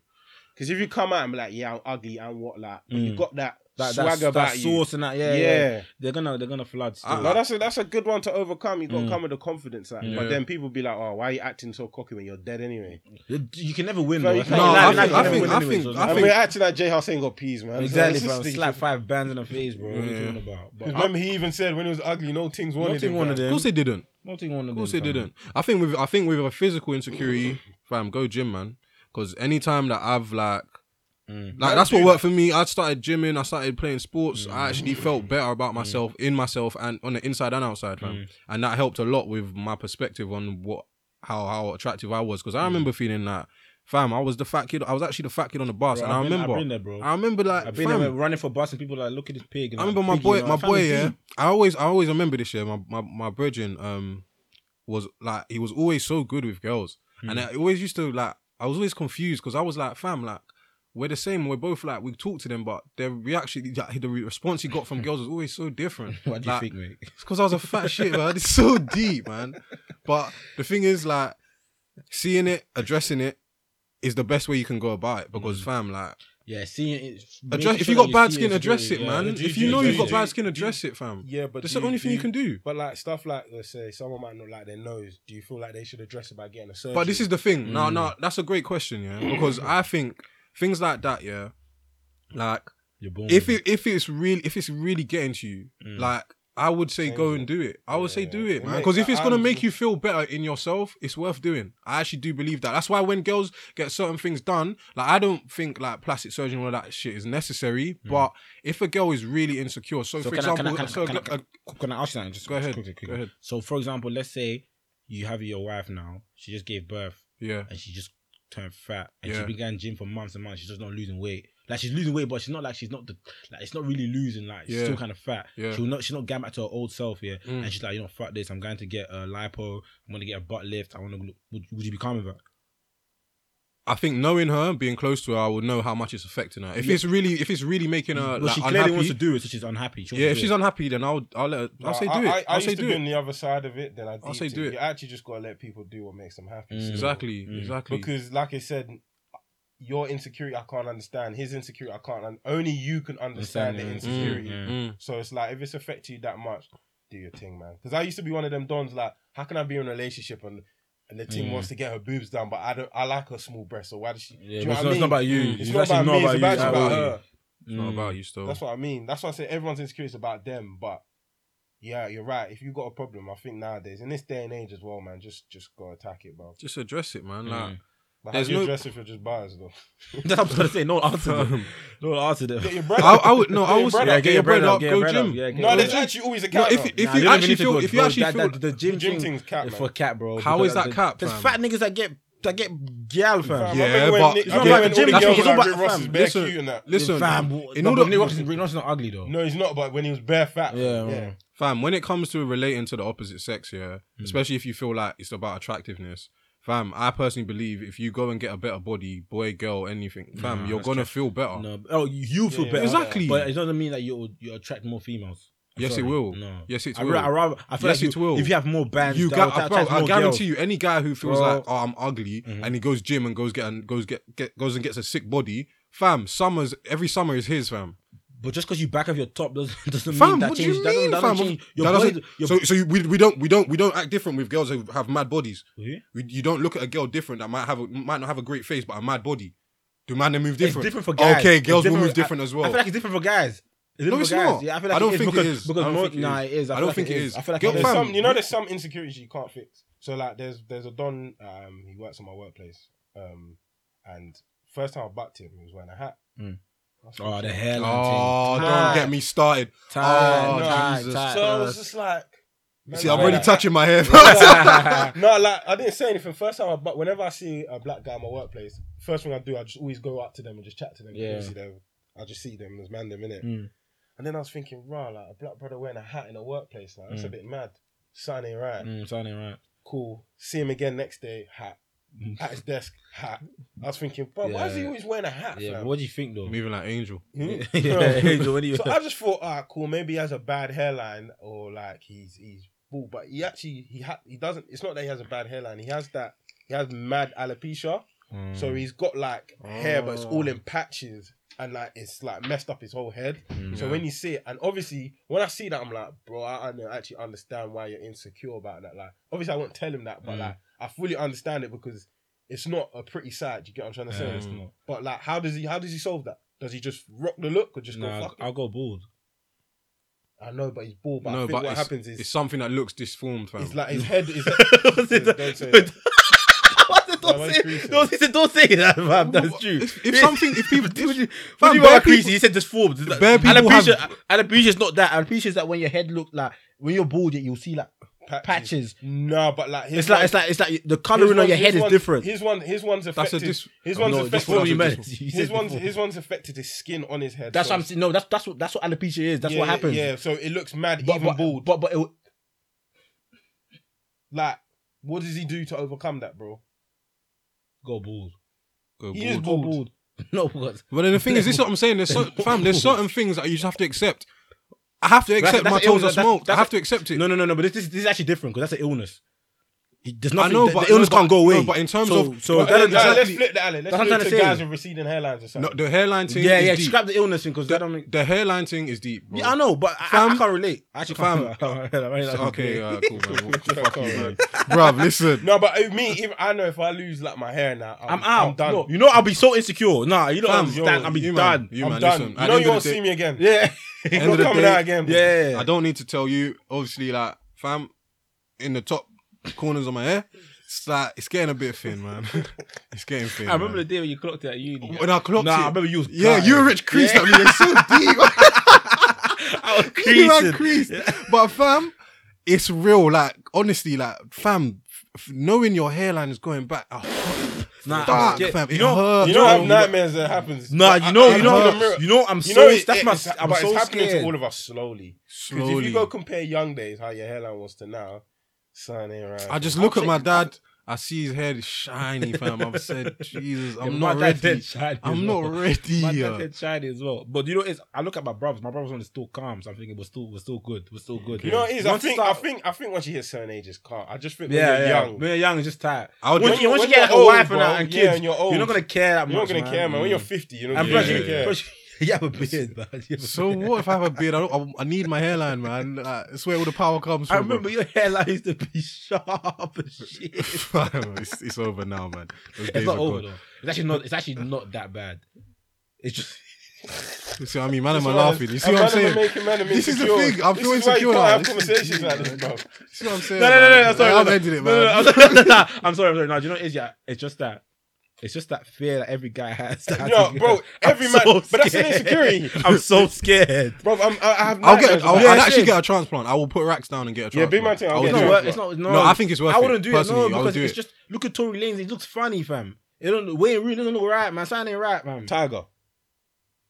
Speaker 1: Because if you come out and be like, yeah, I'm ugly and what, like, but you
Speaker 5: Mm.
Speaker 1: got that,
Speaker 5: That,
Speaker 1: swagger
Speaker 5: that, that
Speaker 1: about you.
Speaker 5: sauce and that, yeah, yeah,
Speaker 1: Yeah.
Speaker 5: They're gonna, they're gonna flood. Still.
Speaker 3: Ah,
Speaker 1: No, that's a, that's a good one to overcome. You got to
Speaker 5: Mm.
Speaker 1: come with the confidence, like.
Speaker 3: Yeah.
Speaker 1: But then people be like, "Oh, why are you acting so cocky when you're dead anyway?"
Speaker 5: You- you can never win.
Speaker 1: No,
Speaker 5: though.
Speaker 1: you
Speaker 5: It's
Speaker 1: can't.
Speaker 5: like-
Speaker 1: No,
Speaker 5: like-
Speaker 1: I think-
Speaker 5: like,
Speaker 1: I
Speaker 5: you
Speaker 1: think-
Speaker 5: never
Speaker 3: I
Speaker 5: win
Speaker 3: think-
Speaker 5: anyways,
Speaker 3: I
Speaker 1: I
Speaker 5: though.
Speaker 1: and
Speaker 3: think-
Speaker 1: we're acting like Jay Huss ain't got peas, man.
Speaker 5: exactly,
Speaker 1: It's just
Speaker 5: fam.
Speaker 1: stupid.
Speaker 5: Slap five bands in the face, bro. What are you
Speaker 3: Yeah.
Speaker 5: talking about? But
Speaker 1: 'Cause Remember, he even said when he was ugly, no things wanted.
Speaker 5: nothing
Speaker 1: him,
Speaker 5: one of
Speaker 3: Of
Speaker 1: fam.
Speaker 5: them.
Speaker 3: course they didn't.
Speaker 5: Nothing one of them.
Speaker 3: Of course they
Speaker 5: fam.
Speaker 3: didn't. I think with I think with a physical insecurity, fam, go gym, man. Because anytime that I've like, like that's what worked for me. I started gymming. I started playing sports. I actually felt better about myself, in myself, and on the inside and outside, fam. And that helped a lot with my perspective on what how how attractive I was. Because I remember feeling that, fam, I was the fat kid. I was actually the fat kid on the bus,
Speaker 5: Bro,
Speaker 3: and
Speaker 5: I've
Speaker 3: I
Speaker 5: been- I've
Speaker 3: remember.
Speaker 5: been there, bro.
Speaker 3: I remember like,
Speaker 5: I've been
Speaker 3: fam,
Speaker 5: there, running for bus and people like, look at this pig. and
Speaker 3: I
Speaker 5: like,
Speaker 3: remember my
Speaker 5: piggy,
Speaker 3: boy,
Speaker 5: like,
Speaker 3: my
Speaker 5: fam,
Speaker 3: boy.
Speaker 5: it's
Speaker 3: Yeah,
Speaker 5: deep.
Speaker 3: I always, I always remember this. Yeah, my my my brethren, um, was like he was always so good with girls,
Speaker 5: Hmm.
Speaker 3: and I always used to like. I was always confused because I was like, fam, like we're the same. We're both like we talk to them, but their reaction, like, the response he got from girls was always so different.
Speaker 5: What do you
Speaker 3: Like,
Speaker 5: think, mate?
Speaker 3: it's because I was a fat shit, man. It's so deep, man. But the thing is, like, seeing it, addressing it, is the best way you can go about it. Because,
Speaker 5: Hmm.
Speaker 3: fam, like,
Speaker 5: Yeah, seeing it.
Speaker 3: address, if you got bad skin, address it, man. If you know you've got bad skin, address it, fam.
Speaker 1: Yeah, but
Speaker 3: That's
Speaker 1: do
Speaker 3: the only thing you can do.
Speaker 1: But like stuff like let's say someone might not like their nose. Do you feel like they should address it by getting a surgery?
Speaker 3: But this is the thing. No,
Speaker 5: Mm.
Speaker 3: no, that's a great question, yeah. Because I think things like that, yeah, like
Speaker 5: You're born
Speaker 3: if it if it's really if it's really getting to you,
Speaker 5: Mm.
Speaker 3: like I would say go and do it. I would say do it, man.
Speaker 1: mate,
Speaker 3: Because if
Speaker 1: I-
Speaker 3: it's gonna
Speaker 1: I'm-
Speaker 3: make you feel better in yourself, it's worth doing. I actually do believe that. That's why when girls get certain things done, like I don't think like plastic surgery and all that shit is necessary. But if a girl is really insecure, so,
Speaker 5: Mm. So
Speaker 3: for
Speaker 5: can I-
Speaker 3: example,
Speaker 5: can I- can I-
Speaker 3: so
Speaker 5: can I-
Speaker 3: a-
Speaker 5: can I- can I ask you that? Just
Speaker 3: Go ahead,
Speaker 5: quickly, quickly.
Speaker 3: go ahead.
Speaker 5: So, for example, let's say you have your wife now. She just gave birth
Speaker 3: yeah,
Speaker 5: and she just turned fat and
Speaker 3: Yeah.
Speaker 5: she began gym for months and months. She's just not losing weight. Like she's losing weight, but she's not like she's not the like it's not really losing. Like she's
Speaker 3: Yeah.
Speaker 5: still kind of fat.
Speaker 3: Yeah.
Speaker 5: She'll not she's not going back to her old self here.
Speaker 3: Mm.
Speaker 5: And she's like, you know, fuck this. I'm going to get a lipo. I'm going to get a butt lift. I want to look. Would, would you be calm with her?
Speaker 3: I think knowing her, being close to her, I would know how much it's affecting her. If it's really, if it's really making her,
Speaker 5: well,
Speaker 3: Uh, like,
Speaker 5: she clearly
Speaker 3: unhappy,
Speaker 5: wants to do it, so she's unhappy. She wants
Speaker 3: Yeah,
Speaker 5: to
Speaker 3: if
Speaker 5: do
Speaker 3: she's
Speaker 5: it.
Speaker 3: unhappy, then I'll I'll let her, I'll say
Speaker 1: I-
Speaker 3: do it.
Speaker 1: I, I
Speaker 3: I'll
Speaker 1: used
Speaker 3: say
Speaker 1: to
Speaker 3: do
Speaker 1: be
Speaker 3: it.
Speaker 1: on the other side of it. Then I
Speaker 3: say
Speaker 1: deeped
Speaker 3: do it.
Speaker 1: You actually just gotta let people do what makes them happy. so-
Speaker 3: Exactly,
Speaker 5: Mm.
Speaker 3: exactly.
Speaker 1: Because, like I said, your insecurity I can't understand, his insecurity I can't, and only you can understand the
Speaker 5: Understand, Mm,
Speaker 1: insecurity.
Speaker 3: Mm.
Speaker 5: yeah.
Speaker 1: So it's like if it's affected you that much, do your thing, man. Because I used to be one of them dons. Like, how can I be in a relationship and and the team wants to get her boobs down, but I don't. I like her small breasts, so why does she?
Speaker 5: Mm. Yeah,
Speaker 1: do you
Speaker 5: but
Speaker 1: know
Speaker 5: it's
Speaker 1: what I
Speaker 5: not- it's
Speaker 1: mean?
Speaker 5: not about you.
Speaker 1: It's,
Speaker 5: It's
Speaker 1: not
Speaker 5: actually
Speaker 1: about
Speaker 5: not
Speaker 1: me.
Speaker 5: about
Speaker 1: It's
Speaker 5: you,
Speaker 1: about,
Speaker 5: it's
Speaker 1: it's
Speaker 5: about Mm.
Speaker 1: about
Speaker 5: you.
Speaker 1: her.
Speaker 3: It's not about you still.
Speaker 1: That's what I mean. That's why I say everyone's insecure is about them. But yeah, you're right. If you got a problem, I think nowadays in this day and age as well, man, just just go attack it, bro.
Speaker 3: Just address it,
Speaker 5: Mm.
Speaker 3: man. Like,
Speaker 1: But
Speaker 3: There's
Speaker 1: how do you
Speaker 3: no-
Speaker 1: address if you're just biased though?
Speaker 5: That's what I'm trying to say. No one answered them. No one answered them.
Speaker 1: Get your bread.
Speaker 3: I,
Speaker 1: up.
Speaker 3: I would no. I
Speaker 1: your
Speaker 3: would
Speaker 1: bread
Speaker 3: say,
Speaker 1: up,
Speaker 3: yeah, get your bread up,
Speaker 5: get
Speaker 3: go
Speaker 5: your bread up,
Speaker 3: gym.
Speaker 5: yeah, get
Speaker 1: no,
Speaker 5: your
Speaker 1: there's
Speaker 5: bread up.
Speaker 1: actually always a
Speaker 3: No,
Speaker 1: counter.
Speaker 3: if if
Speaker 5: Nah, they
Speaker 3: you
Speaker 5: don't
Speaker 3: actually
Speaker 5: even need to
Speaker 3: feel
Speaker 5: go,
Speaker 3: if you
Speaker 5: bro.
Speaker 3: actually
Speaker 5: That-
Speaker 3: feel
Speaker 5: that- the gym,
Speaker 1: Gym
Speaker 5: thing
Speaker 1: thing's cap,
Speaker 5: is
Speaker 1: man.
Speaker 5: for cap, bro.
Speaker 3: How
Speaker 5: because
Speaker 3: is that
Speaker 5: there's-
Speaker 3: cap,
Speaker 5: There's
Speaker 3: fam?
Speaker 5: fat niggas that get that get gal, fam.
Speaker 1: Fam,
Speaker 3: Yeah,
Speaker 1: I remember
Speaker 3: but-
Speaker 1: when, Nick,
Speaker 3: It's
Speaker 1: I
Speaker 3: not
Speaker 1: remember
Speaker 5: like
Speaker 1: when
Speaker 5: the gym,
Speaker 1: all the
Speaker 5: that's what
Speaker 1: girls were
Speaker 5: it's
Speaker 1: like Rick
Speaker 5: about,
Speaker 1: Ross is
Speaker 5: fam.
Speaker 1: bare
Speaker 3: Listen,
Speaker 1: cute and that.
Speaker 3: listen,
Speaker 5: Fam,
Speaker 3: in
Speaker 5: no,
Speaker 3: order,
Speaker 5: but Nick Ross is Nick Ross is not ugly though.
Speaker 1: No, he's not. But when he was bare fat,
Speaker 5: Yeah,
Speaker 1: yeah, yeah.
Speaker 5: man.
Speaker 3: fam, when it comes to relating to the opposite sex, yeah,
Speaker 5: Hmm.
Speaker 3: especially if you feel like it's about attractiveness, fam, I personally believe if you go and get a better body, boy, girl, anything, fam, you're gonna feel better.
Speaker 5: No, but- oh, you feel
Speaker 1: yeah,
Speaker 5: better.
Speaker 3: Exactly.
Speaker 5: but it doesn't mean that you you attract more females. I'm
Speaker 3: Yes, it
Speaker 5: sorry.
Speaker 3: will.
Speaker 5: No,
Speaker 3: Yes, it
Speaker 5: I,
Speaker 3: will.
Speaker 5: ra- I rather, I feel
Speaker 3: Yes,
Speaker 5: like
Speaker 3: it
Speaker 5: you,
Speaker 3: will.
Speaker 5: If you have more bands,
Speaker 3: You
Speaker 5: that
Speaker 3: got,
Speaker 5: will attract
Speaker 3: bro, I
Speaker 5: more
Speaker 3: guarantee
Speaker 5: girls.
Speaker 3: you, any guy who feels
Speaker 5: Bro. Mm-hmm.
Speaker 3: like, oh, I'm ugly, and he goes gym and goes get and goes get, get goes and gets a sick body, fam, summers every summer is his, fam.
Speaker 5: But just because you back up your top doesn't doesn't
Speaker 3: Fam,
Speaker 5: mean that
Speaker 3: what do you
Speaker 5: changes.
Speaker 3: mean,
Speaker 5: that doesn't, that
Speaker 3: fam?
Speaker 5: doesn't change. Your
Speaker 3: That
Speaker 5: body,
Speaker 3: doesn't-
Speaker 5: your
Speaker 3: so, so you, we, we don't, we don't, we don't act different with girls who have mad bodies.
Speaker 5: Yeah.
Speaker 3: We, you don't look at a girl different that might have, a, might not have a great face, but a mad body. Do man they move
Speaker 5: it's
Speaker 3: different?
Speaker 5: different for guys.
Speaker 3: Okay,
Speaker 5: It's
Speaker 3: girls will move
Speaker 5: I-
Speaker 3: different as well.
Speaker 5: I feel like it's different for guys. It's
Speaker 3: no,
Speaker 5: different
Speaker 3: it's
Speaker 5: for guys.
Speaker 3: not.
Speaker 5: Yeah, I feel
Speaker 3: I
Speaker 5: like
Speaker 3: don't
Speaker 5: it is
Speaker 3: think
Speaker 5: because,
Speaker 3: it is.
Speaker 5: Because
Speaker 3: I don't
Speaker 5: more,
Speaker 3: think it
Speaker 5: nah,
Speaker 3: is.
Speaker 5: it is.
Speaker 3: I
Speaker 5: feel
Speaker 3: don't
Speaker 5: like
Speaker 3: think it is.
Speaker 5: I feel like
Speaker 3: Girl,
Speaker 5: it is.
Speaker 1: There's
Speaker 3: fam,
Speaker 1: some, you know, there's some insecurities you can't fix. So like, there's there's a don. Um, he works at my workplace. Um, and first time I bucked him, he was wearing a hat.
Speaker 5: Mm.
Speaker 1: I was
Speaker 5: Oh, the
Speaker 1: thinking,
Speaker 5: hairline.
Speaker 3: Oh,
Speaker 1: Ah.
Speaker 3: don't get me started.
Speaker 5: Tight,
Speaker 3: Oh,
Speaker 5: tight,
Speaker 3: Jesus.
Speaker 5: tight.
Speaker 1: So I was just like,
Speaker 3: You
Speaker 1: man,
Speaker 3: See, I'm
Speaker 1: like-
Speaker 3: already touching my hair.
Speaker 5: Mm,
Speaker 1: no, like I didn't say anything. First time, I, but whenever I see a black guy in my workplace, first thing I do, I just always go up to them and just chat to them.
Speaker 5: Yeah.
Speaker 1: Obviously, they- I just see them as man them in it.
Speaker 5: Mm.
Speaker 1: And then I was thinking, rah, like a black brother wearing a hat in a workplace, like that's a
Speaker 5: Mm.
Speaker 1: bit mad. Sign ain't right.
Speaker 5: Mm, sounding right.
Speaker 1: Cool. See him again next day. Hat. At his desk. Hat. I was thinking, but why is he
Speaker 5: Mm. Yeah.
Speaker 1: always wearing a hat?
Speaker 5: Yeah, but
Speaker 1: fam?
Speaker 5: what do you think though?
Speaker 3: Moving like angel.
Speaker 1: Hmm?
Speaker 5: yeah, Angel, when you-
Speaker 1: so I just thought, ah, cool. Maybe he has a bad hairline, or like he's he's bald, but he actually he ha- he doesn't. It's not that he has a bad hairline. He has that. He has mad alopecia,
Speaker 5: Mm, Hmm.
Speaker 1: so he's got like hair, but it's
Speaker 5: Oh.
Speaker 1: all in patches, and like it's like messed up his whole head.
Speaker 5: mm,
Speaker 1: So when you see it, and obviously when I see that, I'm like, bro, I, I don't actually understand why you're insecure about that. Like, obviously I won't tell him
Speaker 5: Hmm.
Speaker 1: that, but like I fully understand it because it's not a pretty side. You get what I'm trying to say?
Speaker 5: Yeah, it's not.
Speaker 1: But like, how does he? How does he solve that? Does he just rock the look or just go
Speaker 5: Nah,
Speaker 1: fuck it?
Speaker 5: I'll go bald.
Speaker 1: I know, but he's bald. But I
Speaker 3: no,
Speaker 1: think
Speaker 3: but
Speaker 1: what
Speaker 3: it's,
Speaker 1: happens is
Speaker 3: it's
Speaker 1: it's, um,
Speaker 3: something that looks disformed, fam.
Speaker 1: like his head is.
Speaker 5: Don't say that.
Speaker 1: Don't say that.
Speaker 5: What? Don't
Speaker 1: Nah, mine's
Speaker 5: say-
Speaker 1: creasy.
Speaker 5: don't say- Don't say that, fam. That's
Speaker 3: What-
Speaker 5: true.
Speaker 3: If, if something, if people,
Speaker 5: What do you-
Speaker 3: Fam,
Speaker 5: what do you mean
Speaker 3: bare
Speaker 5: by
Speaker 3: people-
Speaker 5: creasy? He said disformed. It's Like,
Speaker 3: Bare people
Speaker 5: alopecia,
Speaker 3: have-
Speaker 5: alopecia is not that. Alopecia is that when your head look like when you're bald, you'll see like
Speaker 1: Patches.
Speaker 5: patches.
Speaker 1: No, but like his
Speaker 5: It's like
Speaker 1: one-
Speaker 5: it's like it's like the
Speaker 1: his
Speaker 5: coloring on
Speaker 1: one-
Speaker 5: your head
Speaker 1: his
Speaker 5: is
Speaker 1: one-
Speaker 5: different.
Speaker 1: His one, his one's
Speaker 3: That's a
Speaker 1: affected.
Speaker 3: dis-
Speaker 1: his one's
Speaker 5: No, that's
Speaker 1: affected.
Speaker 5: what you meant. You
Speaker 1: His
Speaker 5: said
Speaker 1: one's
Speaker 5: before.
Speaker 1: his one's affected his skin on his head.
Speaker 5: That's
Speaker 1: so
Speaker 5: what I'm saying. No, that's that's what that's what alopecia is. That's
Speaker 1: yeah,
Speaker 5: what happens.
Speaker 1: Yeah, so it looks mad,
Speaker 5: but,
Speaker 1: even
Speaker 5: but,
Speaker 1: bald.
Speaker 5: But but it, will-
Speaker 1: like, what does he do to overcome that, bro?
Speaker 5: go bald.
Speaker 3: Go
Speaker 1: He
Speaker 3: bald.
Speaker 1: is
Speaker 5: Go
Speaker 1: bald.
Speaker 5: bald. No, what?
Speaker 3: But then the thing is, this is what I'm saying. There's so, fam, there's certain things that you just have to accept. I have to accept
Speaker 5: that's
Speaker 3: my
Speaker 5: an
Speaker 3: toes are
Speaker 5: illness, that's-
Speaker 3: smoked. I
Speaker 5: that's
Speaker 3: have
Speaker 5: a-
Speaker 3: to accept it.
Speaker 5: No, no, no, no. But this this, this is actually different because that's an illness. It- There's
Speaker 3: I
Speaker 5: nothing.
Speaker 3: know,
Speaker 5: the,
Speaker 3: but
Speaker 5: the illness
Speaker 3: no, but-
Speaker 5: can't go away.
Speaker 3: no, but in terms
Speaker 5: so,
Speaker 3: of-
Speaker 5: so
Speaker 3: but
Speaker 5: that-
Speaker 1: Then,
Speaker 5: that's-
Speaker 1: like, let's flip the alley. Let's
Speaker 5: That's what
Speaker 1: do
Speaker 5: I'm
Speaker 1: it to
Speaker 5: trying to
Speaker 1: guys
Speaker 5: say.
Speaker 1: with receding hairlines or
Speaker 3: No,
Speaker 1: something.
Speaker 3: the hairline thing.
Speaker 5: yeah,
Speaker 3: is
Speaker 5: yeah.
Speaker 3: deep.
Speaker 5: Scrap the illness thing because that don't make.
Speaker 3: The hairline thing is deep. Bro.
Speaker 5: Yeah, I know, but I, I
Speaker 3: Fam-
Speaker 5: can't relate. I actually can't.
Speaker 3: Okay, uh, cool, man. Fuck you, man.
Speaker 7: Bruv, listen.
Speaker 1: No, but if me, if I know if I lose like my hair now, I'm,
Speaker 5: I'm out.
Speaker 1: I'm done.
Speaker 5: No, you know, I'll be so insecure. Nah, you don't
Speaker 3: Fam,
Speaker 5: understand.
Speaker 3: yo,
Speaker 5: I'll be
Speaker 3: you man,
Speaker 5: done.
Speaker 3: you
Speaker 1: I'm
Speaker 3: man,
Speaker 1: done.
Speaker 3: listen, at
Speaker 1: you
Speaker 3: the
Speaker 1: know
Speaker 3: end
Speaker 1: you
Speaker 3: of
Speaker 1: won't
Speaker 3: the
Speaker 1: see
Speaker 3: day-
Speaker 1: me again.
Speaker 5: Yeah.
Speaker 1: You're not
Speaker 3: the
Speaker 1: coming
Speaker 3: day-
Speaker 1: out again. bro.
Speaker 5: yeah.
Speaker 3: I don't need to tell you, obviously, like, fam, in the top corners of my hair, it's like, it's getting a bit thin, man. it's getting thin.
Speaker 5: I remember the
Speaker 3: man.
Speaker 5: day when you clocked it at uni.
Speaker 3: when I clocked
Speaker 5: Nah,
Speaker 3: it.
Speaker 5: I remember you was
Speaker 3: Yeah,
Speaker 5: crying.
Speaker 3: you were rich creased at me. It's so deep.
Speaker 5: I was
Speaker 3: You
Speaker 5: creasing.
Speaker 3: man creased. But fam, it's real. Like, honestly, like, fam, f- knowing your hairline is going back, oh,
Speaker 5: Nah, I was
Speaker 3: fuck,
Speaker 5: scared.
Speaker 3: fam, it
Speaker 5: You know-
Speaker 3: hurts.
Speaker 1: You know, I
Speaker 3: bro.
Speaker 1: have nightmares that happens.
Speaker 5: Nah,
Speaker 1: I-
Speaker 5: you know, you
Speaker 1: I- I look in the
Speaker 5: know,
Speaker 1: mirror.
Speaker 5: you know, I'm
Speaker 1: You know,
Speaker 5: so.
Speaker 1: it-
Speaker 5: That's my.
Speaker 1: it's-
Speaker 5: I'm
Speaker 1: but
Speaker 5: so
Speaker 1: it's happening to all
Speaker 5: scared.
Speaker 1: of us slowly. 'Cause If
Speaker 3: Slowly.
Speaker 1: you go compare young days, how your hairline was to now, son ain't right.
Speaker 3: I just look at my dad I see his head shiny, fam. I've said, Jesus, I'm
Speaker 5: Yeah,
Speaker 3: not
Speaker 5: my dad
Speaker 3: ready.
Speaker 5: did shine as
Speaker 3: I'm
Speaker 5: well.
Speaker 3: not ready.
Speaker 5: My
Speaker 3: yeah.
Speaker 5: dad did shine as well. But you know, it's, I look at my brothers. My brothers one is still calm, so I'm thinking we're still we're still good. We're still good.
Speaker 1: You know what it is? I
Speaker 5: Once you
Speaker 1: think, I
Speaker 5: start-
Speaker 1: think, I think once you hit certain ages, can't. I just think when
Speaker 5: Yeah,
Speaker 1: you're
Speaker 5: yeah.
Speaker 1: young,
Speaker 5: When you're young, it's just tired.
Speaker 3: I would
Speaker 5: Once
Speaker 3: just-
Speaker 5: you, once
Speaker 1: when
Speaker 5: you get like
Speaker 1: you're
Speaker 5: a wife
Speaker 1: old,
Speaker 5: and, a-
Speaker 1: bro,
Speaker 5: and
Speaker 1: yeah,
Speaker 5: kids,
Speaker 1: and you're
Speaker 5: you're,
Speaker 1: old.
Speaker 5: not gonna care that
Speaker 1: you're not
Speaker 5: much.
Speaker 1: gonna care, man. When you're
Speaker 5: Mm.
Speaker 1: 50, you know,
Speaker 5: and
Speaker 1: you're
Speaker 5: plus,
Speaker 1: not gonna
Speaker 5: you,
Speaker 1: care.
Speaker 5: plus you, you have a beard, man. You have a beard.
Speaker 3: So what if I have a beard? I, don't, I, I need my hairline, man. Like, it's where all the power comes from.
Speaker 5: I remember your hairline used to be sharp as shit. It's
Speaker 3: bro. it's, it's over now, man. Those days
Speaker 5: not
Speaker 3: are
Speaker 5: over
Speaker 3: gone.
Speaker 5: though. It's actually not. It's actually not that bad. It's just
Speaker 3: You see what I mean? Man, am I
Speaker 1: That's why
Speaker 3: laughing? You see
Speaker 1: I'm
Speaker 3: what I'm
Speaker 1: trying to
Speaker 3: saying?
Speaker 1: make a man a
Speaker 3: This is the
Speaker 1: insecure.
Speaker 3: thing, I'm
Speaker 1: This
Speaker 3: feeling
Speaker 1: is why you
Speaker 3: secure now.
Speaker 1: can't have
Speaker 3: This is-
Speaker 1: conversations like this, bro.
Speaker 3: See what I'm saying?
Speaker 5: no, no, no, no.
Speaker 3: man?
Speaker 5: Sorry,
Speaker 3: I've
Speaker 5: no, no.
Speaker 3: ended it, man.
Speaker 5: No, no, no, I'm sorry. Nah, I'm sorry, I'm sorry. No, do you know what it is? Yeah, it's just that. It's just that fear that every guy has. that I
Speaker 1: No,
Speaker 5: think-
Speaker 1: bro, every man- but that's an insecurity.
Speaker 5: I'm so scared.
Speaker 1: Bro, I'm, I I have
Speaker 3: I'll get.
Speaker 1: nightmares
Speaker 3: I'll,
Speaker 1: about
Speaker 3: I'll
Speaker 1: it.
Speaker 3: actually get a transplant. I will put racks down and get a
Speaker 1: Yeah,
Speaker 3: transplant.
Speaker 1: big man thing, I'll
Speaker 3: I would
Speaker 5: It's
Speaker 1: get a
Speaker 3: do
Speaker 5: not
Speaker 3: it.
Speaker 5: worth. It's not. No,
Speaker 3: No, I think it's worth
Speaker 5: I wouldn't
Speaker 3: it.
Speaker 5: do
Speaker 3: Personally,
Speaker 5: it.
Speaker 3: I
Speaker 5: No,
Speaker 3: would
Speaker 5: because
Speaker 3: do
Speaker 5: it's
Speaker 3: it.
Speaker 5: just look at Tory Lanez. He looks funny, fam. It don't. Wayne Rooney doesn't look right, man. Sign ain't right, man.
Speaker 1: Tiger.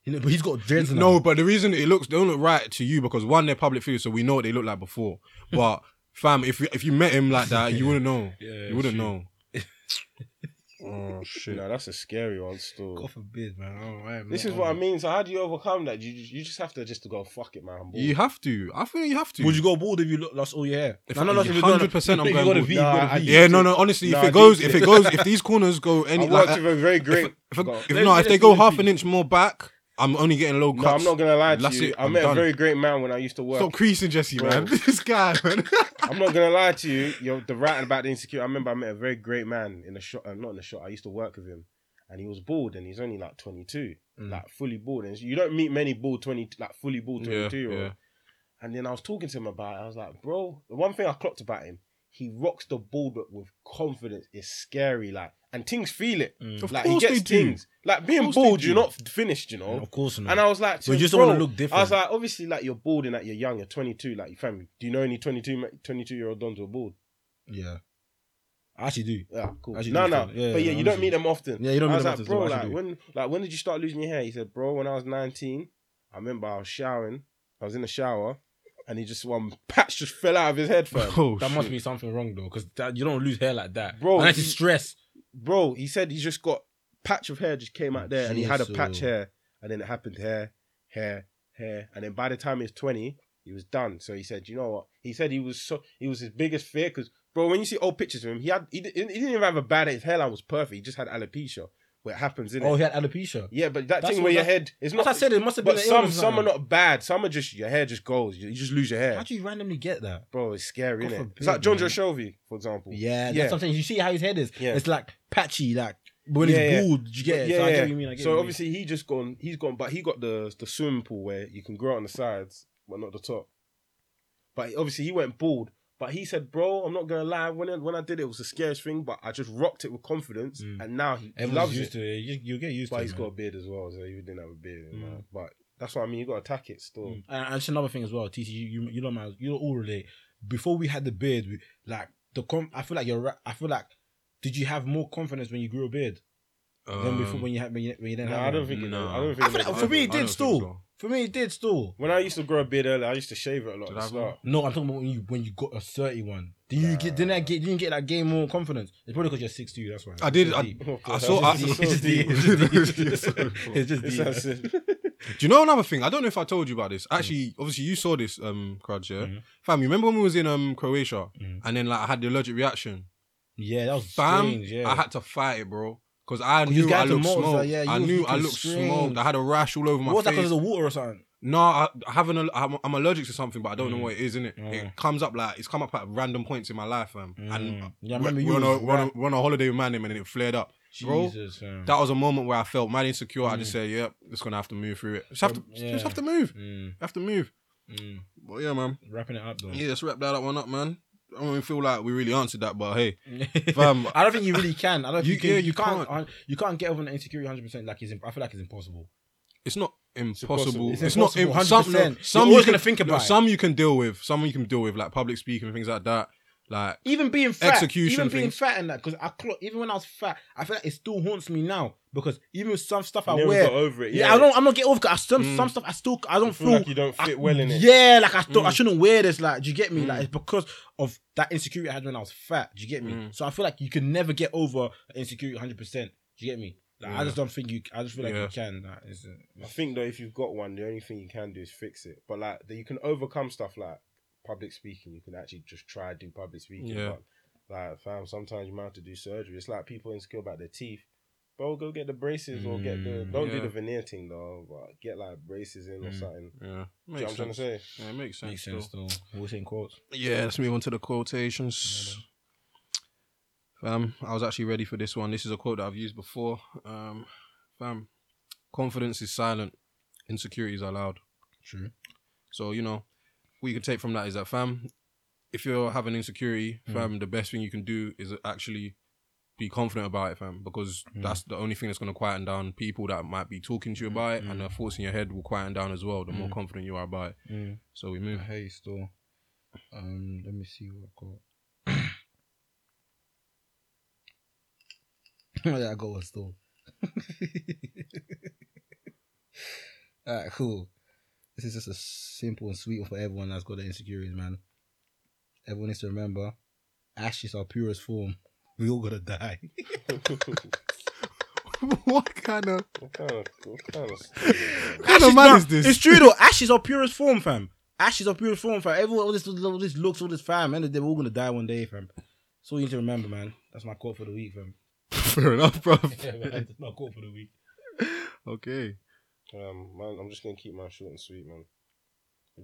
Speaker 5: You know, but he's got dreads. and
Speaker 3: No,
Speaker 5: all.
Speaker 3: but the reason it looks they don't look right to you because one, they're public figures, so we know what they look like before. But fam, if if you met him like that, you wouldn't know.
Speaker 5: Yeah,
Speaker 3: you wouldn't
Speaker 5: true.
Speaker 3: know.
Speaker 1: Oh shit! No, that's a scary one still.
Speaker 5: God forbid, man. Oh, I am
Speaker 1: This
Speaker 5: not
Speaker 1: is what I
Speaker 5: on
Speaker 1: mean. So how do you overcome that? You you just have to just to go fuck it, man. I'm bored."
Speaker 3: You have to. I feel you have
Speaker 5: it.
Speaker 3: to.
Speaker 5: Would you go bald if you lo- lost all your hair?
Speaker 3: If
Speaker 5: No, no,
Speaker 3: I-
Speaker 5: no, if you don't-
Speaker 3: 100% I'm
Speaker 5: if You
Speaker 3: going
Speaker 5: got a
Speaker 3: bald.
Speaker 5: V.
Speaker 1: Nah,
Speaker 5: you got a
Speaker 1: I
Speaker 5: V.
Speaker 3: yeah, no, no. Honestly,
Speaker 1: Nah,
Speaker 3: if
Speaker 1: I
Speaker 3: it goes,
Speaker 1: did.
Speaker 3: if it goes, if these corners go
Speaker 1: I
Speaker 3: any like,
Speaker 1: worked
Speaker 3: that-
Speaker 1: with a very great.
Speaker 3: if, it-
Speaker 1: guy.
Speaker 5: Let's
Speaker 3: if no,
Speaker 5: do
Speaker 3: if
Speaker 5: this
Speaker 3: they
Speaker 5: with
Speaker 3: go
Speaker 5: the
Speaker 3: half
Speaker 5: feet.
Speaker 3: an inch more back, I'm only getting low cuts.
Speaker 1: no, I'm not gonna lie to
Speaker 3: That's
Speaker 1: you.
Speaker 3: it,
Speaker 1: I
Speaker 3: I'm
Speaker 1: met a
Speaker 3: done.
Speaker 1: very great man when I used to work.
Speaker 3: Stop creasing, Jesse,
Speaker 1: Bro.
Speaker 3: man. This guy, man.
Speaker 1: I'm not gonna lie to you. You're the writing about the insecure. I remember I met a very great man in a shop. Uh, not in a shop. I used to work with him, and he was bald, and he's only like 22,
Speaker 3: Mm.
Speaker 1: like fully bald. And you don't meet many bald 20, like fully bald 22 year old.
Speaker 3: yeah.
Speaker 1: And then I was talking to him about it. I was like, bro, the one thing I clocked about him, he rocks the ball up with confidence. It's scary, like, and things feel it.
Speaker 3: Of
Speaker 1: Like he
Speaker 3: course
Speaker 1: gets
Speaker 3: they do.
Speaker 1: things. Like being
Speaker 3: course they
Speaker 1: bald,
Speaker 3: do.
Speaker 1: you're not finished, you know.
Speaker 5: Of course not.
Speaker 1: And I was like, to
Speaker 5: But you
Speaker 1: him,
Speaker 5: just wanna
Speaker 1: "Bro,"
Speaker 5: look different.
Speaker 1: I was like, obviously, like you're bald and like you're young, you're 22, like your family. Do you know any 22, 22 year old dons who are bald?
Speaker 5: Yeah. I actually do.
Speaker 1: Yeah, cool.
Speaker 5: Actually,
Speaker 1: no,
Speaker 5: you
Speaker 1: no,
Speaker 5: feel- yeah,
Speaker 1: but yeah,
Speaker 5: yeah,
Speaker 1: you don't
Speaker 5: honestly.
Speaker 1: meet them often.
Speaker 5: Yeah, you don't
Speaker 1: I
Speaker 5: meet
Speaker 1: was
Speaker 5: them
Speaker 1: like,
Speaker 5: often, so
Speaker 1: Bro,
Speaker 5: I should
Speaker 1: like
Speaker 5: do.
Speaker 1: when, like when did you start losing your hair? He said, bro, when I was nineteen, I remember I was showering, I was in the shower, and he just one patch just fell out of his head, fam.
Speaker 3: Oh,
Speaker 5: That
Speaker 3: shit.
Speaker 5: must be something wrong though, because you don't lose hair like that,
Speaker 1: Bro,
Speaker 5: Unless
Speaker 1: you-
Speaker 5: it's stress.
Speaker 1: bro, he said he just got patch of hair just came out there, and he had a patch
Speaker 5: Jesus.
Speaker 1: hair, and then it happened hair, hair, hair, and then by the time he was twenty, he was done. So he said, you know what? He said he was so he was his biggest fear because bro, when you see old pictures of him, he had he, di- he didn't even have a bad hair. His hairline was perfect. He just had alopecia. Where it happens, innit?
Speaker 5: Oh, he had alopecia.
Speaker 1: Yeah, but that
Speaker 5: That's
Speaker 1: thing
Speaker 5: what
Speaker 1: where your
Speaker 5: that-
Speaker 1: head it's
Speaker 5: As
Speaker 1: not.
Speaker 5: I said, it must have been.
Speaker 1: but
Speaker 5: an
Speaker 1: some
Speaker 5: illness or
Speaker 1: some are
Speaker 5: something.
Speaker 1: not bad. Some are just your hair just goes. You you just lose your
Speaker 5: How
Speaker 1: hair,
Speaker 5: do you randomly get that?
Speaker 1: bro. It's scary,
Speaker 5: God
Speaker 1: innit?
Speaker 5: forbid,
Speaker 1: It's like John
Speaker 5: man.
Speaker 1: Joshovi, for example.
Speaker 5: Yeah, that's
Speaker 1: yeah.
Speaker 5: something. You see how his head is.
Speaker 1: Yeah.
Speaker 5: It's like patchy, like but when
Speaker 1: Yeah, yeah.
Speaker 5: he's bald, you get it.
Speaker 1: yeah,
Speaker 5: so I get
Speaker 1: yeah.
Speaker 5: what you mean. I get
Speaker 1: So
Speaker 5: what you mean.
Speaker 1: obviously he just gone. He's gone, but he got the the swimming pool where you can grow it on the sides, but not the top. But obviously he went bald. But he said, "Bro, I'm not gonna lie. When I, when I did it, it was the scariest thing. But I just rocked it with confidence, and now he, he
Speaker 5: Mm. everyone's
Speaker 1: loves it.
Speaker 5: used to it. You, you get used
Speaker 1: But
Speaker 5: to
Speaker 1: he's
Speaker 5: it.
Speaker 1: got a
Speaker 5: man. Mm.
Speaker 1: beard as well, so he didn't have a beard. man. But that's what I mean. You got to attack it still.
Speaker 5: And, and it's another thing as well, TC. You you, you don't mind. You don't all relate. Before we had the beard, we, like the com. I feel like you're. right. I feel like. Did you have more confidence when you grew a beard than before
Speaker 3: Um,
Speaker 5: when you had when you, when you didn't
Speaker 1: No,
Speaker 5: have?
Speaker 1: I don't
Speaker 5: one?
Speaker 1: think. it-
Speaker 3: No.
Speaker 1: I don't think.
Speaker 5: I feel
Speaker 1: it
Speaker 5: like,
Speaker 1: makes
Speaker 5: for me,
Speaker 1: sense.
Speaker 5: it
Speaker 3: I don't
Speaker 5: did
Speaker 3: think
Speaker 5: still.
Speaker 3: so.
Speaker 5: For me, it did still.
Speaker 1: When I used to grow a beard earlier, I used to shave it a
Speaker 3: Did
Speaker 1: lot. at
Speaker 3: I
Speaker 1: the
Speaker 3: have
Speaker 1: start.
Speaker 5: No, I'm talking about when you when you got a thirty one. Did you get? Didn't I get? Didn't you get that game more confidence? It's probably because you're six two. That's why.
Speaker 3: I did.
Speaker 5: It's
Speaker 3: I,
Speaker 5: deep.
Speaker 3: I saw. I,
Speaker 1: It's
Speaker 5: It's just deep.
Speaker 3: It's so cool.
Speaker 5: It's just
Speaker 1: It's
Speaker 5: deep.
Speaker 1: that's it.
Speaker 3: Do you know another thing? I don't know if I told you about this.
Speaker 5: Mm.
Speaker 3: Actually, obviously you saw this, um, crowd, yeah. Fam, you remember when we was in um Croatia
Speaker 5: Mm.
Speaker 3: and then like I had the allergic reaction?
Speaker 5: Yeah, that was
Speaker 3: Fam,
Speaker 5: strange. Yeah,
Speaker 3: I had to fight it, bro. Cause I
Speaker 5: you
Speaker 3: knew I
Speaker 5: guys are
Speaker 3: looked
Speaker 5: mortals,
Speaker 3: smoked.
Speaker 5: like, yeah,
Speaker 3: I
Speaker 5: you-
Speaker 3: knew
Speaker 5: you
Speaker 3: I looked
Speaker 5: constrained.
Speaker 3: smoked. I had a rash all over my
Speaker 5: what was that?
Speaker 3: face.
Speaker 5: Because of water or something?
Speaker 3: No, I, I haven't. al- I'm, I'm allergic to something, but I don't
Speaker 5: Mm.
Speaker 3: know what it is. In it, it comes up like it's come up at random points in my life, um, and
Speaker 5: Yeah, I
Speaker 3: we're,
Speaker 5: remember you
Speaker 3: we're on a,
Speaker 5: was
Speaker 3: we're, on
Speaker 5: rap-
Speaker 3: a, we're on a holiday with my name, and then it flared up. Bro,
Speaker 5: Jesus, fam.
Speaker 3: that was a moment where I felt mad insecure. I just said, "Yep, it's gonna have to move through it. Just have to,
Speaker 5: Mm. yeah.
Speaker 3: just have to move,
Speaker 5: Mm,
Speaker 3: have to move."
Speaker 5: mm.
Speaker 3: But yeah, man,
Speaker 5: Wrapping it up though.
Speaker 3: yeah, just wrap that one up, man. I don't even feel like we really answered that, but hey, Fam.
Speaker 5: I don't think you really can. I don't.
Speaker 3: You-
Speaker 5: think you, can,
Speaker 3: yeah,
Speaker 5: you,
Speaker 3: you
Speaker 5: can't.
Speaker 3: can't.
Speaker 5: You can't get over an insecurity hundred percent. Like it's. imp- I feel like it's impossible.
Speaker 3: it's not impossible.
Speaker 1: It's
Speaker 3: It's,
Speaker 5: impossible,
Speaker 3: not im- some.
Speaker 5: 100%.
Speaker 3: No,
Speaker 5: You're
Speaker 3: some
Speaker 5: always
Speaker 3: you can
Speaker 5: gonna think
Speaker 3: no,
Speaker 5: about it.
Speaker 3: Some you can deal with. Some you can deal with, like public speaking and things like that. Like
Speaker 5: Even being fat,
Speaker 3: Execution
Speaker 5: even being
Speaker 3: things.
Speaker 5: fat and that, because I clock. Even when I was fat, I feel like it still haunts me now. because even some stuff I
Speaker 1: never
Speaker 5: wear,
Speaker 1: got over it,
Speaker 5: Yeah,
Speaker 1: yeah.
Speaker 5: I don't. I'm not getting over. it, 'cause I- some
Speaker 3: Mm.
Speaker 5: some stuff I still I don't
Speaker 1: feel like you don't fit
Speaker 5: I-
Speaker 1: well in it.
Speaker 5: Yeah, like I thought I
Speaker 3: Mm.
Speaker 5: shouldn't wear this. Like, do you get me? Like, it's because of that insecurity I had when I was fat. Do you get me?
Speaker 3: Mm.
Speaker 5: So I feel like you can never get over insecurity 100. percent Do you get me? Like, I just don't think you. I just feel like
Speaker 3: Yeah.
Speaker 5: you can. Like, it's,
Speaker 1: I think though, if you've got one, the only thing you can do is fix it. But like, that you can overcome stuff like public speaking. You can actually just try and do public speaking.
Speaker 3: Yeah.
Speaker 1: But, like, fam, sometimes you might have to do surgery. It's like people insecure about their teeth. Bro, go get the braces or get the. Don't do
Speaker 3: Mm, yeah.
Speaker 1: the veneer thing though, but get like braces in or something.
Speaker 3: Yeah,
Speaker 1: Do you know what I'm
Speaker 3: makes
Speaker 1: trying to
Speaker 3: sense.
Speaker 1: say?
Speaker 3: Yeah, it makes sense.
Speaker 5: makes sense
Speaker 3: though.
Speaker 5: though. We're saying quotes.
Speaker 3: Yeah, let's move on to the quotations. Fam, I was actually ready for this one. This is a quote that I've used before. Um, fam, confidence is silent, insecurities are loud.
Speaker 6: True.
Speaker 3: So, you know, what you can take from that is that, fam, if you're having insecurity,
Speaker 7: Hmm.
Speaker 3: fam, the best thing you can do is actually be confident about it, fam, because
Speaker 7: Hmm.
Speaker 3: that's the only thing that's going to quieten down people that might be talking to you about
Speaker 7: Hmm.
Speaker 3: it and the thoughts in your head will quieten down as well, the more confident you are about it.
Speaker 7: Hmm.
Speaker 6: Mm.
Speaker 3: So we move.
Speaker 6: Hey, still. Um, let me see what I got. yeah, I got one still. Alright, cool. This is just a simple and sweet one for everyone that's got their insecurities, man. Everyone needs to remember, ash is our purest form. We all gotta die.
Speaker 7: what kind of
Speaker 1: What kind of? What kind of?
Speaker 7: kind of man is this?
Speaker 5: It's true though. Ash is our purest form, fam. Ash is our purest form, fam. Everyone, all this, all this looks, all this fam, man. They're all gonna die one day, fam. That's all you need to remember, man. That's my quote for the week, fam.
Speaker 3: Fair enough, bro.
Speaker 5: Yeah, man. That's my quote for the week.
Speaker 3: Okay.
Speaker 1: Um, man, I'm just gonna keep mine short and sweet, man.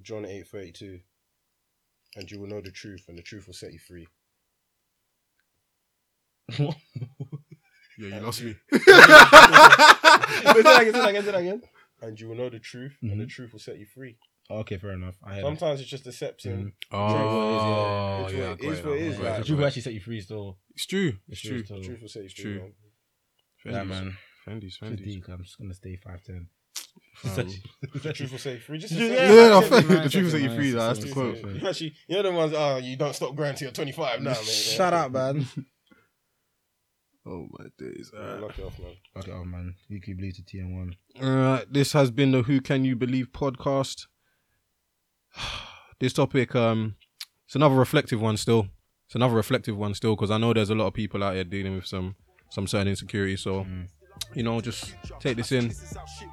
Speaker 1: John eight thirty two, and you will know the truth, and the truth will set you free.
Speaker 3: Yeah, you lost me.
Speaker 1: say that again. Say that again. Say that again. And you will know the truth,
Speaker 3: Mm-hmm.
Speaker 1: and the truth will set you free.
Speaker 5: Okay, fair enough. I heard. that.
Speaker 1: Sometimes it's just accepting.
Speaker 3: Mm-hmm. Oh,
Speaker 1: It's what it is, yeah.
Speaker 3: yeah.
Speaker 1: It's what- it's what it is,
Speaker 5: Right,
Speaker 1: like,
Speaker 5: the truth will actually set you free, still.
Speaker 3: It's true. It's
Speaker 5: The truth
Speaker 3: true.
Speaker 5: is still-
Speaker 1: The truth will set you free.
Speaker 3: True.
Speaker 1: Man.
Speaker 5: Yeah, man.
Speaker 3: Fendi's,
Speaker 5: It's
Speaker 3: Fendi's.
Speaker 5: deep. I'm just gonna stay five ten.
Speaker 1: The truth will set you free. Just
Speaker 5: Yeah,
Speaker 3: Yeah,
Speaker 1: accept it.
Speaker 3: no,
Speaker 1: Accept it,
Speaker 3: fam,
Speaker 1: man.
Speaker 3: the truth is that you
Speaker 5: man.
Speaker 3: free.
Speaker 5: It's
Speaker 3: That's
Speaker 5: just
Speaker 3: the
Speaker 5: a
Speaker 3: quote.
Speaker 5: truth,
Speaker 3: fam.
Speaker 1: You Actually, you're the ones. Oh, you don't stop growing till you're 25 now, mate.
Speaker 6: Shut up, man.
Speaker 3: Oh my days.
Speaker 1: Yeah,
Speaker 3: Alright.
Speaker 1: Knock it off, man.
Speaker 6: okay, oh man. You can believe to TM1.
Speaker 3: Alright, this has been the Who Can You Believe podcast. This topic, um, it's another reflective one still. It's another reflective one still because I know there's a lot of people out here dealing with some some certain insecurity. So, you know, just take this in.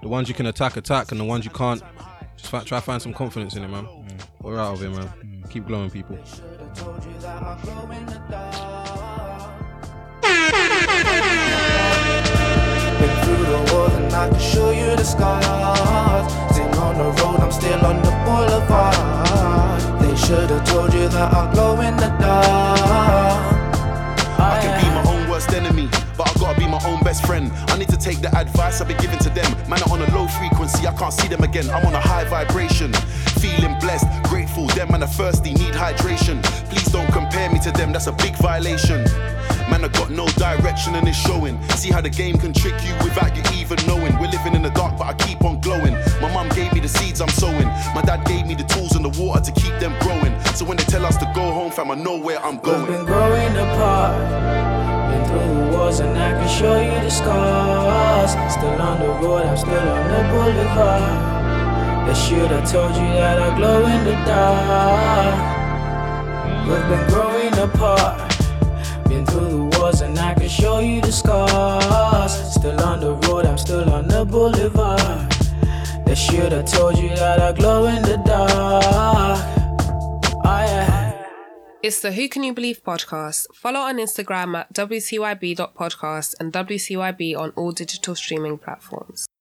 Speaker 3: The ones you can attack, attack, and the ones you can't, just fi- try to find some confidence in it, man. We're out of it, man. Keep glowing, people.
Speaker 4: Should've told you that I glow in the dark. Been through the wars and I can show you the scars. Still on the road, I'm still on the boulevard. They should've told you that I glow in the dark.
Speaker 2: I can be my own worst enemy, but I gotta be my own best friend. I need to take the advice I've been giving to them. Man, I'm on a low frequency, I can't see them again. I'm on a high vibration, feeling blessed, grateful. Them man are thirsty, need hydration. Please don't compare me to them, that's a big violation. Man, I got no direction and it's showing. See how the game can trick you without you even knowing. We're living in the dark, but I keep on glowing. My mum gave me the seeds I'm sowing. My dad gave me the tools and the water to keep them growing. So when they tell us to go home, fam, I know where I'm
Speaker 4: We've
Speaker 2: going.
Speaker 4: been growing apart. Been through the wars and I can show you the scars. Still on the road, I'm still on the boulevard. They should have told you that I glow in the dark. We've been growing apart. Been through the wars and I can show you the scars. Still on the road, I'm still on the boulevard. They should have told you that I glow in the dark. I
Speaker 8: It's the Who Can You Believe podcast. Follow on Instagram at wcyb.podcast and wcyb on all digital streaming platforms.